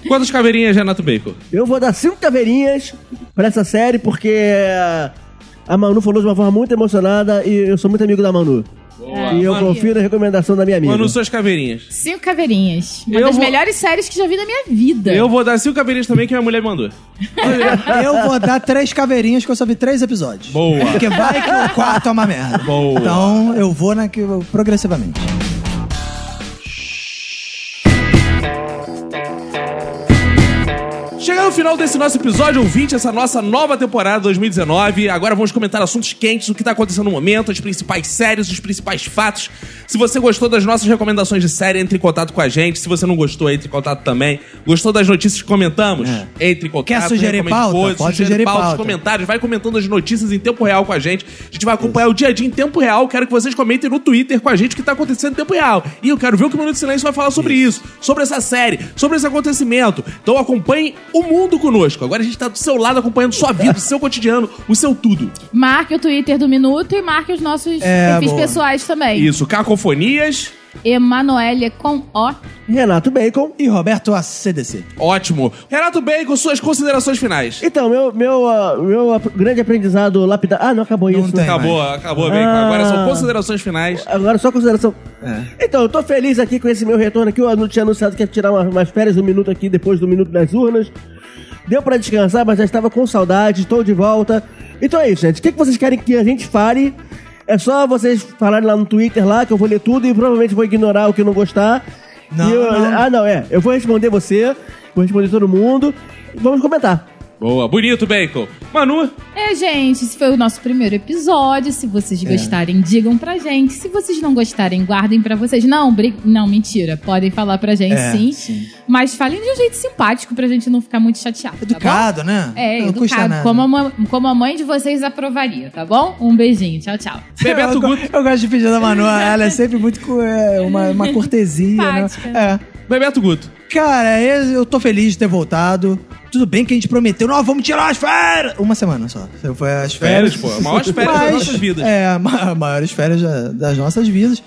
Speaker 2: Quantas caveirinhas, Renato Bacon?
Speaker 4: Eu vou dar cinco caveirinhas pra essa série, porque eh, a Manu falou de uma forma muito emocionada e eu sou muito amigo da Manu. e eu
Speaker 2: Manu.
Speaker 4: confio na recomendação da minha amiga.
Speaker 2: Manu, suas caveirinhas.
Speaker 5: Cinco caveirinhas. Uma
Speaker 2: Eu
Speaker 5: das
Speaker 2: vou-
Speaker 5: melhores séries que já vi na minha vida.
Speaker 2: Eu vou dar cinco caveirinhas também que minha mulher me mandou.
Speaker 3: eu vou dar três caveirinhas que eu só vi três episódios.
Speaker 2: Boa.
Speaker 3: Porque vai que o quarto é uma merda.
Speaker 2: Boa.
Speaker 3: Então eu vou na que eu- progressivamente.
Speaker 2: Chegando ao final desse nosso episódio, ouvinte, essa nossa nova temporada 2019. Agora vamos comentar assuntos quentes, o que tá acontecendo no momento, as principais séries, os principais fatos. Se você gostou das nossas recomendações de série, entre em contato com a gente. Se você não gostou, entre em contato também. Gostou das notícias que comentamos? Entre em contato.
Speaker 3: É. Quer sugerir
Speaker 2: recomende
Speaker 3: pauta?
Speaker 2: coisas,
Speaker 3: Pode
Speaker 2: sugere
Speaker 3: sugerir
Speaker 2: pautas,
Speaker 3: pauta.
Speaker 2: comentários, vai comentando as notícias em tempo real com a gente. A gente vai acompanhar o dia a dia em tempo real. Quero que vocês comentem no Twitter com a gente o que tá acontecendo em tempo real. E eu quero ver o que o Minuto de Silêncio vai falar sobre isso, sobre essa série, sobre esse acontecimento. Então acompanhe o mundo conosco. Agora a gente tá do seu lado acompanhando sua vida, o seu cotidiano, o seu tudo.
Speaker 5: Marque o Twitter do Minuto e marque os nossos
Speaker 3: É,
Speaker 5: perfis
Speaker 3: boa.
Speaker 5: pessoais também.
Speaker 2: Isso, cacofonias.
Speaker 5: Emanuele com O.
Speaker 4: Renato Bacon.
Speaker 3: E Roberto
Speaker 5: Tá
Speaker 3: ACDC.
Speaker 2: Ótimo. Renato Bacon, suas considerações finais.
Speaker 4: Então, meu, meu, ah, meu ap- grande aprendizado lapidar. Ah, não acabou
Speaker 3: Não
Speaker 4: isso.
Speaker 3: tem.
Speaker 2: Acabou, acabou, Bacon.
Speaker 4: Ah.
Speaker 2: Agora são considerações finais.
Speaker 4: Agora só consideração.
Speaker 3: É.
Speaker 4: Então, eu tô feliz aqui com esse meu retorno aqui. Eu anu- tinha anunciado que ia tirar uma- umas férias do minuto aqui, depois do minuto das urnas. Deu pra descansar, mas já estava com saudade, estou de volta. Então é isso, gente. O que, que vocês querem que a gente fale? É só vocês falarem lá no Twitter lá, que eu vou ler tudo e provavelmente vou ignorar o que eu não gostar.
Speaker 3: Não,
Speaker 4: E eu-
Speaker 3: não.
Speaker 4: Ah, não, é. Eu vou responder você, vou responder todo mundo. e Vamos comentar.
Speaker 2: Boa, bonito, Bacon. Manu,
Speaker 5: É, gente, esse foi o nosso primeiro episódio. Se
Speaker 3: É.
Speaker 5: vocês gostarem, digam pra gente. Se vocês não gostarem, guardem pra vocês. Não, bri- não, mentira. Podem falar pra gente,
Speaker 3: É,
Speaker 5: sim,
Speaker 3: sim.
Speaker 5: Mas falem de um jeito simpático pra gente não ficar muito chateado. tá bom?
Speaker 3: Educado, né?
Speaker 5: É,
Speaker 3: Não custa
Speaker 5: educado.
Speaker 3: nada.
Speaker 5: Como a, ma- como a mãe de vocês aprovaria, tá bom? Um beijinho. Tchau, tchau.
Speaker 2: Bebeto
Speaker 3: eu, go-
Speaker 2: Guto.
Speaker 3: eu gosto de pedir da Manu, ela é sempre muito co- é, uma, uma cortesia,
Speaker 5: Simpática.
Speaker 3: né? É.
Speaker 2: Bebeto Guto.
Speaker 3: Cara, eu eu tô feliz de ter voltado. Tudo bem que a gente prometeu, nós vamos tirar as férias! Uma semana só. Foi as
Speaker 2: Férias,
Speaker 3: férias.
Speaker 2: pô. Maiores férias das nossas vidas.
Speaker 3: É, ma maiores férias da- das nossas vidas.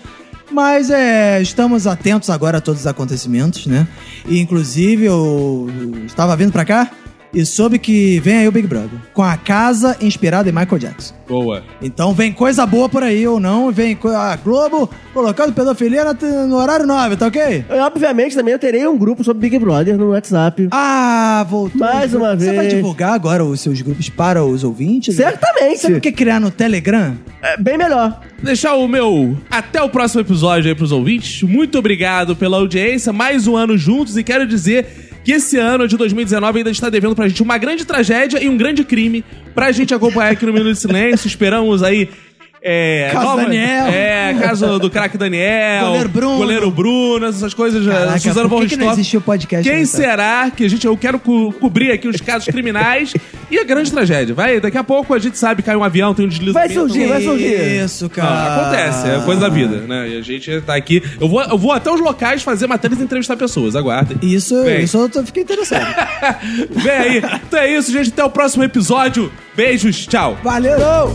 Speaker 3: Mas é, estamos atentos agora a todos os acontecimentos, né? E, inclusive, eu estava vindo pra cá e soube que vem aí o Big Brother. Com a casa inspirada em Michael Jackson.
Speaker 2: Boa.
Speaker 3: Então vem coisa boa por aí ou não, vem co- a Globo colocando pedofilia na- no horário 9, tá ok?
Speaker 4: Eu, obviamente, também eu terei um grupo sobre Big Brother no WhatsApp.
Speaker 3: Ah, voltou.
Speaker 4: Mais
Speaker 3: Você vai
Speaker 4: uma vez.
Speaker 3: divulgar agora os seus grupos para os ouvintes?
Speaker 4: Certamente.
Speaker 3: Você não quer criar no Telegram?
Speaker 4: É bem melhor.
Speaker 2: deixar o meu até o próximo episódio aí pros ouvintes. Muito obrigado pela audiência, mais um ano juntos e quero dizer que esse ano de 2019 ainda está devendo pra gente uma grande tragédia e um grande crime pra gente acompanhar aqui no Minuto de Silêncio. Esperamos aí é,
Speaker 3: Caso Daniel.
Speaker 2: É, caso do craque Daniel.
Speaker 3: Goleiro Bruno.
Speaker 2: Goleiro Bruno, essas coisas.
Speaker 3: Caraca,
Speaker 2: Suzano
Speaker 3: por
Speaker 2: von
Speaker 3: que que não
Speaker 2: Richthofen.
Speaker 3: existiu podcast
Speaker 2: Quem
Speaker 3: nessa?
Speaker 2: será que a gente... Eu quero co- cobrir aqui os casos criminais e a grande tragédia. Vai, daqui a pouco a gente sabe, cai um avião, tem um deslizamento.
Speaker 4: Vai surgir, vai surgir.
Speaker 3: Isso,
Speaker 2: Não,
Speaker 3: cara.
Speaker 2: acontece, é coisa da vida, né? E a gente tá aqui. Eu vou, eu vou até os locais fazer matérias e entrevistar pessoas, aguardem.
Speaker 3: Isso,
Speaker 2: Bem.
Speaker 3: isso eu tô- fiquei interessado.
Speaker 2: Vem aí. Então é isso, gente. Até o próximo episódio. Beijos, tchau.
Speaker 3: Valeu!